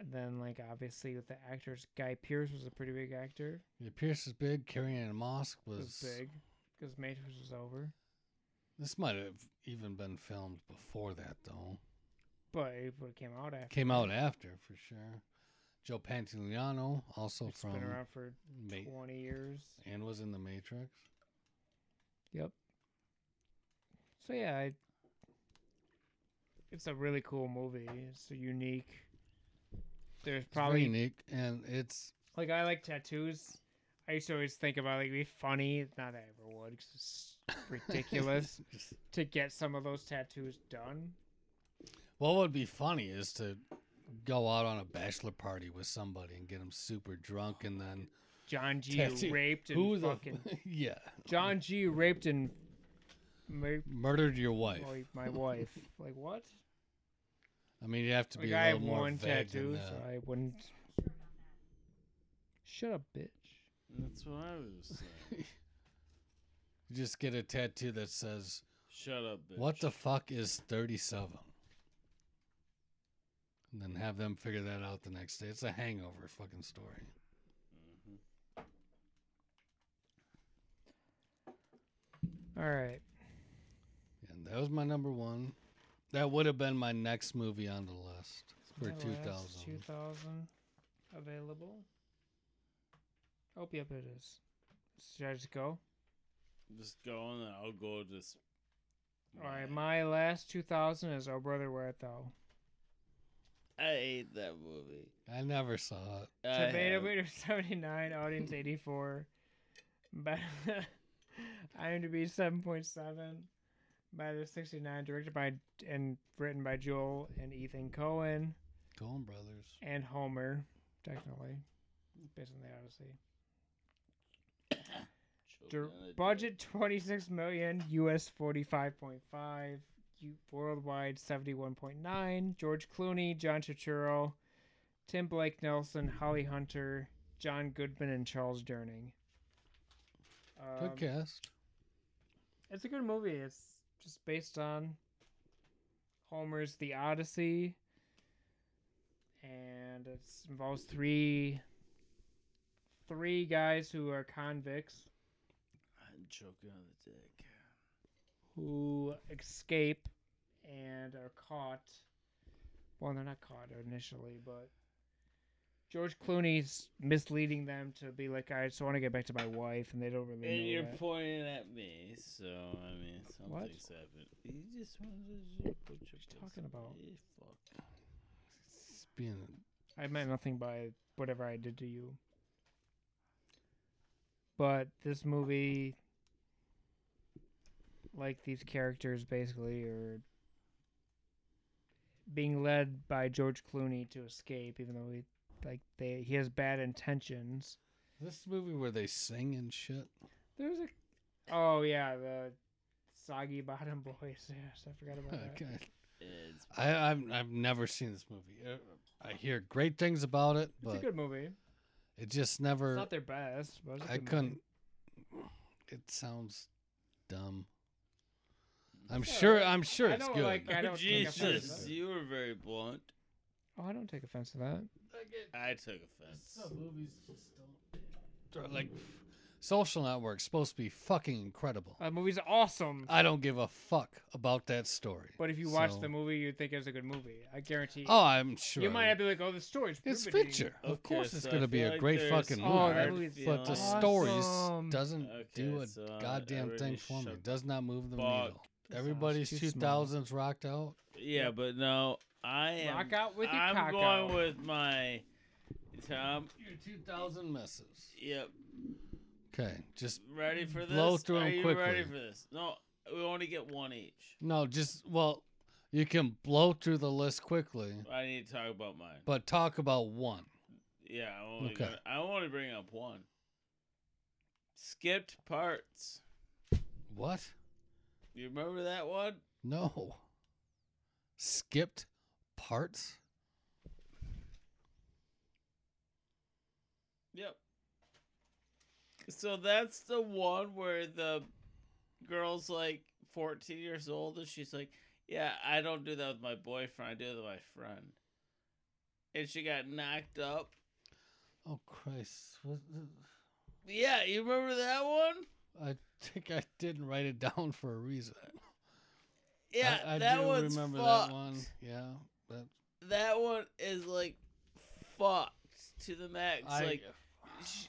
Speaker 3: and then like obviously with the actors, Guy Pearce was a pretty big actor.
Speaker 2: Yeah, Pierce is big. Carrie Ann Moss
Speaker 3: It
Speaker 2: was,
Speaker 3: was big because Matrix was over,
Speaker 2: This might have even been filmed before that, though.
Speaker 3: but it would've came out after.
Speaker 2: Came out after for sure. Joe Pantoliano also
Speaker 3: It's
Speaker 2: from
Speaker 3: been around for
Speaker 2: Ma-
Speaker 3: twenty years.
Speaker 2: and was in the Matrix.
Speaker 3: So yeah, I, it's a really cool movie. It's unique. There's
Speaker 2: It's very
Speaker 3: probably
Speaker 2: unique, and it's
Speaker 3: like I like tattoos. I used to always think about like it'd be funny. Not that I ever would, 'cause it's ridiculous
Speaker 2: Just-
Speaker 3: to get some of those tattoos done.
Speaker 2: what would be funny is to go out on a bachelor party with somebody and get them super drunk, and then
Speaker 3: John G
Speaker 2: Tattoo-
Speaker 3: raped and
Speaker 2: who the
Speaker 3: fucking
Speaker 2: yeah
Speaker 3: John G raped and raped
Speaker 2: murdered your wife.
Speaker 3: my, my wife. Like what?
Speaker 2: I mean, you have to be
Speaker 3: Like
Speaker 2: a
Speaker 3: I
Speaker 2: little
Speaker 3: have
Speaker 2: more
Speaker 3: one
Speaker 2: vague
Speaker 3: tattoo,
Speaker 2: than
Speaker 3: so
Speaker 2: that.
Speaker 3: I wouldn't. Shut up, bitch.
Speaker 1: That's what I was saying.
Speaker 2: You Just get a tattoo that says
Speaker 1: Shut up, bitch.
Speaker 2: "What the fuck is 37?" and then have them figure that out the next day. It's a hangover fucking story.
Speaker 3: All right.
Speaker 2: And that was my number one. That would have been my next movie on the list for
Speaker 3: My last
Speaker 2: 2000.
Speaker 3: 2000 available. Oh, yep, it is. Should I just go?
Speaker 1: Just go and then I'll go just.
Speaker 3: All right, my last 2000 is Oh Brother Where Art Thou.
Speaker 1: I hate that movie.
Speaker 2: I never saw it.
Speaker 1: I
Speaker 3: Tomato
Speaker 1: have-
Speaker 3: meter 79, audience 84. But IMDb 7.7. By the 69, directed by and written by Joel and Ethan Cohen
Speaker 2: Coen Brothers.
Speaker 3: and Homer, technically, based on the Odyssey.
Speaker 1: Choking
Speaker 3: Dir-
Speaker 1: on a dick.
Speaker 3: budget 26 million, US 45.5, U- worldwide 71.9. George Clooney, John Turturro, Tim Blake Nelson, Holly Hunter, John Goodman, and Charles Durning.
Speaker 2: Good
Speaker 3: Um,
Speaker 2: cast.
Speaker 3: It's a good movie. It's just based on Homer's The Odyssey, and it involves three three guys who are convicts
Speaker 1: I'm choking on the dick.
Speaker 3: who escape and are caught. Well, they're not caught initially, but George Clooney's misleading them to be like, I just want to get back to my wife, and they don't really
Speaker 1: And
Speaker 3: know
Speaker 1: you're
Speaker 3: that.
Speaker 1: pointing at me, so I mean
Speaker 3: What?
Speaker 1: something's happened. You just wanted to put your
Speaker 3: you talking about?
Speaker 1: Yeah, fuck.
Speaker 2: It's being
Speaker 3: I meant nothing by whatever I did to you. But this movie, like these characters basically are being led by George Clooney to escape, even though he, like they, he has bad intentions.
Speaker 2: this movie where they sing and shit.
Speaker 3: There's a, oh yeah, the soggy bottom boys. Yes, I forgot about that.
Speaker 2: Okay.
Speaker 1: It's
Speaker 2: Oh, I, I've I've never seen this movie. Uh, I hear great things about it,
Speaker 3: It's a
Speaker 2: but
Speaker 3: good movie.
Speaker 2: it just
Speaker 3: It's
Speaker 2: never.
Speaker 3: not their best, but it's a
Speaker 2: I
Speaker 3: good
Speaker 2: couldn't. It sounds dumb. I'm
Speaker 3: It's all
Speaker 2: sure.
Speaker 3: right.
Speaker 2: I'm sure
Speaker 3: I
Speaker 2: it's
Speaker 3: don't
Speaker 2: good.
Speaker 3: like- I
Speaker 1: Oh,
Speaker 3: don't think I've heard of
Speaker 1: Jesus,
Speaker 3: that.
Speaker 1: you were very blunt.
Speaker 3: Movie. Oh, I don't take offense to that.
Speaker 1: I took offense.
Speaker 2: movies just don't. Like Social Network's supposed to be fucking incredible.
Speaker 3: That movie's awesome.
Speaker 2: I don't give a fuck about that story.
Speaker 3: But if you watch
Speaker 2: So-
Speaker 3: the movie, you'd think it was a good movie. I guarantee.
Speaker 2: oh, I'm sure.
Speaker 3: you might have been like, "Oh, the story's
Speaker 2: It's
Speaker 3: riveting."
Speaker 2: fiction. of
Speaker 1: Okay,
Speaker 2: course, it's
Speaker 1: so I
Speaker 2: gonna be
Speaker 1: feel
Speaker 2: a
Speaker 1: like
Speaker 2: great
Speaker 1: there's
Speaker 2: fucking
Speaker 3: Oh,
Speaker 2: movie.
Speaker 3: that
Speaker 1: hard
Speaker 3: movie's
Speaker 2: But the
Speaker 1: feelings.
Speaker 3: awesome.
Speaker 2: story just doesn't do
Speaker 1: Okay,
Speaker 2: a
Speaker 1: so I-
Speaker 2: goddamn
Speaker 1: I
Speaker 2: thing
Speaker 1: already
Speaker 2: for me.
Speaker 1: shut-
Speaker 2: Does not move the
Speaker 1: Fuck.
Speaker 2: needle.
Speaker 3: That sounds
Speaker 2: Everybody's
Speaker 3: too
Speaker 2: two
Speaker 3: small.
Speaker 2: thousands rocked out.
Speaker 1: Yeah, but no, I am.
Speaker 3: Rock out with your
Speaker 1: I'm
Speaker 3: cock
Speaker 1: going
Speaker 3: out.
Speaker 1: with my Tom.
Speaker 2: Your two thousand misses.
Speaker 1: Yep,
Speaker 2: Okay, just
Speaker 1: ready for this?
Speaker 2: Blow through
Speaker 1: Are
Speaker 2: 'em
Speaker 1: you ready for
Speaker 2: quickly.
Speaker 1: this? No, we only get one each.
Speaker 2: no, just well, you can blow through the list quickly,
Speaker 1: I need to talk about mine.
Speaker 2: but talk about one.
Speaker 1: Yeah, I only
Speaker 2: Okay.
Speaker 1: got- I want to bring up one. Skipped parts.
Speaker 2: What?
Speaker 1: You remember that one?
Speaker 2: No. Skipped parts.
Speaker 1: Yep. So that's the one where the girl's like 14 years old and she's like, Yeah, I don't do that with my boyfriend. I do it with my friend. And she got knocked up.
Speaker 2: Oh Christ! What the-
Speaker 1: Yeah, you remember that one?
Speaker 2: I think I didn't write it down for a reason.
Speaker 1: Yeah,
Speaker 2: I, I
Speaker 1: that
Speaker 2: do
Speaker 1: one's
Speaker 2: remember
Speaker 1: fucked.
Speaker 2: that one. Yeah, that,
Speaker 1: That one is like fucked to the max.
Speaker 2: I,
Speaker 1: like, sh-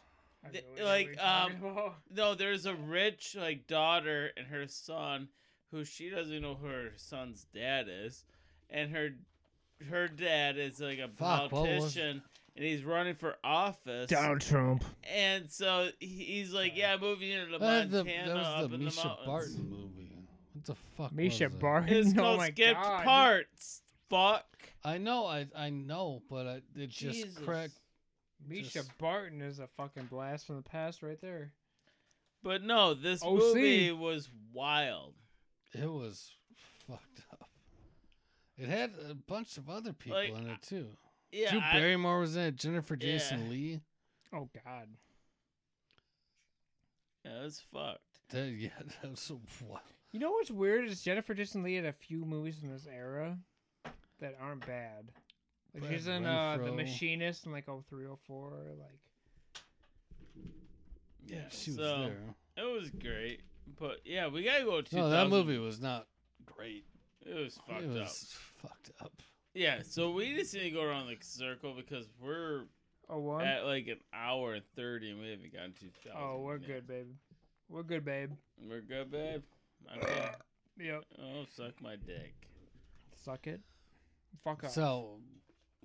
Speaker 3: I
Speaker 1: Th-
Speaker 3: really know what you're
Speaker 1: like,
Speaker 3: talking
Speaker 1: um,
Speaker 3: about.
Speaker 1: No, there's a rich like daughter and her son who she doesn't know who her son's dad is, and her her dad is like a
Speaker 2: Fuck, what was-
Speaker 1: politician and he's running for office.
Speaker 3: Donald Trump.
Speaker 1: And so he- he's like, yeah, I'm moving into
Speaker 2: that,
Speaker 1: Montana
Speaker 2: was uh, the, that was
Speaker 1: up
Speaker 2: the
Speaker 1: in the
Speaker 2: Misha
Speaker 1: mountains.
Speaker 2: Barton movie. What the fuck?
Speaker 3: Misha
Speaker 2: was it?
Speaker 3: Barton.
Speaker 1: It's
Speaker 3: oh
Speaker 1: called
Speaker 3: my
Speaker 1: skipped
Speaker 3: God.
Speaker 1: parts. Fuck.
Speaker 2: I know, I I know, but I, it just cracked.
Speaker 3: Misha
Speaker 2: Just-
Speaker 3: Barton is a fucking blast from the past, right there.
Speaker 1: But no, this
Speaker 3: OC.
Speaker 1: movie was wild.
Speaker 2: It was fucked up. It had a bunch of other people
Speaker 1: Like,
Speaker 2: in it too.
Speaker 1: Yeah,
Speaker 2: Drew
Speaker 1: I-
Speaker 2: Barrymore was in it. Jennifer Jason
Speaker 1: Yeah.
Speaker 2: Lee.
Speaker 3: Oh God.
Speaker 1: yeah, it was fucked.
Speaker 2: That, yeah, that's what.
Speaker 3: You know what's weird is Jennifer Jason Lee had a few movies in this era that aren't bad. Like
Speaker 2: Brad
Speaker 3: she's in uh, The
Speaker 2: Renfro.
Speaker 3: Machinist in like 0304. Like
Speaker 1: Yeah,
Speaker 2: she was
Speaker 1: so
Speaker 2: there.
Speaker 1: it was great. But yeah, we gotta go. to
Speaker 2: No, that movie was not great.
Speaker 1: It was fucked
Speaker 2: it
Speaker 1: up.
Speaker 2: was fucked up.
Speaker 1: Yeah, so we just need to go around the circle because we're
Speaker 3: oh one.
Speaker 1: at like an hour and thirty, and we haven't gotten two thousand.
Speaker 3: oh, we're good, babe. We're good, babe.
Speaker 1: We're good, babe. Okay.
Speaker 3: Yep.
Speaker 1: oh, suck my dick.
Speaker 3: Suck it. Fuck off.
Speaker 2: So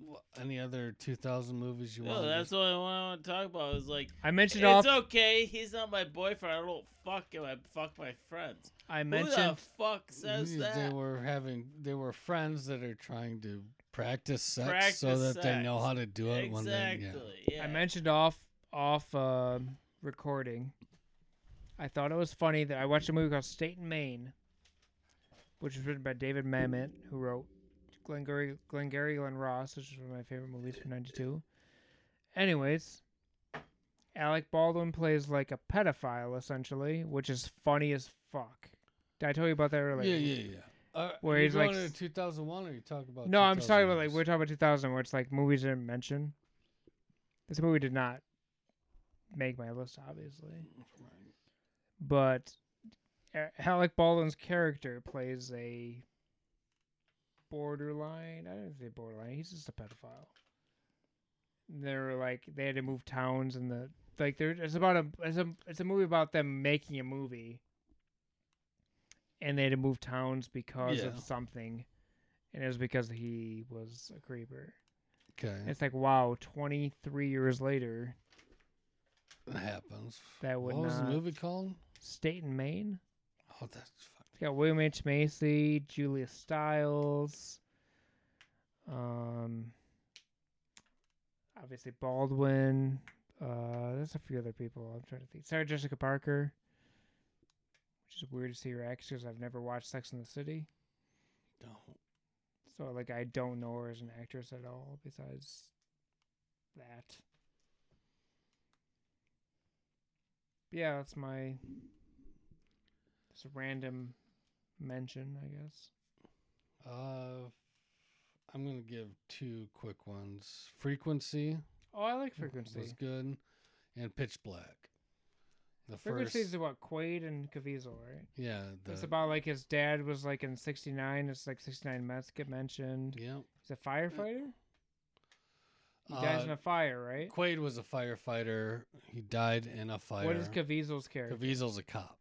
Speaker 2: wh- any other 2000 movies you
Speaker 1: No,
Speaker 2: want?
Speaker 1: Oh, that's what I want to talk about. Is like
Speaker 3: I mentioned off.
Speaker 1: it's okay. He's not my boyfriend. I don't fuck him. I fuck my friends.
Speaker 3: I
Speaker 1: Who
Speaker 3: mentioned
Speaker 1: the fuck says
Speaker 2: They
Speaker 1: that?
Speaker 2: were having they were friends that are trying to practice sex so that
Speaker 1: Practice
Speaker 2: they know
Speaker 1: sex.
Speaker 2: how to do it when they yeah.
Speaker 1: Exactly. Yeah.
Speaker 3: I mentioned off off uh, recording. I thought it was funny that I watched a movie called State and Maine, which was written by David Mamet, who wrote Glengarry Glengarry Glen Ross, which is one of my favorite movies from '92. Anyways, Alec Baldwin plays like a pedophile essentially, which is funny as fuck. Did I tell you about that earlier?
Speaker 2: Yeah, yeah, yeah. Uh,
Speaker 3: Where
Speaker 2: you
Speaker 3: he's like
Speaker 2: going
Speaker 3: s-
Speaker 2: to 2001 or you talking about
Speaker 3: No, I'm just talking about like
Speaker 2: 2000s?
Speaker 3: we're talking about 2000, where it's like movies didn't mention. This movie did not make my list, obviously, but A- Alec Baldwin's character plays a borderline. I don't say borderline. He's just a pedophile. They're like they had to move towns, and the like. There, it's about a it's a it's a movie about them making a movie, and they had to move towns because
Speaker 2: Yeah.
Speaker 3: of something, and it was because he was a creeper.
Speaker 2: Okay,
Speaker 3: It's like wow, twenty three years later,
Speaker 2: it happens.
Speaker 3: that would
Speaker 2: what was
Speaker 3: not-
Speaker 2: the movie called?
Speaker 3: state in Maine.
Speaker 2: Oh, that's fuck.
Speaker 3: It's got William H. Macy, Julia Stiles, um, obviously Baldwin. Uh, there's a few other people I'm trying to think. Sarah Jessica Parker, which is weird to see her ex because I've never watched Sex in the City,
Speaker 2: Don't.
Speaker 3: so like I don't know her as an actress at all. Besides that, yeah, that's my just a random mention, I guess.
Speaker 2: Uh, I'm gonna give two quick ones. Frequency
Speaker 3: Oh, I like frequency.
Speaker 2: was good, and Pitch Black. The
Speaker 3: Frequency
Speaker 2: first,
Speaker 3: is what Quaid and Caviezel, right?
Speaker 2: yeah, the,
Speaker 3: It's about like his dad was like in '69. It's like '69 Mets get mentioned.
Speaker 2: yeah.
Speaker 3: He's a firefighter. He
Speaker 2: Uh,
Speaker 3: dies in a fire, right?
Speaker 2: Quaid was a firefighter. He died in a fire.
Speaker 3: What is Caviezel's character?
Speaker 2: Caviezel's a cop,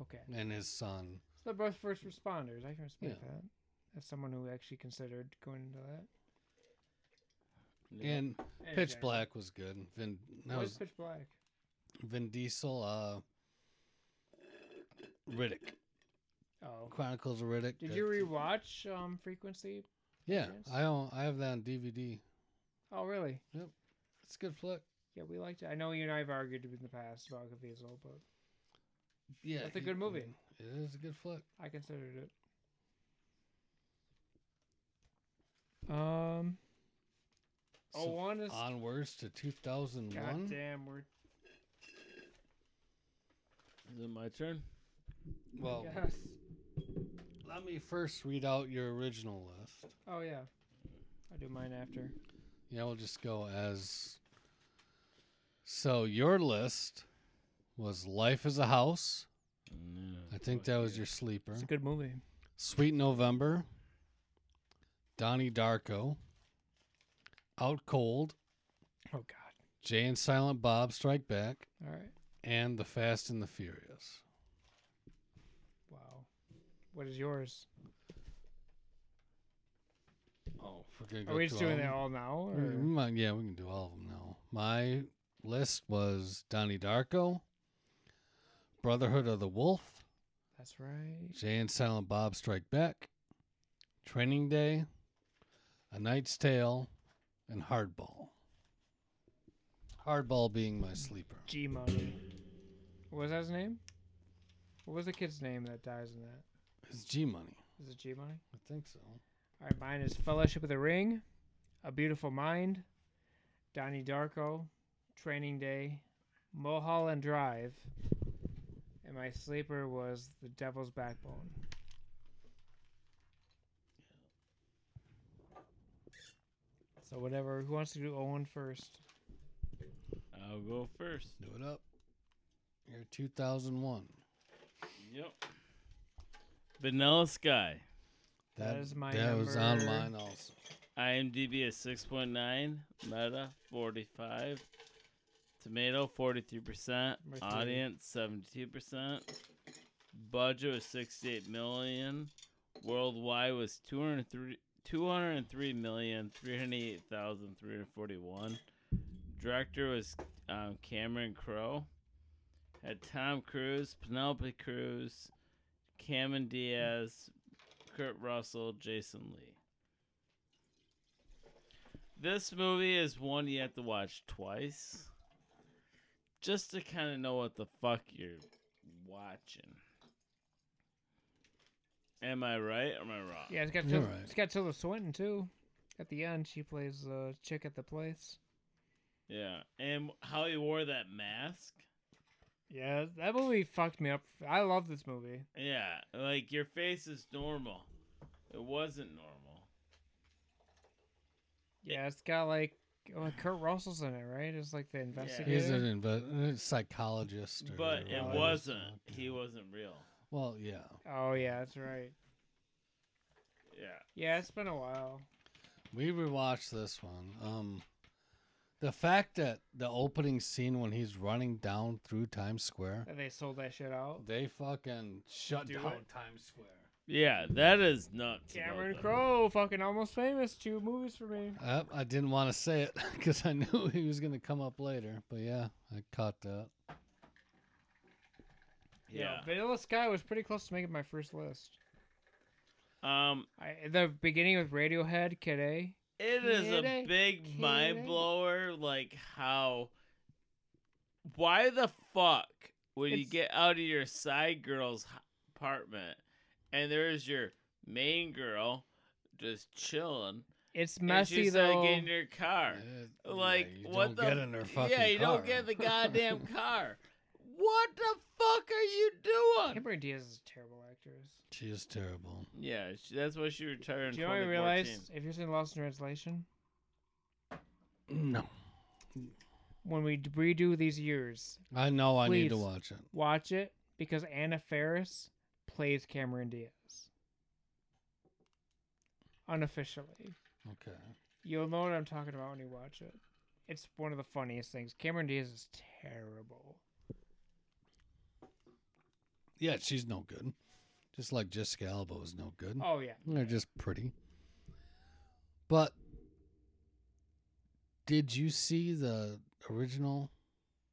Speaker 3: okay,
Speaker 2: and his son.
Speaker 3: so they're both first responders. I can respect
Speaker 2: Yeah.
Speaker 3: that. As someone who actually considered going into that.
Speaker 1: Yeah.
Speaker 2: And
Speaker 3: In
Speaker 2: Pitch
Speaker 3: general.
Speaker 2: Black was good. Vin that
Speaker 3: What is
Speaker 2: was
Speaker 3: Pitch Black?
Speaker 2: Vin Diesel. Uh, Riddick
Speaker 3: Oh,
Speaker 2: Chronicles of Riddick.
Speaker 3: did
Speaker 2: that-
Speaker 3: you rewatch um, Frequency?
Speaker 2: Yeah,
Speaker 3: Yes.
Speaker 2: I own, I have that on DVD.
Speaker 3: Oh, really?
Speaker 2: It's a good flick.
Speaker 3: Yeah, we liked it. I know you and I have argued in the past about Caviezel, but
Speaker 2: Yeah,
Speaker 3: That's a
Speaker 2: he-
Speaker 3: good movie.
Speaker 2: It is a good flick.
Speaker 3: I considered it. Um. Oh,
Speaker 2: So
Speaker 3: one is.
Speaker 2: Onwards to
Speaker 3: God
Speaker 2: 2001.
Speaker 3: damn, we're.
Speaker 1: Is it my turn?
Speaker 2: Well,
Speaker 3: Yes.
Speaker 2: let me first read out your original list.
Speaker 3: Oh yeah. I do mine after.
Speaker 2: Yeah, we'll just go as. So your list was Life as a House. I think that was your sleeper.
Speaker 3: It's a good movie.
Speaker 2: Sweet November. Donnie Darko. Out Cold.
Speaker 3: Oh God.
Speaker 2: Jay and Silent Bob Strike Back.
Speaker 3: All right.
Speaker 2: And The Fast and the Furious.
Speaker 3: Wow. What is yours?
Speaker 2: Oh, we're gonna
Speaker 3: Are we
Speaker 2: through
Speaker 3: just doing
Speaker 2: them?
Speaker 3: that all Mm-hmm. now?
Speaker 2: We- we
Speaker 3: Or?
Speaker 2: might- yeah, we can do all of them now. My list was Donnie Darko, Brotherhood of the Wolf,
Speaker 3: That's right.
Speaker 2: Jay and Silent Bob Strike Back, Training Day, A Knight's Tale, and Hardball. Hardball being my sleeper.
Speaker 3: G Money. What was that his name? What was the kid's name that dies in that?
Speaker 2: It's G Money.
Speaker 3: Is it G Money?
Speaker 2: I think so.
Speaker 3: All right, mine is Fellowship of the Ring, A Beautiful Mind, Donnie Darko, Training Day, Mulholland Drive, and my sleeper was The Devil's Backbone. So whatever, who wants to do Owen first?
Speaker 1: I'll go first.
Speaker 2: Do it up. Year 2001.
Speaker 1: Yep. Vanilla Sky.
Speaker 3: That is my
Speaker 2: That was on
Speaker 3: number-
Speaker 2: mine also.
Speaker 1: IMDb is 6.9, Meta 45, Tomato 43%,
Speaker 3: Number three.
Speaker 1: Audience 72%, Budget was 68 million, Worldwide was 203 two hundred and three million three hundred eight thousand three hundred forty one. Director was um, Cameron Crowe. Had Tom Cruise, Penelope Cruz, Cameron Diaz, Kurt Russell, Jason Lee. This movie is one you have to watch twice, just to kind of know what the fuck you're watching. Am I right? Or am I wrong?
Speaker 3: Yeah, it's got
Speaker 2: You're
Speaker 3: Til-
Speaker 2: right.
Speaker 3: it's got Tilda Swinton too. At the end, she plays the chick at the place.
Speaker 1: Yeah, and how he wore that mask.
Speaker 3: Yeah, that movie fucked me up. I love this movie.
Speaker 1: Yeah, like your face is normal. It wasn't normal.
Speaker 3: Yeah, it's got like oh, Kurt Russell's in it, right? It's like the investigator.
Speaker 2: He's an inve- psychologist. Or
Speaker 1: But it
Speaker 2: whatever.
Speaker 1: wasn't. He wasn't real.
Speaker 2: Well, yeah.
Speaker 3: Oh yeah, that's right.
Speaker 1: Yeah.
Speaker 3: Yeah, it's been a while.
Speaker 2: We rewatched this one. Um, the fact that the opening scene when he's running down through Times Square,
Speaker 3: That they sold that shit out.
Speaker 2: they fucking shut
Speaker 3: Do
Speaker 2: down
Speaker 3: it.
Speaker 2: Times Square.
Speaker 1: Yeah, that is nuts. about
Speaker 3: Cameron
Speaker 1: that.
Speaker 3: Crowe, fucking almost famous. Two movies for me.
Speaker 2: Yep, I didn't want to say it because I knew he was gonna come up later. But yeah, I caught that.
Speaker 1: Yeah.
Speaker 3: Vanilla Sky was pretty close to making my first list.
Speaker 1: Um,
Speaker 3: I, the beginning with Radiohead, Kid A.
Speaker 1: it is a
Speaker 3: Kidding,
Speaker 1: big mind
Speaker 3: kidding.
Speaker 1: blower. Like how? Why the fuck would you
Speaker 3: It's-
Speaker 1: get out of your side girl's h- apartment and there's your main girl just chilling?
Speaker 3: It's
Speaker 1: and
Speaker 3: messy
Speaker 1: she's uh,
Speaker 3: though.
Speaker 1: like in your car.
Speaker 2: Yeah,
Speaker 1: Like
Speaker 2: you
Speaker 1: what
Speaker 2: don't
Speaker 1: the?
Speaker 2: get in her fucking
Speaker 1: yeah, you
Speaker 2: car.
Speaker 1: don't get in the goddamn car. What the fuck are you doing?
Speaker 3: Cameron Diaz is a terrible actress.
Speaker 2: She is terrible.
Speaker 1: Yeah, she, that's why she retired. In
Speaker 3: Do you know what I
Speaker 1: 2014.
Speaker 3: realized? If you're seeing Lost in Translation,
Speaker 2: No,
Speaker 3: when we d- redo these years,
Speaker 2: I know I need to
Speaker 3: Please.
Speaker 2: watch it.
Speaker 3: watch it because Anna Faris plays Cameron Diaz. Unofficially.
Speaker 2: Okay,
Speaker 3: You'll know what I'm talking about when you watch it. It's one of the funniest things. Cameron Diaz is terrible.
Speaker 2: yeah, she's no good. Just like Jessica Alba was no good.
Speaker 3: Oh yeah.
Speaker 2: They're just pretty. But did you see the original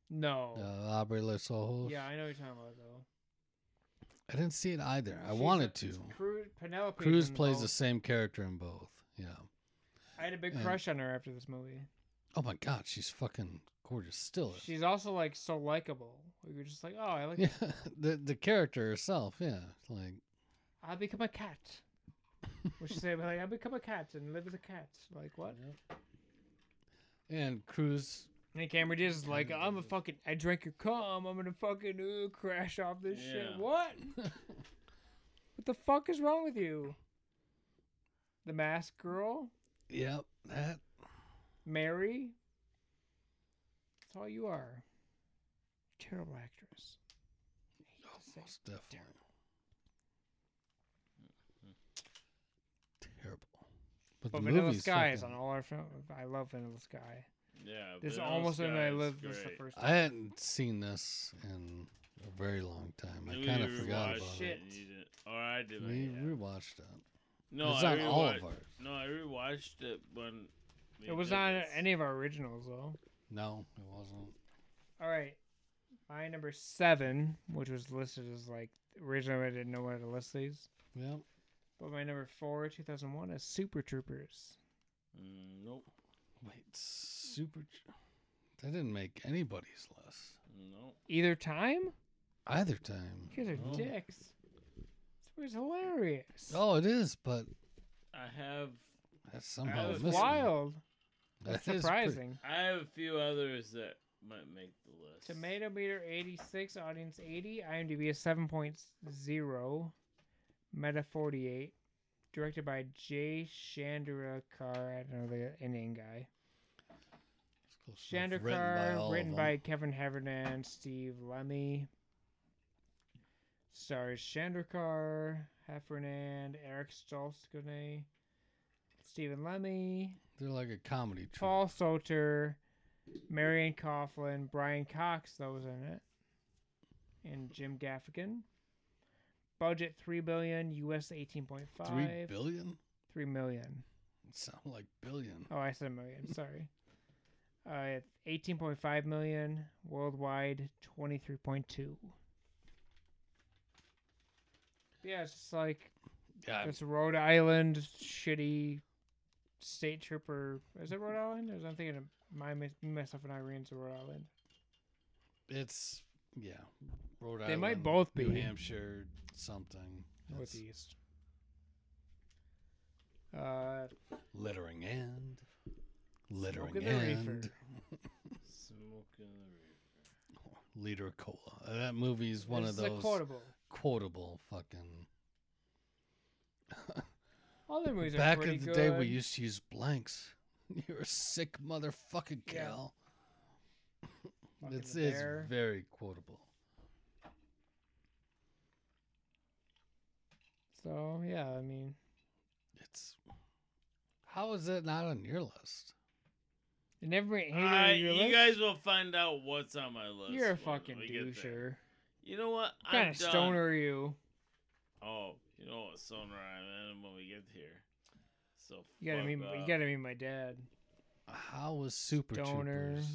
Speaker 3: No.
Speaker 2: uh, Aubrey Le Soho?
Speaker 3: Yeah, I know what you're talking about though.
Speaker 2: I didn't see it either. I
Speaker 3: She's
Speaker 2: wanted
Speaker 3: a-
Speaker 2: to.
Speaker 3: Cru- Penelope.
Speaker 2: Cruz plays the same character in both. Yeah.
Speaker 3: I had a big
Speaker 2: and-
Speaker 3: crush on her after this movie.
Speaker 2: Oh my God, she's fucking gorgeous. Still is.
Speaker 3: She's also like so likable. You're just like, oh, I like.
Speaker 2: Oh, yeah, the the character herself. Yeah, like
Speaker 3: I become a cat. What she say? Like I become a cat and live as a cat. Like what?
Speaker 2: and Cruz.
Speaker 3: And Cameron Diaz is like,
Speaker 2: Cameron
Speaker 3: I'm a
Speaker 2: Diaz.
Speaker 3: fucking. I drank your cum. I'm gonna fucking uh, crash off this
Speaker 1: Yeah.
Speaker 3: shit. What? What the fuck is wrong with you? The mask girl,
Speaker 2: yep, that
Speaker 3: Mary. That's all you are. Terrible actress. I hate to say
Speaker 2: Oh, most definitely. Terrible. But,
Speaker 3: But
Speaker 2: the
Speaker 3: Vanilla
Speaker 2: movie's
Speaker 3: Sky is on
Speaker 2: fucking-
Speaker 3: all our film. I love Vanilla Sky.
Speaker 1: Yeah,
Speaker 3: This is
Speaker 1: Vanilla
Speaker 3: almost when I
Speaker 1: Sky is
Speaker 3: lived this the
Speaker 1: great.
Speaker 3: first
Speaker 2: I
Speaker 3: time.
Speaker 2: hadn't seen this in a very long time. I
Speaker 1: We
Speaker 2: kind of forgot
Speaker 1: rewatched it.
Speaker 2: about it.
Speaker 1: You didn't- Or I didn't.
Speaker 2: We
Speaker 1: yeah.
Speaker 2: rewatched it.
Speaker 1: no,
Speaker 2: it's
Speaker 1: I
Speaker 2: on all
Speaker 1: rewatched-
Speaker 2: of ours.
Speaker 1: No, I rewatched it when. we
Speaker 3: It was
Speaker 1: did
Speaker 3: not
Speaker 1: this.
Speaker 3: any of our originals though.
Speaker 2: No, it wasn't.
Speaker 3: All right, my number seven, which was listed as like originally I didn't know where to list these,
Speaker 2: Yep.
Speaker 3: but my number four, two thousand one, is Super Troopers.
Speaker 1: Mm, nope.
Speaker 2: Wait, super. Tr- That didn't make anybody's list
Speaker 1: Nope.
Speaker 3: Either time,
Speaker 2: either time.
Speaker 3: you guys are
Speaker 1: Oh.
Speaker 3: dicks. It was hilarious.
Speaker 2: Oh, it is, but
Speaker 1: I have.
Speaker 2: that's somehow
Speaker 1: was
Speaker 3: it's
Speaker 2: missing.
Speaker 3: wild. That's
Speaker 2: That is pretty-
Speaker 3: surprising.
Speaker 1: I have a few others that might make the list.
Speaker 3: Tomato meter eighty six, audience eighty, IMDb is seven point zero, Meta forty eight, directed by Jay Chandra Carr. I don't know the Indian guy.
Speaker 2: It's close enough.
Speaker 3: Shandakar,
Speaker 2: Written by all
Speaker 3: written,
Speaker 2: of them.
Speaker 3: by Kevin Havernan, Steve Lemmy. Stars Shandakar, Heffernan, Eric Stolskone, Stephen Lemmy,
Speaker 2: They're like a comedy troupe.
Speaker 3: Paul Soter, Marion Coughlin, Brian Cox, those in it, and Jim Gaffigan. Budget three billion, US eighteen point
Speaker 2: Three
Speaker 3: five.
Speaker 2: billion.
Speaker 3: Three million.
Speaker 2: Sound like billion.
Speaker 3: Oh, I said million. Sorry. Uh, 18.5 million worldwide, 23.2. Yeah, it's just like
Speaker 2: Yeah, I-
Speaker 3: this Rhode Island shitty state trooper. Is it
Speaker 2: Mm-hmm.
Speaker 3: Rhode Island? Or is I'm thinking of my mis- myself and Irene's Rhode Island.
Speaker 2: it's yeah. Rhode
Speaker 3: They
Speaker 2: Island.
Speaker 3: might both
Speaker 2: New
Speaker 3: be.
Speaker 2: Hampshire something. That's
Speaker 3: Northeast. Uh,
Speaker 2: littering and littering
Speaker 3: Smoking the
Speaker 2: and
Speaker 3: reefer.
Speaker 1: Smoking the reefer.
Speaker 2: leader cola. Uh, That movie's one
Speaker 3: this
Speaker 2: of
Speaker 3: is a
Speaker 2: those
Speaker 3: quotable.
Speaker 2: quotable fucking.
Speaker 3: All their movies are
Speaker 2: Back
Speaker 3: pretty
Speaker 2: in the day, we
Speaker 3: good.
Speaker 2: used to use blanks. You're a sick motherfucking
Speaker 3: Yeah.
Speaker 2: gal.
Speaker 3: Fucking
Speaker 2: It's,
Speaker 3: the
Speaker 2: it's
Speaker 3: bear.
Speaker 2: very quotable.
Speaker 3: So yeah, I mean,
Speaker 2: It's how is it not on your list?
Speaker 3: it never made either
Speaker 1: I,
Speaker 3: of your
Speaker 1: you
Speaker 3: list.
Speaker 1: guys will find out what's on my list.
Speaker 3: You're a
Speaker 1: when
Speaker 3: fucking
Speaker 1: we get there.
Speaker 3: doucher.
Speaker 1: You know what?
Speaker 3: What kind
Speaker 1: I'm
Speaker 3: of
Speaker 1: done.
Speaker 3: stoner are you?
Speaker 1: Oh, you know what stoner I'm in when we get here. So
Speaker 3: You gotta
Speaker 1: fuck
Speaker 3: meet.
Speaker 1: off.
Speaker 3: You gotta meet my dad.
Speaker 2: How was Super
Speaker 3: Stoner.
Speaker 2: Troopers?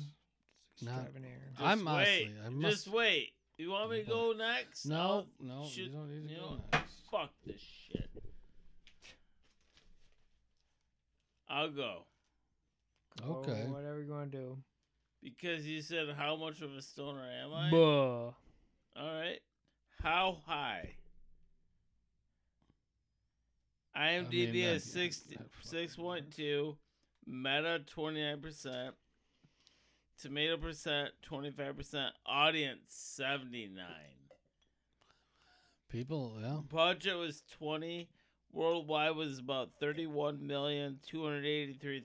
Speaker 2: Not-
Speaker 3: Extravagant.
Speaker 1: Just
Speaker 2: I'm honestly,
Speaker 1: wait.
Speaker 2: I must.
Speaker 1: Just wait. You want me to go next?
Speaker 2: no,
Speaker 1: I'll-
Speaker 2: no, you
Speaker 1: should-
Speaker 2: don't need to
Speaker 1: you
Speaker 2: go
Speaker 1: know,
Speaker 2: next.
Speaker 1: Fuck this shit. I'll go
Speaker 3: Oh,
Speaker 2: Okay.
Speaker 3: whatever you want to do.
Speaker 1: because you said how much of a stoner am I?
Speaker 3: Buh.
Speaker 1: All right. How high? IMDb
Speaker 2: mean,
Speaker 1: is
Speaker 2: that-
Speaker 1: 60,
Speaker 2: that fucking
Speaker 1: 6.2, Meta 29%, Tomato percent 25%, Audience 79.
Speaker 2: People, yeah.
Speaker 1: Budget was 20, worldwide was about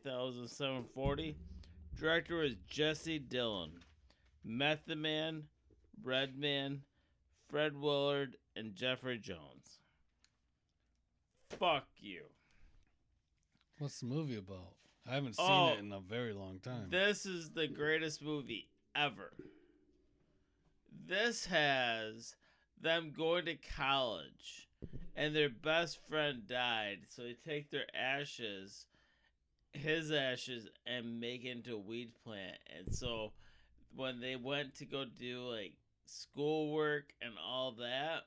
Speaker 1: 31,283,740. Director was Jesse Dillon, Method Man, Redman, Fred Willard, and Jeffrey Jones. Fuck you.
Speaker 2: What's the movie about? I haven't seen
Speaker 1: Oh,
Speaker 2: it in a very long time.
Speaker 1: This is the greatest movie ever. This has them going to college and their best friend died, so they take their ashes, his ashes, and make it into a weed plant. And so when they went to go do like schoolwork and all that,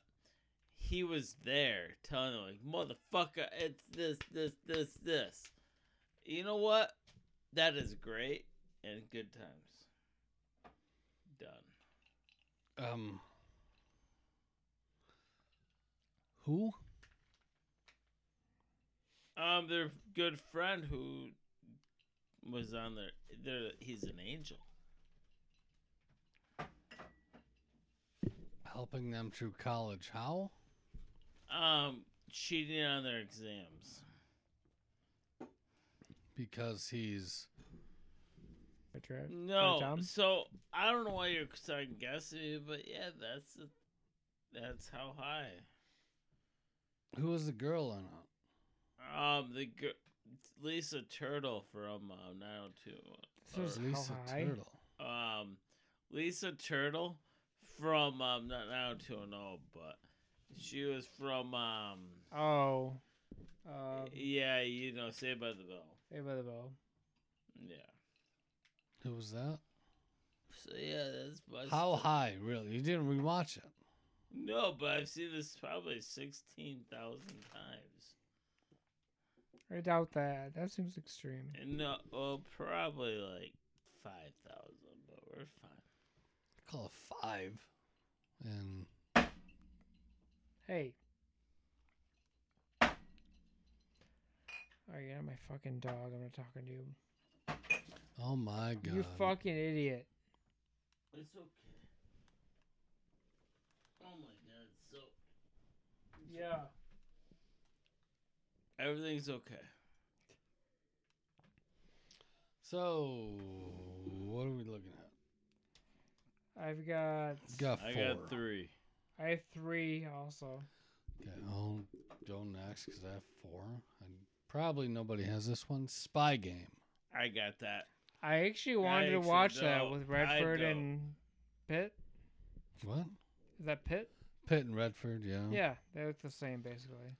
Speaker 1: he was there telling them like, motherfucker, it's this, this, this, this. You know what? That is great and good times. Done.
Speaker 2: um, who?
Speaker 1: Um, their good friend who was on there, there he's an angel.
Speaker 2: Helping them through college? How?
Speaker 1: Um, cheating on their exams.
Speaker 2: Because he's
Speaker 3: That's right.
Speaker 1: No,
Speaker 3: Tom?
Speaker 1: so I don't know why you're second guessing, me, but yeah, that's the that's how high.
Speaker 2: who was the girl on it?
Speaker 1: Um, the gir- Lisa Turtle from uh, 902.
Speaker 3: This was
Speaker 2: Lisa
Speaker 3: how high.
Speaker 2: Turtle.
Speaker 1: um Lisa Turtle from um not I don't too know, but she was from um
Speaker 3: Oh. Uh,
Speaker 1: yeah, you know, Saved by the Bell.
Speaker 3: Saved by the Bell.
Speaker 1: Yeah.
Speaker 2: Who was that?
Speaker 1: So yeah, that's my
Speaker 2: How
Speaker 1: story.
Speaker 2: high? Really? You didn't rewatch it?
Speaker 1: No, but I've seen this probably sixteen thousand times.
Speaker 3: I doubt that. That seems extreme.
Speaker 1: And no well probably like five thousand, but we're fine.
Speaker 2: Call it five. And
Speaker 3: Hey. Are you not my fucking dog? I'm not talking to you.
Speaker 2: oh my god!
Speaker 3: You fucking idiot.
Speaker 1: It's okay. Oh my god, so
Speaker 3: Yeah.
Speaker 1: everything's okay.
Speaker 2: So what are we looking at?
Speaker 3: I've got.
Speaker 2: Got four.
Speaker 1: I got three.
Speaker 3: I have three also.
Speaker 2: Okay, I'll go next because I have four. And probably nobody has this one. Spy Game.
Speaker 1: I got that.
Speaker 3: I actually wanted to
Speaker 1: actually
Speaker 3: watch that
Speaker 1: don't.
Speaker 3: with
Speaker 1: I
Speaker 3: Redford
Speaker 1: don't.
Speaker 3: and Pitt.
Speaker 2: What?
Speaker 3: Is that Pitt?
Speaker 2: Pitt and Redford, yeah.
Speaker 3: Yeah, they look the same basically.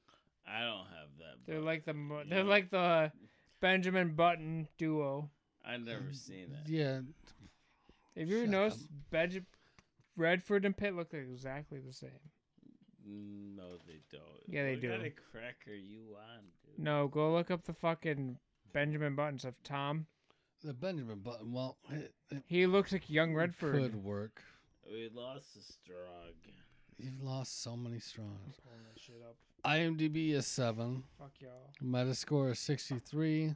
Speaker 1: I don't have that.
Speaker 3: They're
Speaker 1: book.
Speaker 3: like the mo-
Speaker 1: You
Speaker 3: they're
Speaker 1: know-
Speaker 3: like the Benjamin Button duo.
Speaker 1: I've never seen it.
Speaker 2: Yeah,
Speaker 3: If you ever
Speaker 2: Shut
Speaker 3: noticed, Benj- Redford and Pitt look exactly the same.
Speaker 1: No, they don't.
Speaker 3: Yeah, they
Speaker 1: What kind
Speaker 3: do.
Speaker 1: of cracker you on, dude?
Speaker 3: No, go look up the fucking Benjamin Button stuff. Tom,
Speaker 2: the Benjamin Button. Well, it, it
Speaker 3: he looks like young Redford.
Speaker 2: could work.
Speaker 1: We lost the straw again.
Speaker 2: You've lost so many straws.
Speaker 3: Pulling that shit up.
Speaker 2: IMDb is seven.
Speaker 3: Fuck y'all.
Speaker 2: Metascore is 63.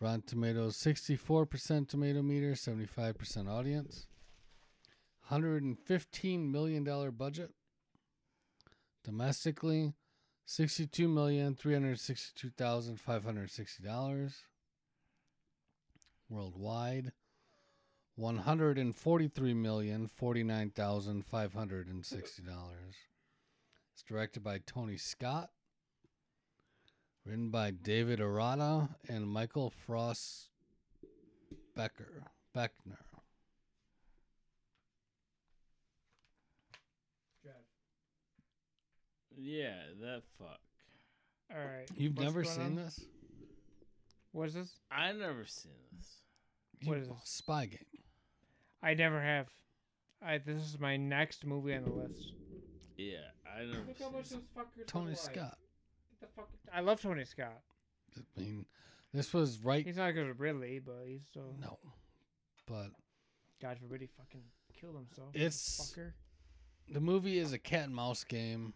Speaker 2: Rotten Tomatoes 64% tomato meter, 75% audience. $115 million budget. Domestically, $62,362,560. Worldwide, $143,049,560. It's directed by Tony Scott. Written by David Arata and Michael Frost Becker. Beckner.
Speaker 1: Yeah, that fuck.
Speaker 3: All right.
Speaker 2: You've
Speaker 3: what's
Speaker 2: never
Speaker 3: going
Speaker 2: seen
Speaker 3: on?
Speaker 2: this?
Speaker 3: What is this?
Speaker 1: I never seen this.
Speaker 2: You-
Speaker 3: What is this?
Speaker 2: Spy Game.
Speaker 3: I never have. I this is my next movie on the list.
Speaker 1: Yeah, I never seen this.
Speaker 3: fuckers
Speaker 2: Tony Scott.
Speaker 3: I love Tony Scott.
Speaker 2: I mean, this was right.
Speaker 3: He's not good with Ridley, but he's still
Speaker 2: no. But
Speaker 3: God forbid he fucking killed himself.
Speaker 2: It's-
Speaker 3: fucker.
Speaker 2: the movie is a cat and mouse game.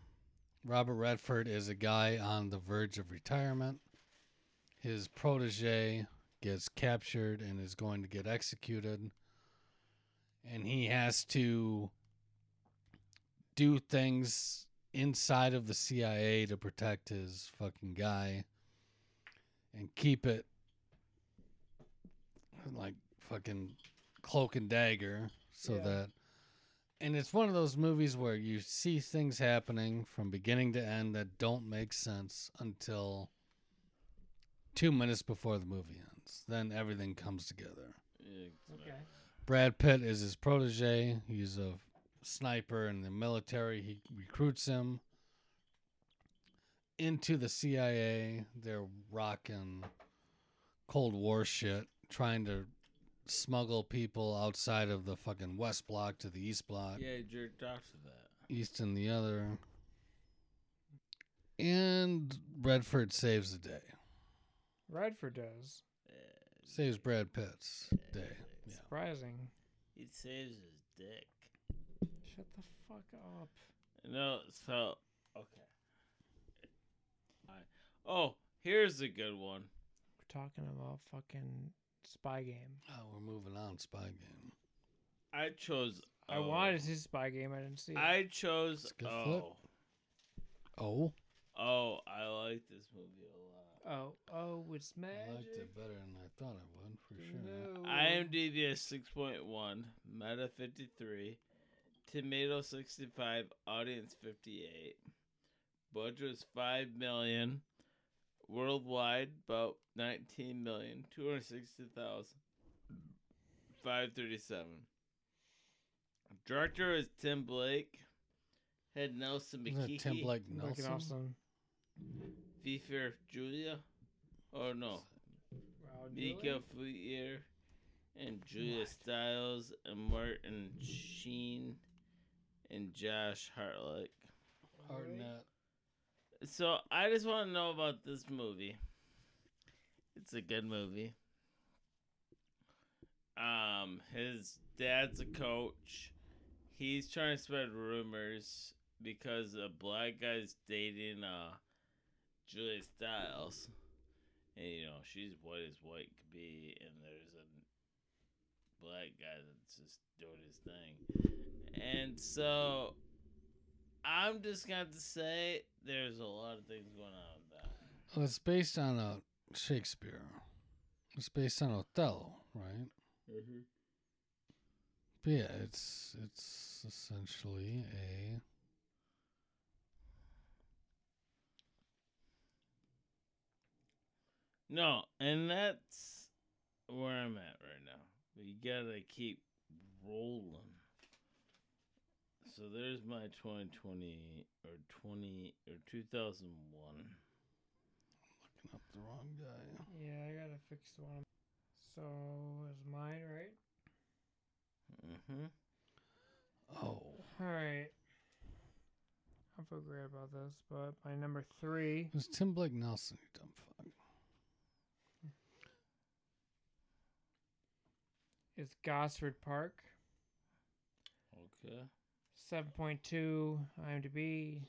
Speaker 2: Robert Redford is a guy on the verge of retirement. His protege gets captured and is going to get executed. And he has to do things inside of the CIA to protect his fucking guy and keep it like fucking cloak and dagger so
Speaker 3: Yeah.
Speaker 2: that and it's one of those movies where you see things happening from beginning to end that don't make sense until two minutes before the movie ends. Then everything comes together.
Speaker 1: Yeah, it's
Speaker 3: Okay.
Speaker 1: not-
Speaker 2: Brad Pitt is his protege. He's a sniper in the military. He recruits him into the CIA. They're rocking Cold War shit, trying to smuggle people outside of the fucking West Block to the East Block.
Speaker 1: Yeah, I jerked off to that.
Speaker 2: East and the other. And Redford saves the day.
Speaker 3: Redford does.
Speaker 2: Saves Brad Pitt's day. Yeah.
Speaker 3: Surprising.
Speaker 1: He saves his dick.
Speaker 3: Shut the fuck up.
Speaker 1: No, so okay. I, oh, here's a good one.
Speaker 3: We're talking about fucking spy game.
Speaker 2: Oh, we're moving on, Spy Game.
Speaker 1: I chose.
Speaker 3: I
Speaker 1: oh.
Speaker 3: wanted to see spy game. I didn't see it.
Speaker 1: I chose.
Speaker 2: It's a good flip.
Speaker 1: Oh,
Speaker 2: Oh,
Speaker 1: oh, I like this movie a lot.
Speaker 3: oh, oh, it's magic.
Speaker 2: I liked it better than I thought I would, for sure.
Speaker 3: No.
Speaker 1: IMDb is six point one, Meta fifty three, Tomato sixty five, Audience fifty eight. Budget was five million, worldwide about nineteen million two hundred sixty thousand five thirty seven. Director is Tim Blake. Head Nelson
Speaker 2: Isn't it Tim
Speaker 1: McKee.
Speaker 2: Blake
Speaker 3: Fucking
Speaker 2: Nelson?
Speaker 3: awesome.
Speaker 1: Vifer Julia. Oh no.
Speaker 3: Wow,
Speaker 1: Mika Fleetier and Julia
Speaker 3: What?
Speaker 1: Stiles and Martin Sheen and Josh Hartlick.
Speaker 2: Hardnut.
Speaker 1: So I just want to know about this movie. It's a good movie. Um, his dad's a coach. He's trying to spread rumors because a black guy's dating uh Julia Stiles, and you know she's white as white could be, and there's a black guy that's just doing his thing, and so I'm just going to say there's a lot of things going on with that.
Speaker 2: Well, it's based on a Shakespeare. It's based on Othello, right?
Speaker 1: Mm-hmm.
Speaker 2: But yeah, it's it's essentially a
Speaker 1: No, and that's where I'm at right now. We gotta keep rolling. So there's my 2020 or 20 or 2001.
Speaker 2: Looking up the wrong guy.
Speaker 3: Yeah, I gotta fix the one. So is mine right?
Speaker 1: Mm-hmm.
Speaker 2: Oh.
Speaker 3: All right. I feel great about this, but my number three.
Speaker 2: It was Tim Blake Nelson, you dumb fuck.
Speaker 3: is Gosford Park.
Speaker 1: Okay.
Speaker 3: 7.2 IMDb,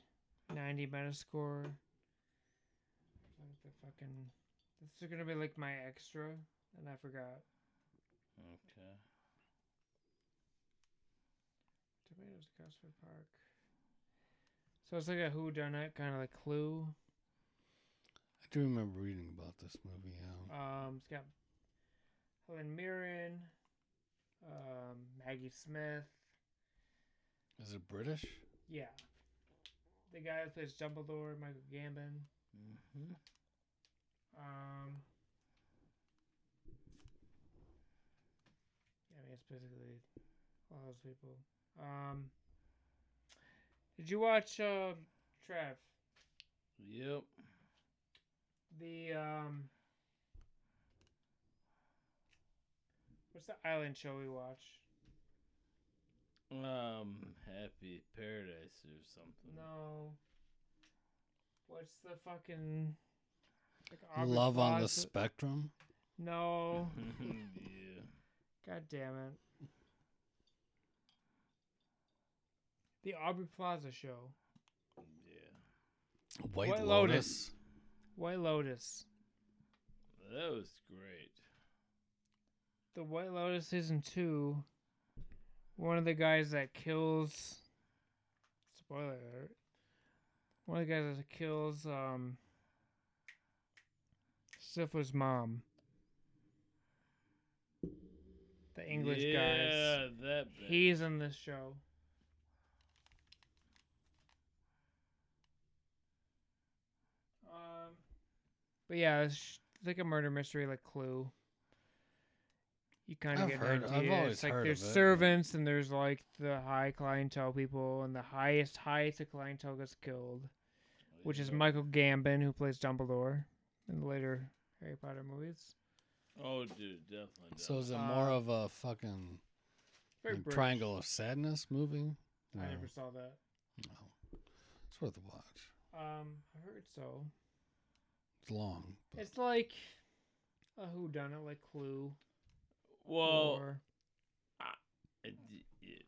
Speaker 3: 90 Metascore. Like the fucking. This is gonna be like my extra, and I forgot.
Speaker 1: Okay.
Speaker 3: Tomatoes, Gosford Park. So it's like a Who Done It, kind of like Clue.
Speaker 2: I do remember reading about this movie. Yeah.
Speaker 3: Um, it's got Helen Mirren, um, Maggie Smith.
Speaker 2: Is it British?
Speaker 3: Yeah, the guy who plays Dumbledore, Michael Gambon.
Speaker 1: Mm-hmm.
Speaker 3: Um, I mean, it's basically all those people. Um, did you watch, um, Trev,
Speaker 1: Yep.
Speaker 3: the, um, what's the island show we watch?
Speaker 1: Um, Happy Paradise or something.
Speaker 3: No. What's the fucking. like, Aubrey
Speaker 2: Love on the
Speaker 3: Plaza-
Speaker 2: Spectrum.
Speaker 3: No.
Speaker 1: yeah.
Speaker 3: God damn it. The Aubrey Plaza show.
Speaker 1: Yeah.
Speaker 2: White, Lotus.
Speaker 3: White Lotus. White Lotus.
Speaker 1: That was great.
Speaker 3: The White Lotus season two. One of the guys that kills. Spoiler alert. One of the guys that kills um. Sifa's mom. The English
Speaker 1: yeah,
Speaker 3: guys.
Speaker 1: that bit.
Speaker 3: He's in this show. Um, but yeah, it's, sh- it's like a murder mystery, like Clue. You kind of
Speaker 2: I've
Speaker 3: get an
Speaker 2: heard- I've
Speaker 3: idea.
Speaker 2: always
Speaker 3: it's like
Speaker 2: heard of
Speaker 3: there's
Speaker 2: it, but-
Speaker 3: servants and there's like the high clientele people, and the highest highest the clientele gets killed, which is
Speaker 1: Yeah.
Speaker 3: Michael Gambon who plays Dumbledore in the later Harry Potter movies.
Speaker 1: Oh, dude, definitely.
Speaker 2: So
Speaker 1: definitely.
Speaker 2: is it more
Speaker 3: Uh,
Speaker 2: of a fucking
Speaker 3: Very
Speaker 2: like,
Speaker 3: British.
Speaker 2: Triangle of Sadness movie? No,
Speaker 3: I never saw that.
Speaker 2: no. It's worth a watch.
Speaker 3: Um, I heard so.
Speaker 2: It's long. But
Speaker 3: It's like a whodunit, like Clue.
Speaker 1: well,
Speaker 3: or
Speaker 1: it, it,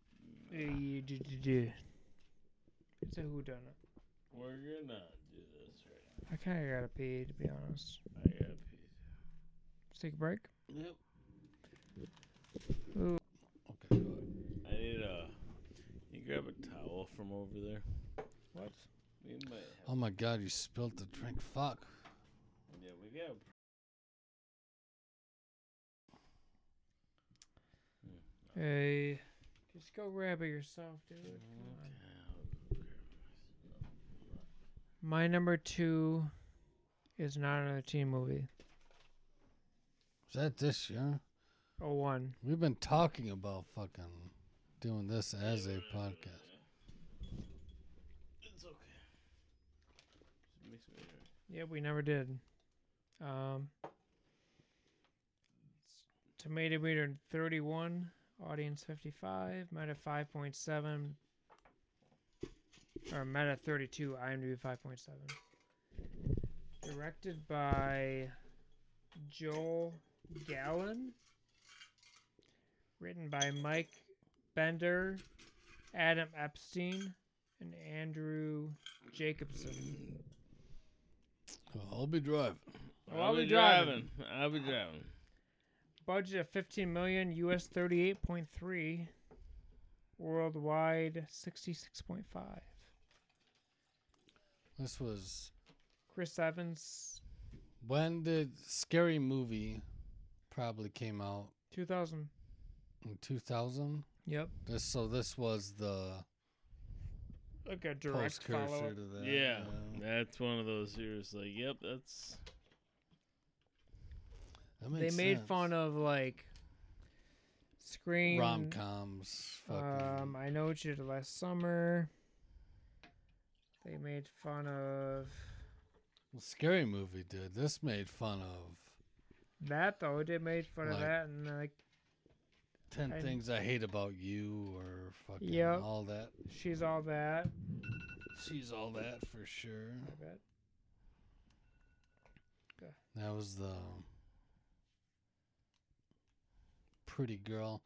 Speaker 3: it's a whodunit.
Speaker 1: we're gonna do this right
Speaker 3: I kind of gotta pee, to be honest.
Speaker 1: now. I gotta pee.
Speaker 3: Let's take a break.
Speaker 1: Yep.
Speaker 3: Ooh.
Speaker 2: okay, good.
Speaker 1: I need a. You grab a towel from over there.
Speaker 3: What?
Speaker 1: We might. Have,
Speaker 2: Oh my god, you spilled the drink. Fuck.
Speaker 1: yeah, we got.
Speaker 3: Hey, just go grab it yourself, dude. Come on. My number two is not another teen movie.
Speaker 2: Is that this year?
Speaker 3: Oh, one.
Speaker 2: We've been talking about fucking doing this as a podcast.
Speaker 1: It's okay. It makes me
Speaker 3: Yeah, we never did. Um, tomato meter 31, audience 55, meta 5.7, or meta 32, IMDb 5.7. Directed by Joel Gallen. Written by Mike Bender, Adam Epstein, and Andrew Jacobson.
Speaker 2: Well, Uh, I'll be driving.
Speaker 3: Well, I'll be driving.
Speaker 1: I'll be driving.
Speaker 3: budget of 15 million us 38.3 worldwide 66.5
Speaker 2: This was
Speaker 3: chris evans
Speaker 2: when the scary movie probably came out
Speaker 3: 2000
Speaker 2: in 2000.
Speaker 3: yep
Speaker 2: This so this was the
Speaker 3: like a direct follow
Speaker 2: precursor to that.
Speaker 1: yeah, that's one of those years. Like, yep, that's
Speaker 2: That
Speaker 3: they
Speaker 2: makes
Speaker 3: made
Speaker 2: sense.
Speaker 3: fun of like Scream.
Speaker 2: rom coms. Fucking
Speaker 3: Um, I know what you did last summer. They made fun of
Speaker 2: Well, scary movie, dude. This made fun of
Speaker 3: that though. It did made fun of
Speaker 2: Like-
Speaker 3: that and like
Speaker 2: ten
Speaker 3: I-
Speaker 2: things I hate about you, or fucking
Speaker 3: Yep.
Speaker 2: all that.
Speaker 3: she's all that.
Speaker 2: She's all that for sure.
Speaker 3: I bet.
Speaker 2: That was the pretty girl,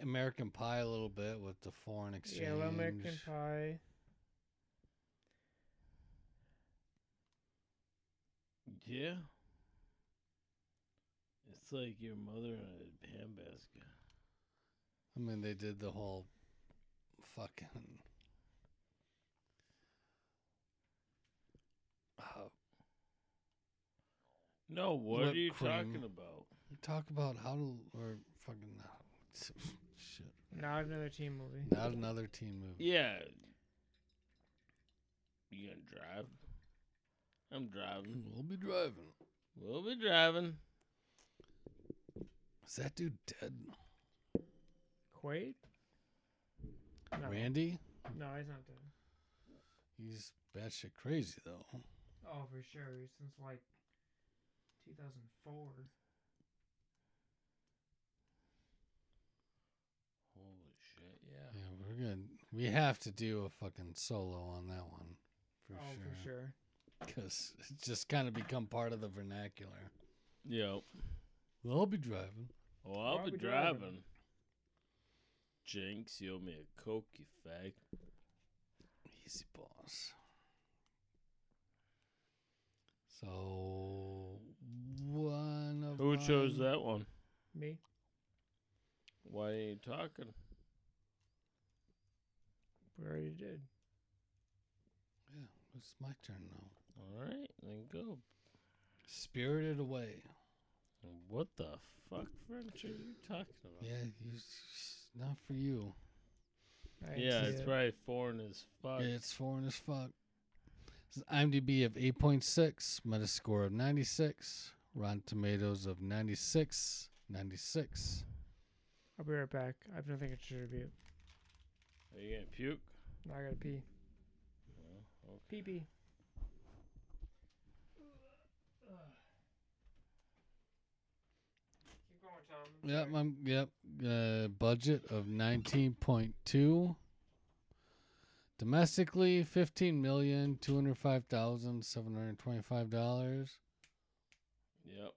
Speaker 2: American Pie a little bit with the foreign exchange.
Speaker 3: Yeah, Little American Pie.
Speaker 1: Yeah. It's like your mother in a handbasket.
Speaker 2: I mean, they did the whole fucking. Uh,
Speaker 1: No, what
Speaker 2: Whipped
Speaker 1: are you
Speaker 2: cream.
Speaker 1: talking about?
Speaker 2: talk about how to or fucking shit.
Speaker 3: Not another teen movie.
Speaker 2: Not another teen movie.
Speaker 1: Yeah. You gonna drive? I'm driving.
Speaker 2: We'll be driving.
Speaker 1: We'll be driving.
Speaker 2: Is that dude dead?
Speaker 3: Quaid? No,
Speaker 2: Randy?
Speaker 3: no, he's not dead.
Speaker 2: He's batshit crazy though.
Speaker 3: Oh, for sure. He's Since like 2004.
Speaker 1: Holy shit! Yeah.
Speaker 2: Yeah, we're gonna we have to do a fucking solo on that one. For
Speaker 3: oh,
Speaker 2: sure.
Speaker 3: for sure.
Speaker 2: Cause it's just kind of become part of the vernacular.
Speaker 1: Yep.
Speaker 2: Well, I'll be driving.
Speaker 1: Well, I'll
Speaker 3: Why
Speaker 1: be
Speaker 3: we
Speaker 1: driving.
Speaker 3: driving?
Speaker 1: Jinx, you owe me a coke, you fag.
Speaker 2: Easy boss. So one of
Speaker 1: Who chose
Speaker 2: mine-
Speaker 1: that one?
Speaker 3: Me?
Speaker 1: Um, Why ain't you talking?
Speaker 3: We already did.
Speaker 2: Yeah, it's my turn now.
Speaker 1: All right, then go.
Speaker 2: Spirited Away.
Speaker 1: What the fuck, French, are you talking about?
Speaker 2: Yeah, you, not for you.
Speaker 3: I didn't
Speaker 1: Yeah,
Speaker 3: see
Speaker 1: it's
Speaker 3: it.
Speaker 1: probably foreign as fuck.
Speaker 2: It's foreign as fuck. It's an IMDb of 8.6, Metascore of 96, Rotten Tomatoes of 96, 96.
Speaker 3: I'll be right back. I have nothing to contribute.
Speaker 1: Are you gonna puke?
Speaker 3: Now I gotta pee.
Speaker 1: Well, okay.
Speaker 3: Pee pee. Keep going, Tom.
Speaker 2: Yep, I'm, yep. Uh, budget of 19.2. Domestically, fifteen million two hundred five thousand seven hundred twenty-five dollars.
Speaker 1: Yep.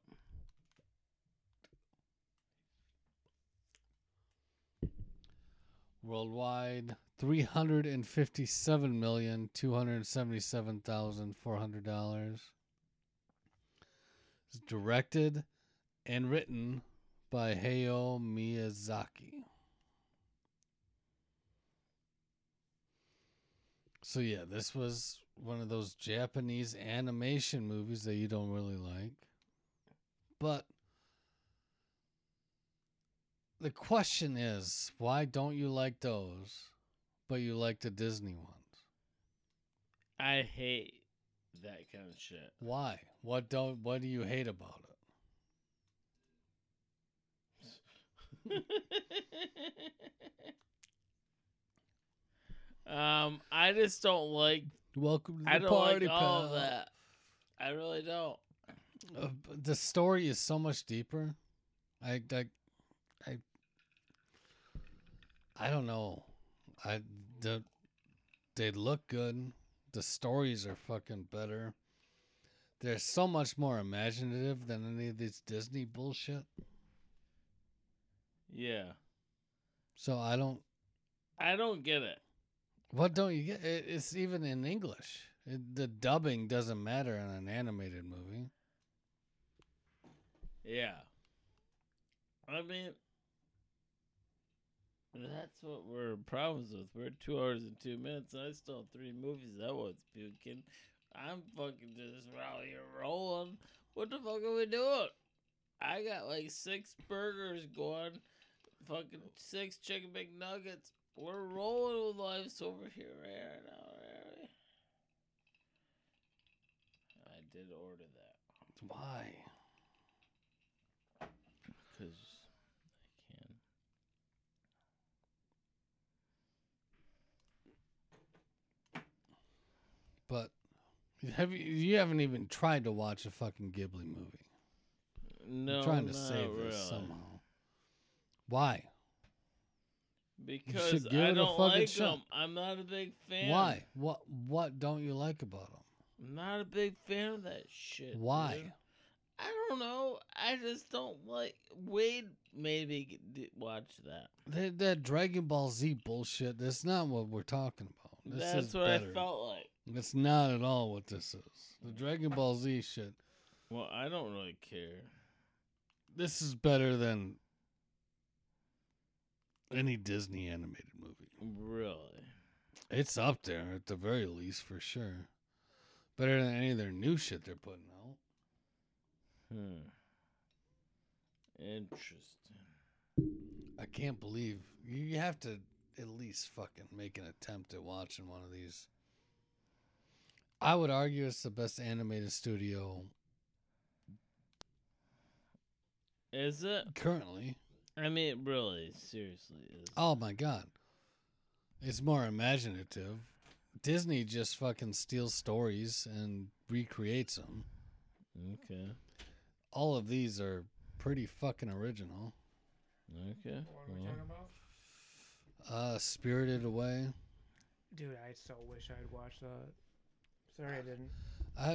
Speaker 2: Worldwide, three hundred and fifty-seven million two hundred seventy-seven thousand four hundred dollars. It's directed and written by Hayao Miyazaki. So yeah, this was one of those Japanese animation movies that you don't really like. But the question is, why don't you like those, but you like the Disney ones?
Speaker 1: I hate that kind of shit.
Speaker 2: Why? What don't? What do you hate about it?
Speaker 1: um, I just don't like.
Speaker 2: Welcome to the
Speaker 1: I don't
Speaker 2: party,
Speaker 1: like all of
Speaker 2: pal.
Speaker 1: that. I really don't.
Speaker 2: Uh, b- the story is so much deeper. I, I, I, I don't know. I the, they look good. The stories are fucking better. They're so much more imaginative than any of these Disney bullshit.
Speaker 1: Yeah,
Speaker 2: So I don't.
Speaker 1: I don't get it.
Speaker 2: What don't you get? It, it's even in English. It, the dubbing doesn't matter in an animated movie.
Speaker 1: Yeah. I mean, that's what we're problems with. We're two hours and two minutes, and I still have three movies. That one's puking. I'm fucking just out here rolling. What the fuck are we doing? I got like six burgers going, fucking six chicken McNuggets. We're rolling with lives over here right now. Right? I did order that.
Speaker 2: Why?
Speaker 1: Because I can.
Speaker 2: Have you, you haven't even tried to watch a fucking Ghibli movie.
Speaker 1: No,
Speaker 2: I'm trying to
Speaker 1: not
Speaker 2: save
Speaker 1: really.
Speaker 2: this somehow. Why?
Speaker 1: Because
Speaker 2: give it
Speaker 1: I
Speaker 2: a
Speaker 1: don't
Speaker 2: fucking
Speaker 1: like
Speaker 2: shot.
Speaker 1: them. I'm not a big fan.
Speaker 2: Why? What what don't you like about them?
Speaker 1: I'm not a big fan of that shit.
Speaker 2: Why?
Speaker 1: dude. I don't know. I just don't like. Wade maybe g- d- watch that.
Speaker 2: That, that Dragon Ball Z bullshit, that's not what we're talking about. This
Speaker 1: That's
Speaker 2: is
Speaker 1: what
Speaker 2: better.
Speaker 1: I felt like.
Speaker 2: That's not at all what this is. The Dragon Ball Z shit.
Speaker 1: Well, I don't really care.
Speaker 2: This is better than any Disney animated movie.
Speaker 1: Really.
Speaker 2: It's up there at the very least for sure. Better than any of their new shit they're putting out.
Speaker 1: Hmm. Interesting.
Speaker 2: I can't believe you you have to at least fucking make an attempt at watching one of these. I would argue it's the best animated studio
Speaker 1: Is it?
Speaker 2: currently.
Speaker 1: I mean, really, seriously, is it?
Speaker 2: Oh my god. It's more imaginative. Disney just fucking steals stories and recreates them.
Speaker 1: okay.
Speaker 2: All of these are pretty fucking original.
Speaker 1: Okay.
Speaker 3: What are we
Speaker 1: well,
Speaker 3: talking about?
Speaker 2: Uh Spirited Away.
Speaker 3: Dude, I so wish I'd watched that. Sorry, I didn't.
Speaker 2: I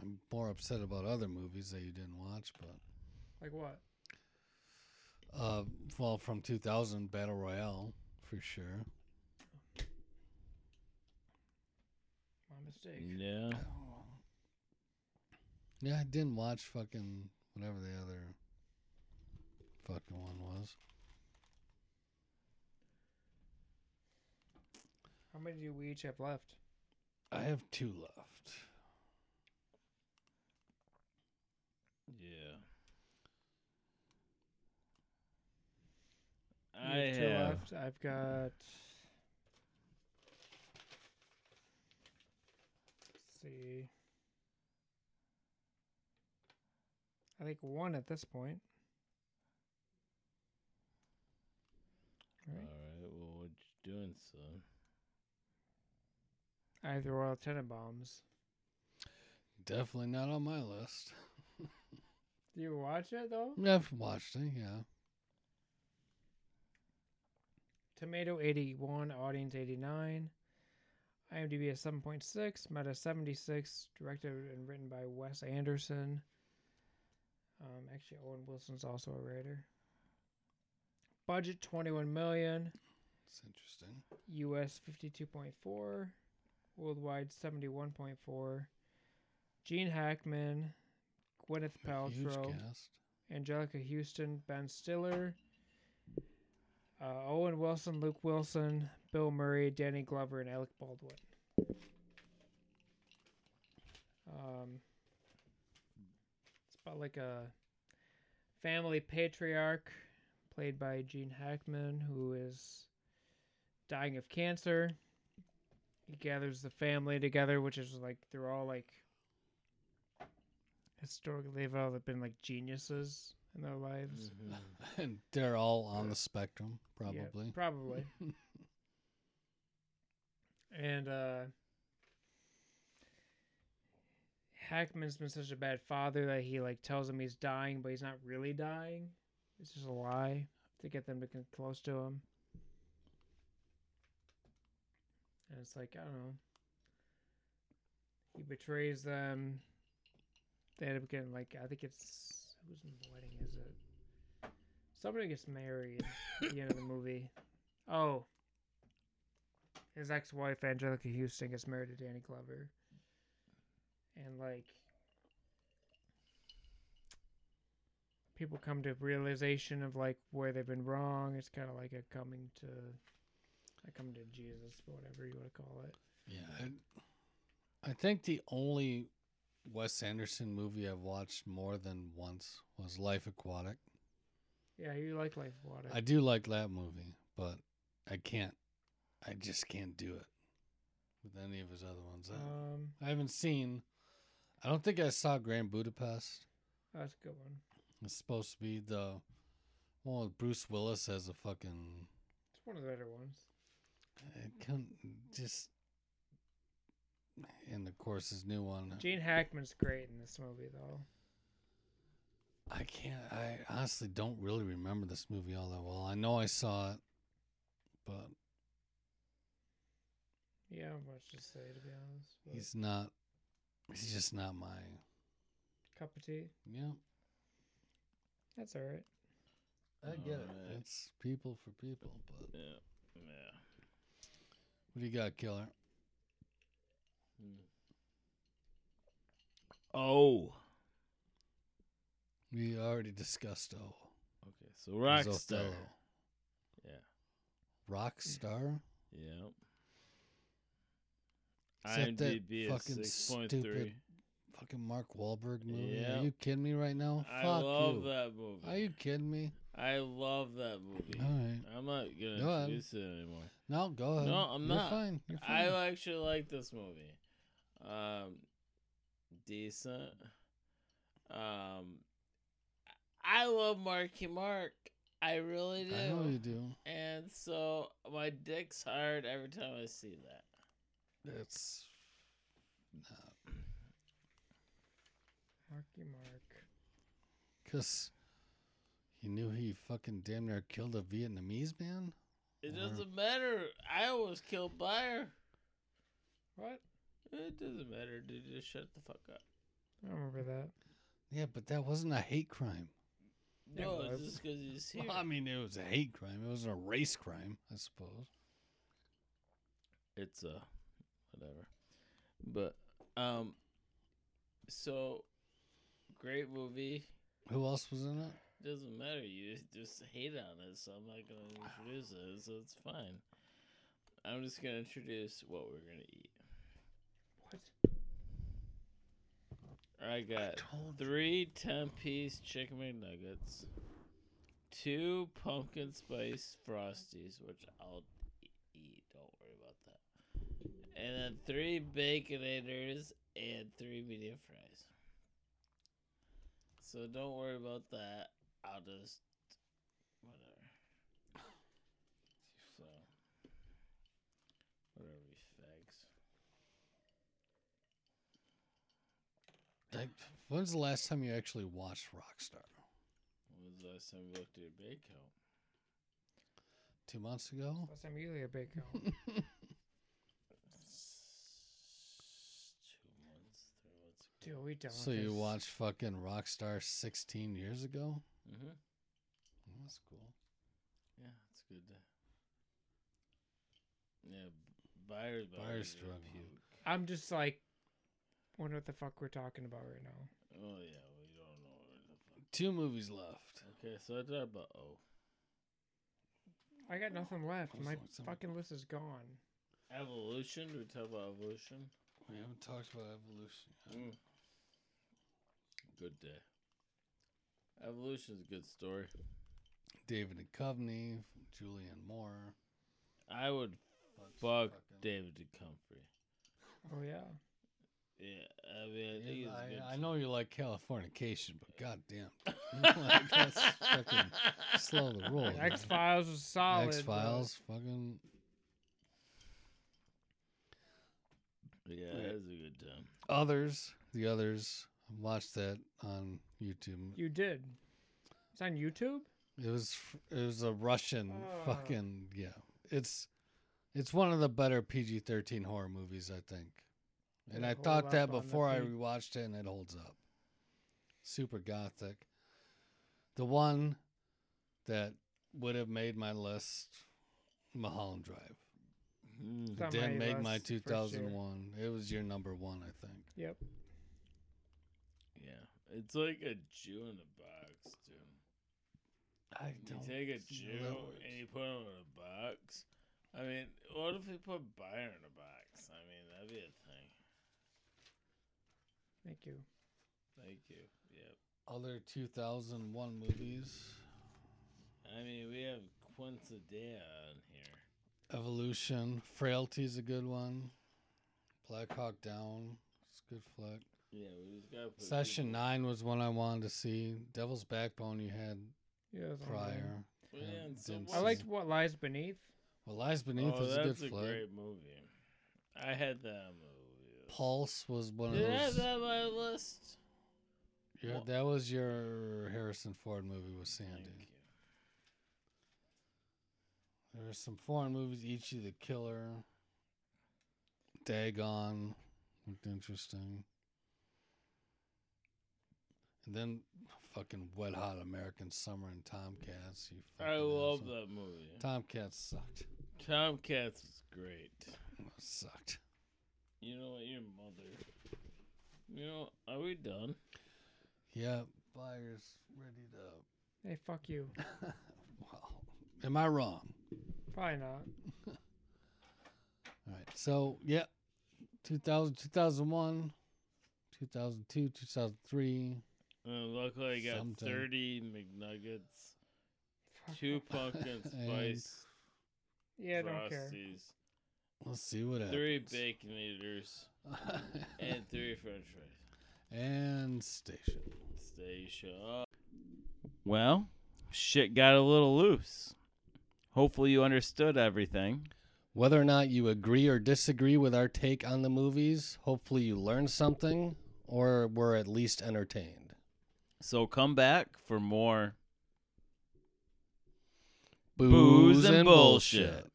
Speaker 2: I'm more upset about other movies that you didn't watch, but
Speaker 3: Like what?
Speaker 2: Uh, well, from 2000, Battle Royale for sure.
Speaker 3: My mistake.
Speaker 1: yeah.
Speaker 2: Yeah, I didn't watch fucking whatever the other fucking one was.
Speaker 3: How many do we each have left?
Speaker 2: I have two left.
Speaker 1: Yeah.
Speaker 3: You
Speaker 1: I
Speaker 3: two
Speaker 1: have.
Speaker 3: left. I've got. Let's see. I think one at this point.
Speaker 1: All
Speaker 3: Right.
Speaker 1: right. Well, what you doing, son?
Speaker 3: I have the Royal Tenenbaums.
Speaker 2: Definitely not on my list.
Speaker 3: Do you watch it though?
Speaker 2: I've watched it, yeah.
Speaker 3: Tomato 81, audience 89. IMDb is 7.6, Meta 76, directed and written by Wes Anderson. Um, actually, Owen Wilson's also a writer. Budget 21 million,
Speaker 2: It's interesting.
Speaker 3: US 52.4, worldwide 71.4. Gene Hackman, Gwyneth
Speaker 2: A Huge
Speaker 3: Paltrow.
Speaker 2: cast.
Speaker 3: Angelica Houston, Ben Stiller, uh, Owen Wilson, Luke Wilson, Bill Murray, Danny Glover, and Alec Baldwin. Um, it's about like a family patriarch played by Gene Hackman who is dying of cancer. He gathers the family together, which is like they're all like historically they've all been like geniuses in their lives.
Speaker 2: Mm-hmm. and they're all on the spectrum,
Speaker 3: Yeah,
Speaker 2: probably.
Speaker 3: probably. and uh Hackman's been such a bad father that he like tells him he's dying, but he's not really dying. It's just a lie to get them to get close to him. And it's like, I don't know. He betrays them. They end up getting like I think it's who's in the wedding is it? Somebody gets married at the end of the movie. Oh. His ex wife, Angelica Houston, gets married to Danny Glover. And, like, people come to realization of, like, where they've been wrong. It's kind of like a coming to. I come to Jesus, whatever you want to call it.
Speaker 2: Yeah. I- I think the only Wes Anderson movie I've watched more than once was Life Aquatic.
Speaker 3: Yeah, you like Life of Water.
Speaker 2: I do like that movie, but I can't. I just can't do it with any of his other ones. I-
Speaker 3: um,
Speaker 2: I haven't seen. I don't think I saw Grand Budapest.
Speaker 3: that's a good one.
Speaker 2: It's supposed to be the one with Bruce Willis as a fucking.
Speaker 3: It's one of the better ones.
Speaker 2: I can't just. And and of course his new one.
Speaker 3: Gene Hackman's great in this movie, though.
Speaker 2: I can't. I honestly don't really remember this movie all that well. I know I saw it, but
Speaker 3: Yeah, much to say to be honest. but-
Speaker 2: he's not. He's just not my.
Speaker 3: Cup of tea.
Speaker 2: Yeah,
Speaker 3: That's all right.
Speaker 2: I get it.
Speaker 1: Alright.
Speaker 2: It's people for people. But
Speaker 1: Yeah. Yeah.
Speaker 2: what do you got, Killer? Mm-hmm.
Speaker 1: Oh.
Speaker 2: We already discussed. Oh,
Speaker 1: Okay. So Rockstar.
Speaker 2: Othello.
Speaker 1: Yeah.
Speaker 2: Rockstar.
Speaker 1: Yep.
Speaker 2: Except that
Speaker 1: IMDb is
Speaker 2: fucking
Speaker 1: six point three.
Speaker 2: stupid Fucking Mark Wahlberg movie.
Speaker 1: Yeah.
Speaker 2: Are you kidding me right now?
Speaker 1: I
Speaker 2: Fuck
Speaker 1: love
Speaker 2: you.
Speaker 1: that movie.
Speaker 2: Are you kidding me?
Speaker 1: I love that movie.
Speaker 2: All right.
Speaker 1: I'm not gonna
Speaker 2: Go on.
Speaker 1: introduce it anymore.
Speaker 2: No, go ahead.
Speaker 1: No, I'm
Speaker 2: You're
Speaker 1: not.
Speaker 2: Fine. You're
Speaker 1: I
Speaker 2: fine.
Speaker 1: actually like this movie. Um, decent. Um, I love Marky Mark. I really do.
Speaker 2: I know you do.
Speaker 1: And so my dick's hard every time I see that.
Speaker 2: It's not
Speaker 3: Marky Mark.
Speaker 2: because you knew he fucking damn near killed a Vietnamese man.
Speaker 1: It
Speaker 2: Wow.
Speaker 1: doesn't matter. I was killed by her.
Speaker 3: What?
Speaker 1: It doesn't matter, dude. Just shut the fuck up.
Speaker 3: I don't remember that.
Speaker 2: Yeah, but that wasn't a hate crime.
Speaker 3: Yeah,
Speaker 1: No,
Speaker 3: well,
Speaker 1: it's just because he's here.
Speaker 2: Well, I mean, it was a hate crime. It wasn't a race crime, I suppose.
Speaker 1: it's uh whatever but um so great movie
Speaker 2: Who else was in it?
Speaker 1: doesn't matter you just hate on it so i'm not gonna introduce it so it's fine i'm just gonna introduce what we're gonna eat
Speaker 3: What?
Speaker 1: i got
Speaker 2: told you.
Speaker 1: three 10 piece chicken mcnuggets two pumpkin spice frosties which i'll e- eat don't worry about that and then three baconators and three medium fries so don't worry about that i'll just whatever so whatever you fags
Speaker 2: Like, when's the last time you actually watched Rockstar?
Speaker 1: when was the last time you looked at your bake out
Speaker 2: Two months ago.
Speaker 3: Last time you ate a big
Speaker 1: two months, three months.
Speaker 3: Dude, we done.
Speaker 2: So
Speaker 3: with
Speaker 2: you
Speaker 3: this.
Speaker 2: watched fucking Rockstar 16 years ago?
Speaker 1: Mm-hmm.
Speaker 2: That's cool.
Speaker 1: Yeah, it's good. To... Yeah, b- buyers,
Speaker 2: Buyer's
Speaker 1: buyers, gonna
Speaker 2: struggle.
Speaker 1: puke.
Speaker 3: I'm just like, wonder what the fuck we're talking about right now.
Speaker 1: Oh yeah, we don't know where the fuck.
Speaker 2: Two movies left.
Speaker 1: Okay, so I thought about oh,
Speaker 3: I got nothing left.
Speaker 2: Close
Speaker 3: My
Speaker 2: one, someone-
Speaker 3: fucking list is gone.
Speaker 1: evolution. Do we talk about evolution?
Speaker 2: We haven't talked about Evolution. yet.
Speaker 1: Mm. Good day. Evolution's a good story.
Speaker 2: David and Duchovny, Julianne Moore.
Speaker 1: I would
Speaker 2: bunch of
Speaker 1: fuck
Speaker 2: fucking-
Speaker 1: David Comfrey.
Speaker 3: Oh yeah.
Speaker 1: Yeah, I mean, I think
Speaker 2: Yeah,
Speaker 1: it's a good.
Speaker 2: I, I know you like Californication, but goddamn, like, that's fucking slow the roll.
Speaker 3: X Files was solid. but-
Speaker 2: X Files, fucking
Speaker 1: Yeah,
Speaker 2: Yeah.
Speaker 1: that was a good time.
Speaker 2: others. The others. I watched that on YouTube.
Speaker 3: You did. It's on YouTube.
Speaker 2: It was f- it was a Russian
Speaker 3: Ah.
Speaker 2: fucking yeah. It's it's one of the better PG thirteen horror movies, I think. And
Speaker 3: It'll
Speaker 2: I
Speaker 3: hold
Speaker 2: thought that
Speaker 3: up on the
Speaker 2: before I
Speaker 3: P-
Speaker 2: rewatched it, and it holds up. Super gothic. The one that would have made my list, Mulholland Drive.
Speaker 1: Mm.
Speaker 3: It's on
Speaker 2: It didn't
Speaker 3: my
Speaker 2: make my
Speaker 3: list for
Speaker 2: two
Speaker 3: sure.
Speaker 2: thousand one. It was your number one, I think.
Speaker 3: Yep.
Speaker 1: Yeah, it's like a Jew in a box, dude.
Speaker 2: I
Speaker 1: You take a Jew and you put him in a box. I mean, what if we put Byron in a box? I mean, that'd be a thing.
Speaker 3: Thank you.
Speaker 1: Thank you. Yep.
Speaker 2: Other two thousand one movies.
Speaker 1: I mean, we have Quincidea on here.
Speaker 2: Evolution. Frailty's a good one. Black Hawk Down. It's a good flick.
Speaker 1: Yeah, we just gotta put
Speaker 2: Session
Speaker 1: people-
Speaker 2: 9 was one I wanted to see. Devil's Backbone you had
Speaker 3: Yeah. it's on there.
Speaker 2: prior.
Speaker 1: Well, yeah, and
Speaker 2: Um,
Speaker 1: so
Speaker 2: didn't
Speaker 1: what-
Speaker 3: I
Speaker 2: see-
Speaker 3: liked what lies beneath.
Speaker 2: Well, Lies Beneath
Speaker 1: Oh,
Speaker 2: is a good
Speaker 1: that's a
Speaker 2: flick.
Speaker 1: great movie. I had that movie.
Speaker 2: Pulse was one of
Speaker 1: Did I have
Speaker 2: those.
Speaker 1: that on my list?
Speaker 2: your-
Speaker 1: Well-
Speaker 2: that was your Harrison Ford movie with
Speaker 1: Thank
Speaker 2: Sandy.
Speaker 1: you.
Speaker 2: There were some foreign movies. Ichi the Killer, Dagon looked interesting, and then fucking Wet Hot American Summer and Tomcats. You
Speaker 1: I
Speaker 2: fucking
Speaker 1: love
Speaker 2: asshole.
Speaker 1: that movie.
Speaker 2: Tomcats sucked.
Speaker 1: Tomcats is great.
Speaker 2: Sucked.
Speaker 1: You know what, your mother. You know, are we done?
Speaker 2: Yeah, buyers ready to.
Speaker 3: Hey, fuck you.
Speaker 2: Wow. Am I wrong?
Speaker 3: Probably not.
Speaker 2: All right. So, yeah. 2000, 2001, 2002, 2003.
Speaker 1: Uh, luckily, I got
Speaker 2: Sometime.
Speaker 1: 30 McNuggets,
Speaker 3: Fuck
Speaker 1: two
Speaker 3: off.
Speaker 1: pumpkin
Speaker 2: And-
Speaker 1: spice
Speaker 3: Yeah, I don't care.
Speaker 1: frosties,
Speaker 2: Let's see what happens.
Speaker 1: three bacon eaters, and three french fries.
Speaker 2: and station.
Speaker 1: Stay sharp. Well, shit got a little loose. Hopefully, you understood everything.
Speaker 2: Whether or not you agree or disagree with our take on the movies, hopefully you learned something or were at least entertained.
Speaker 1: So come back for more
Speaker 2: Booze,
Speaker 1: and bullshit.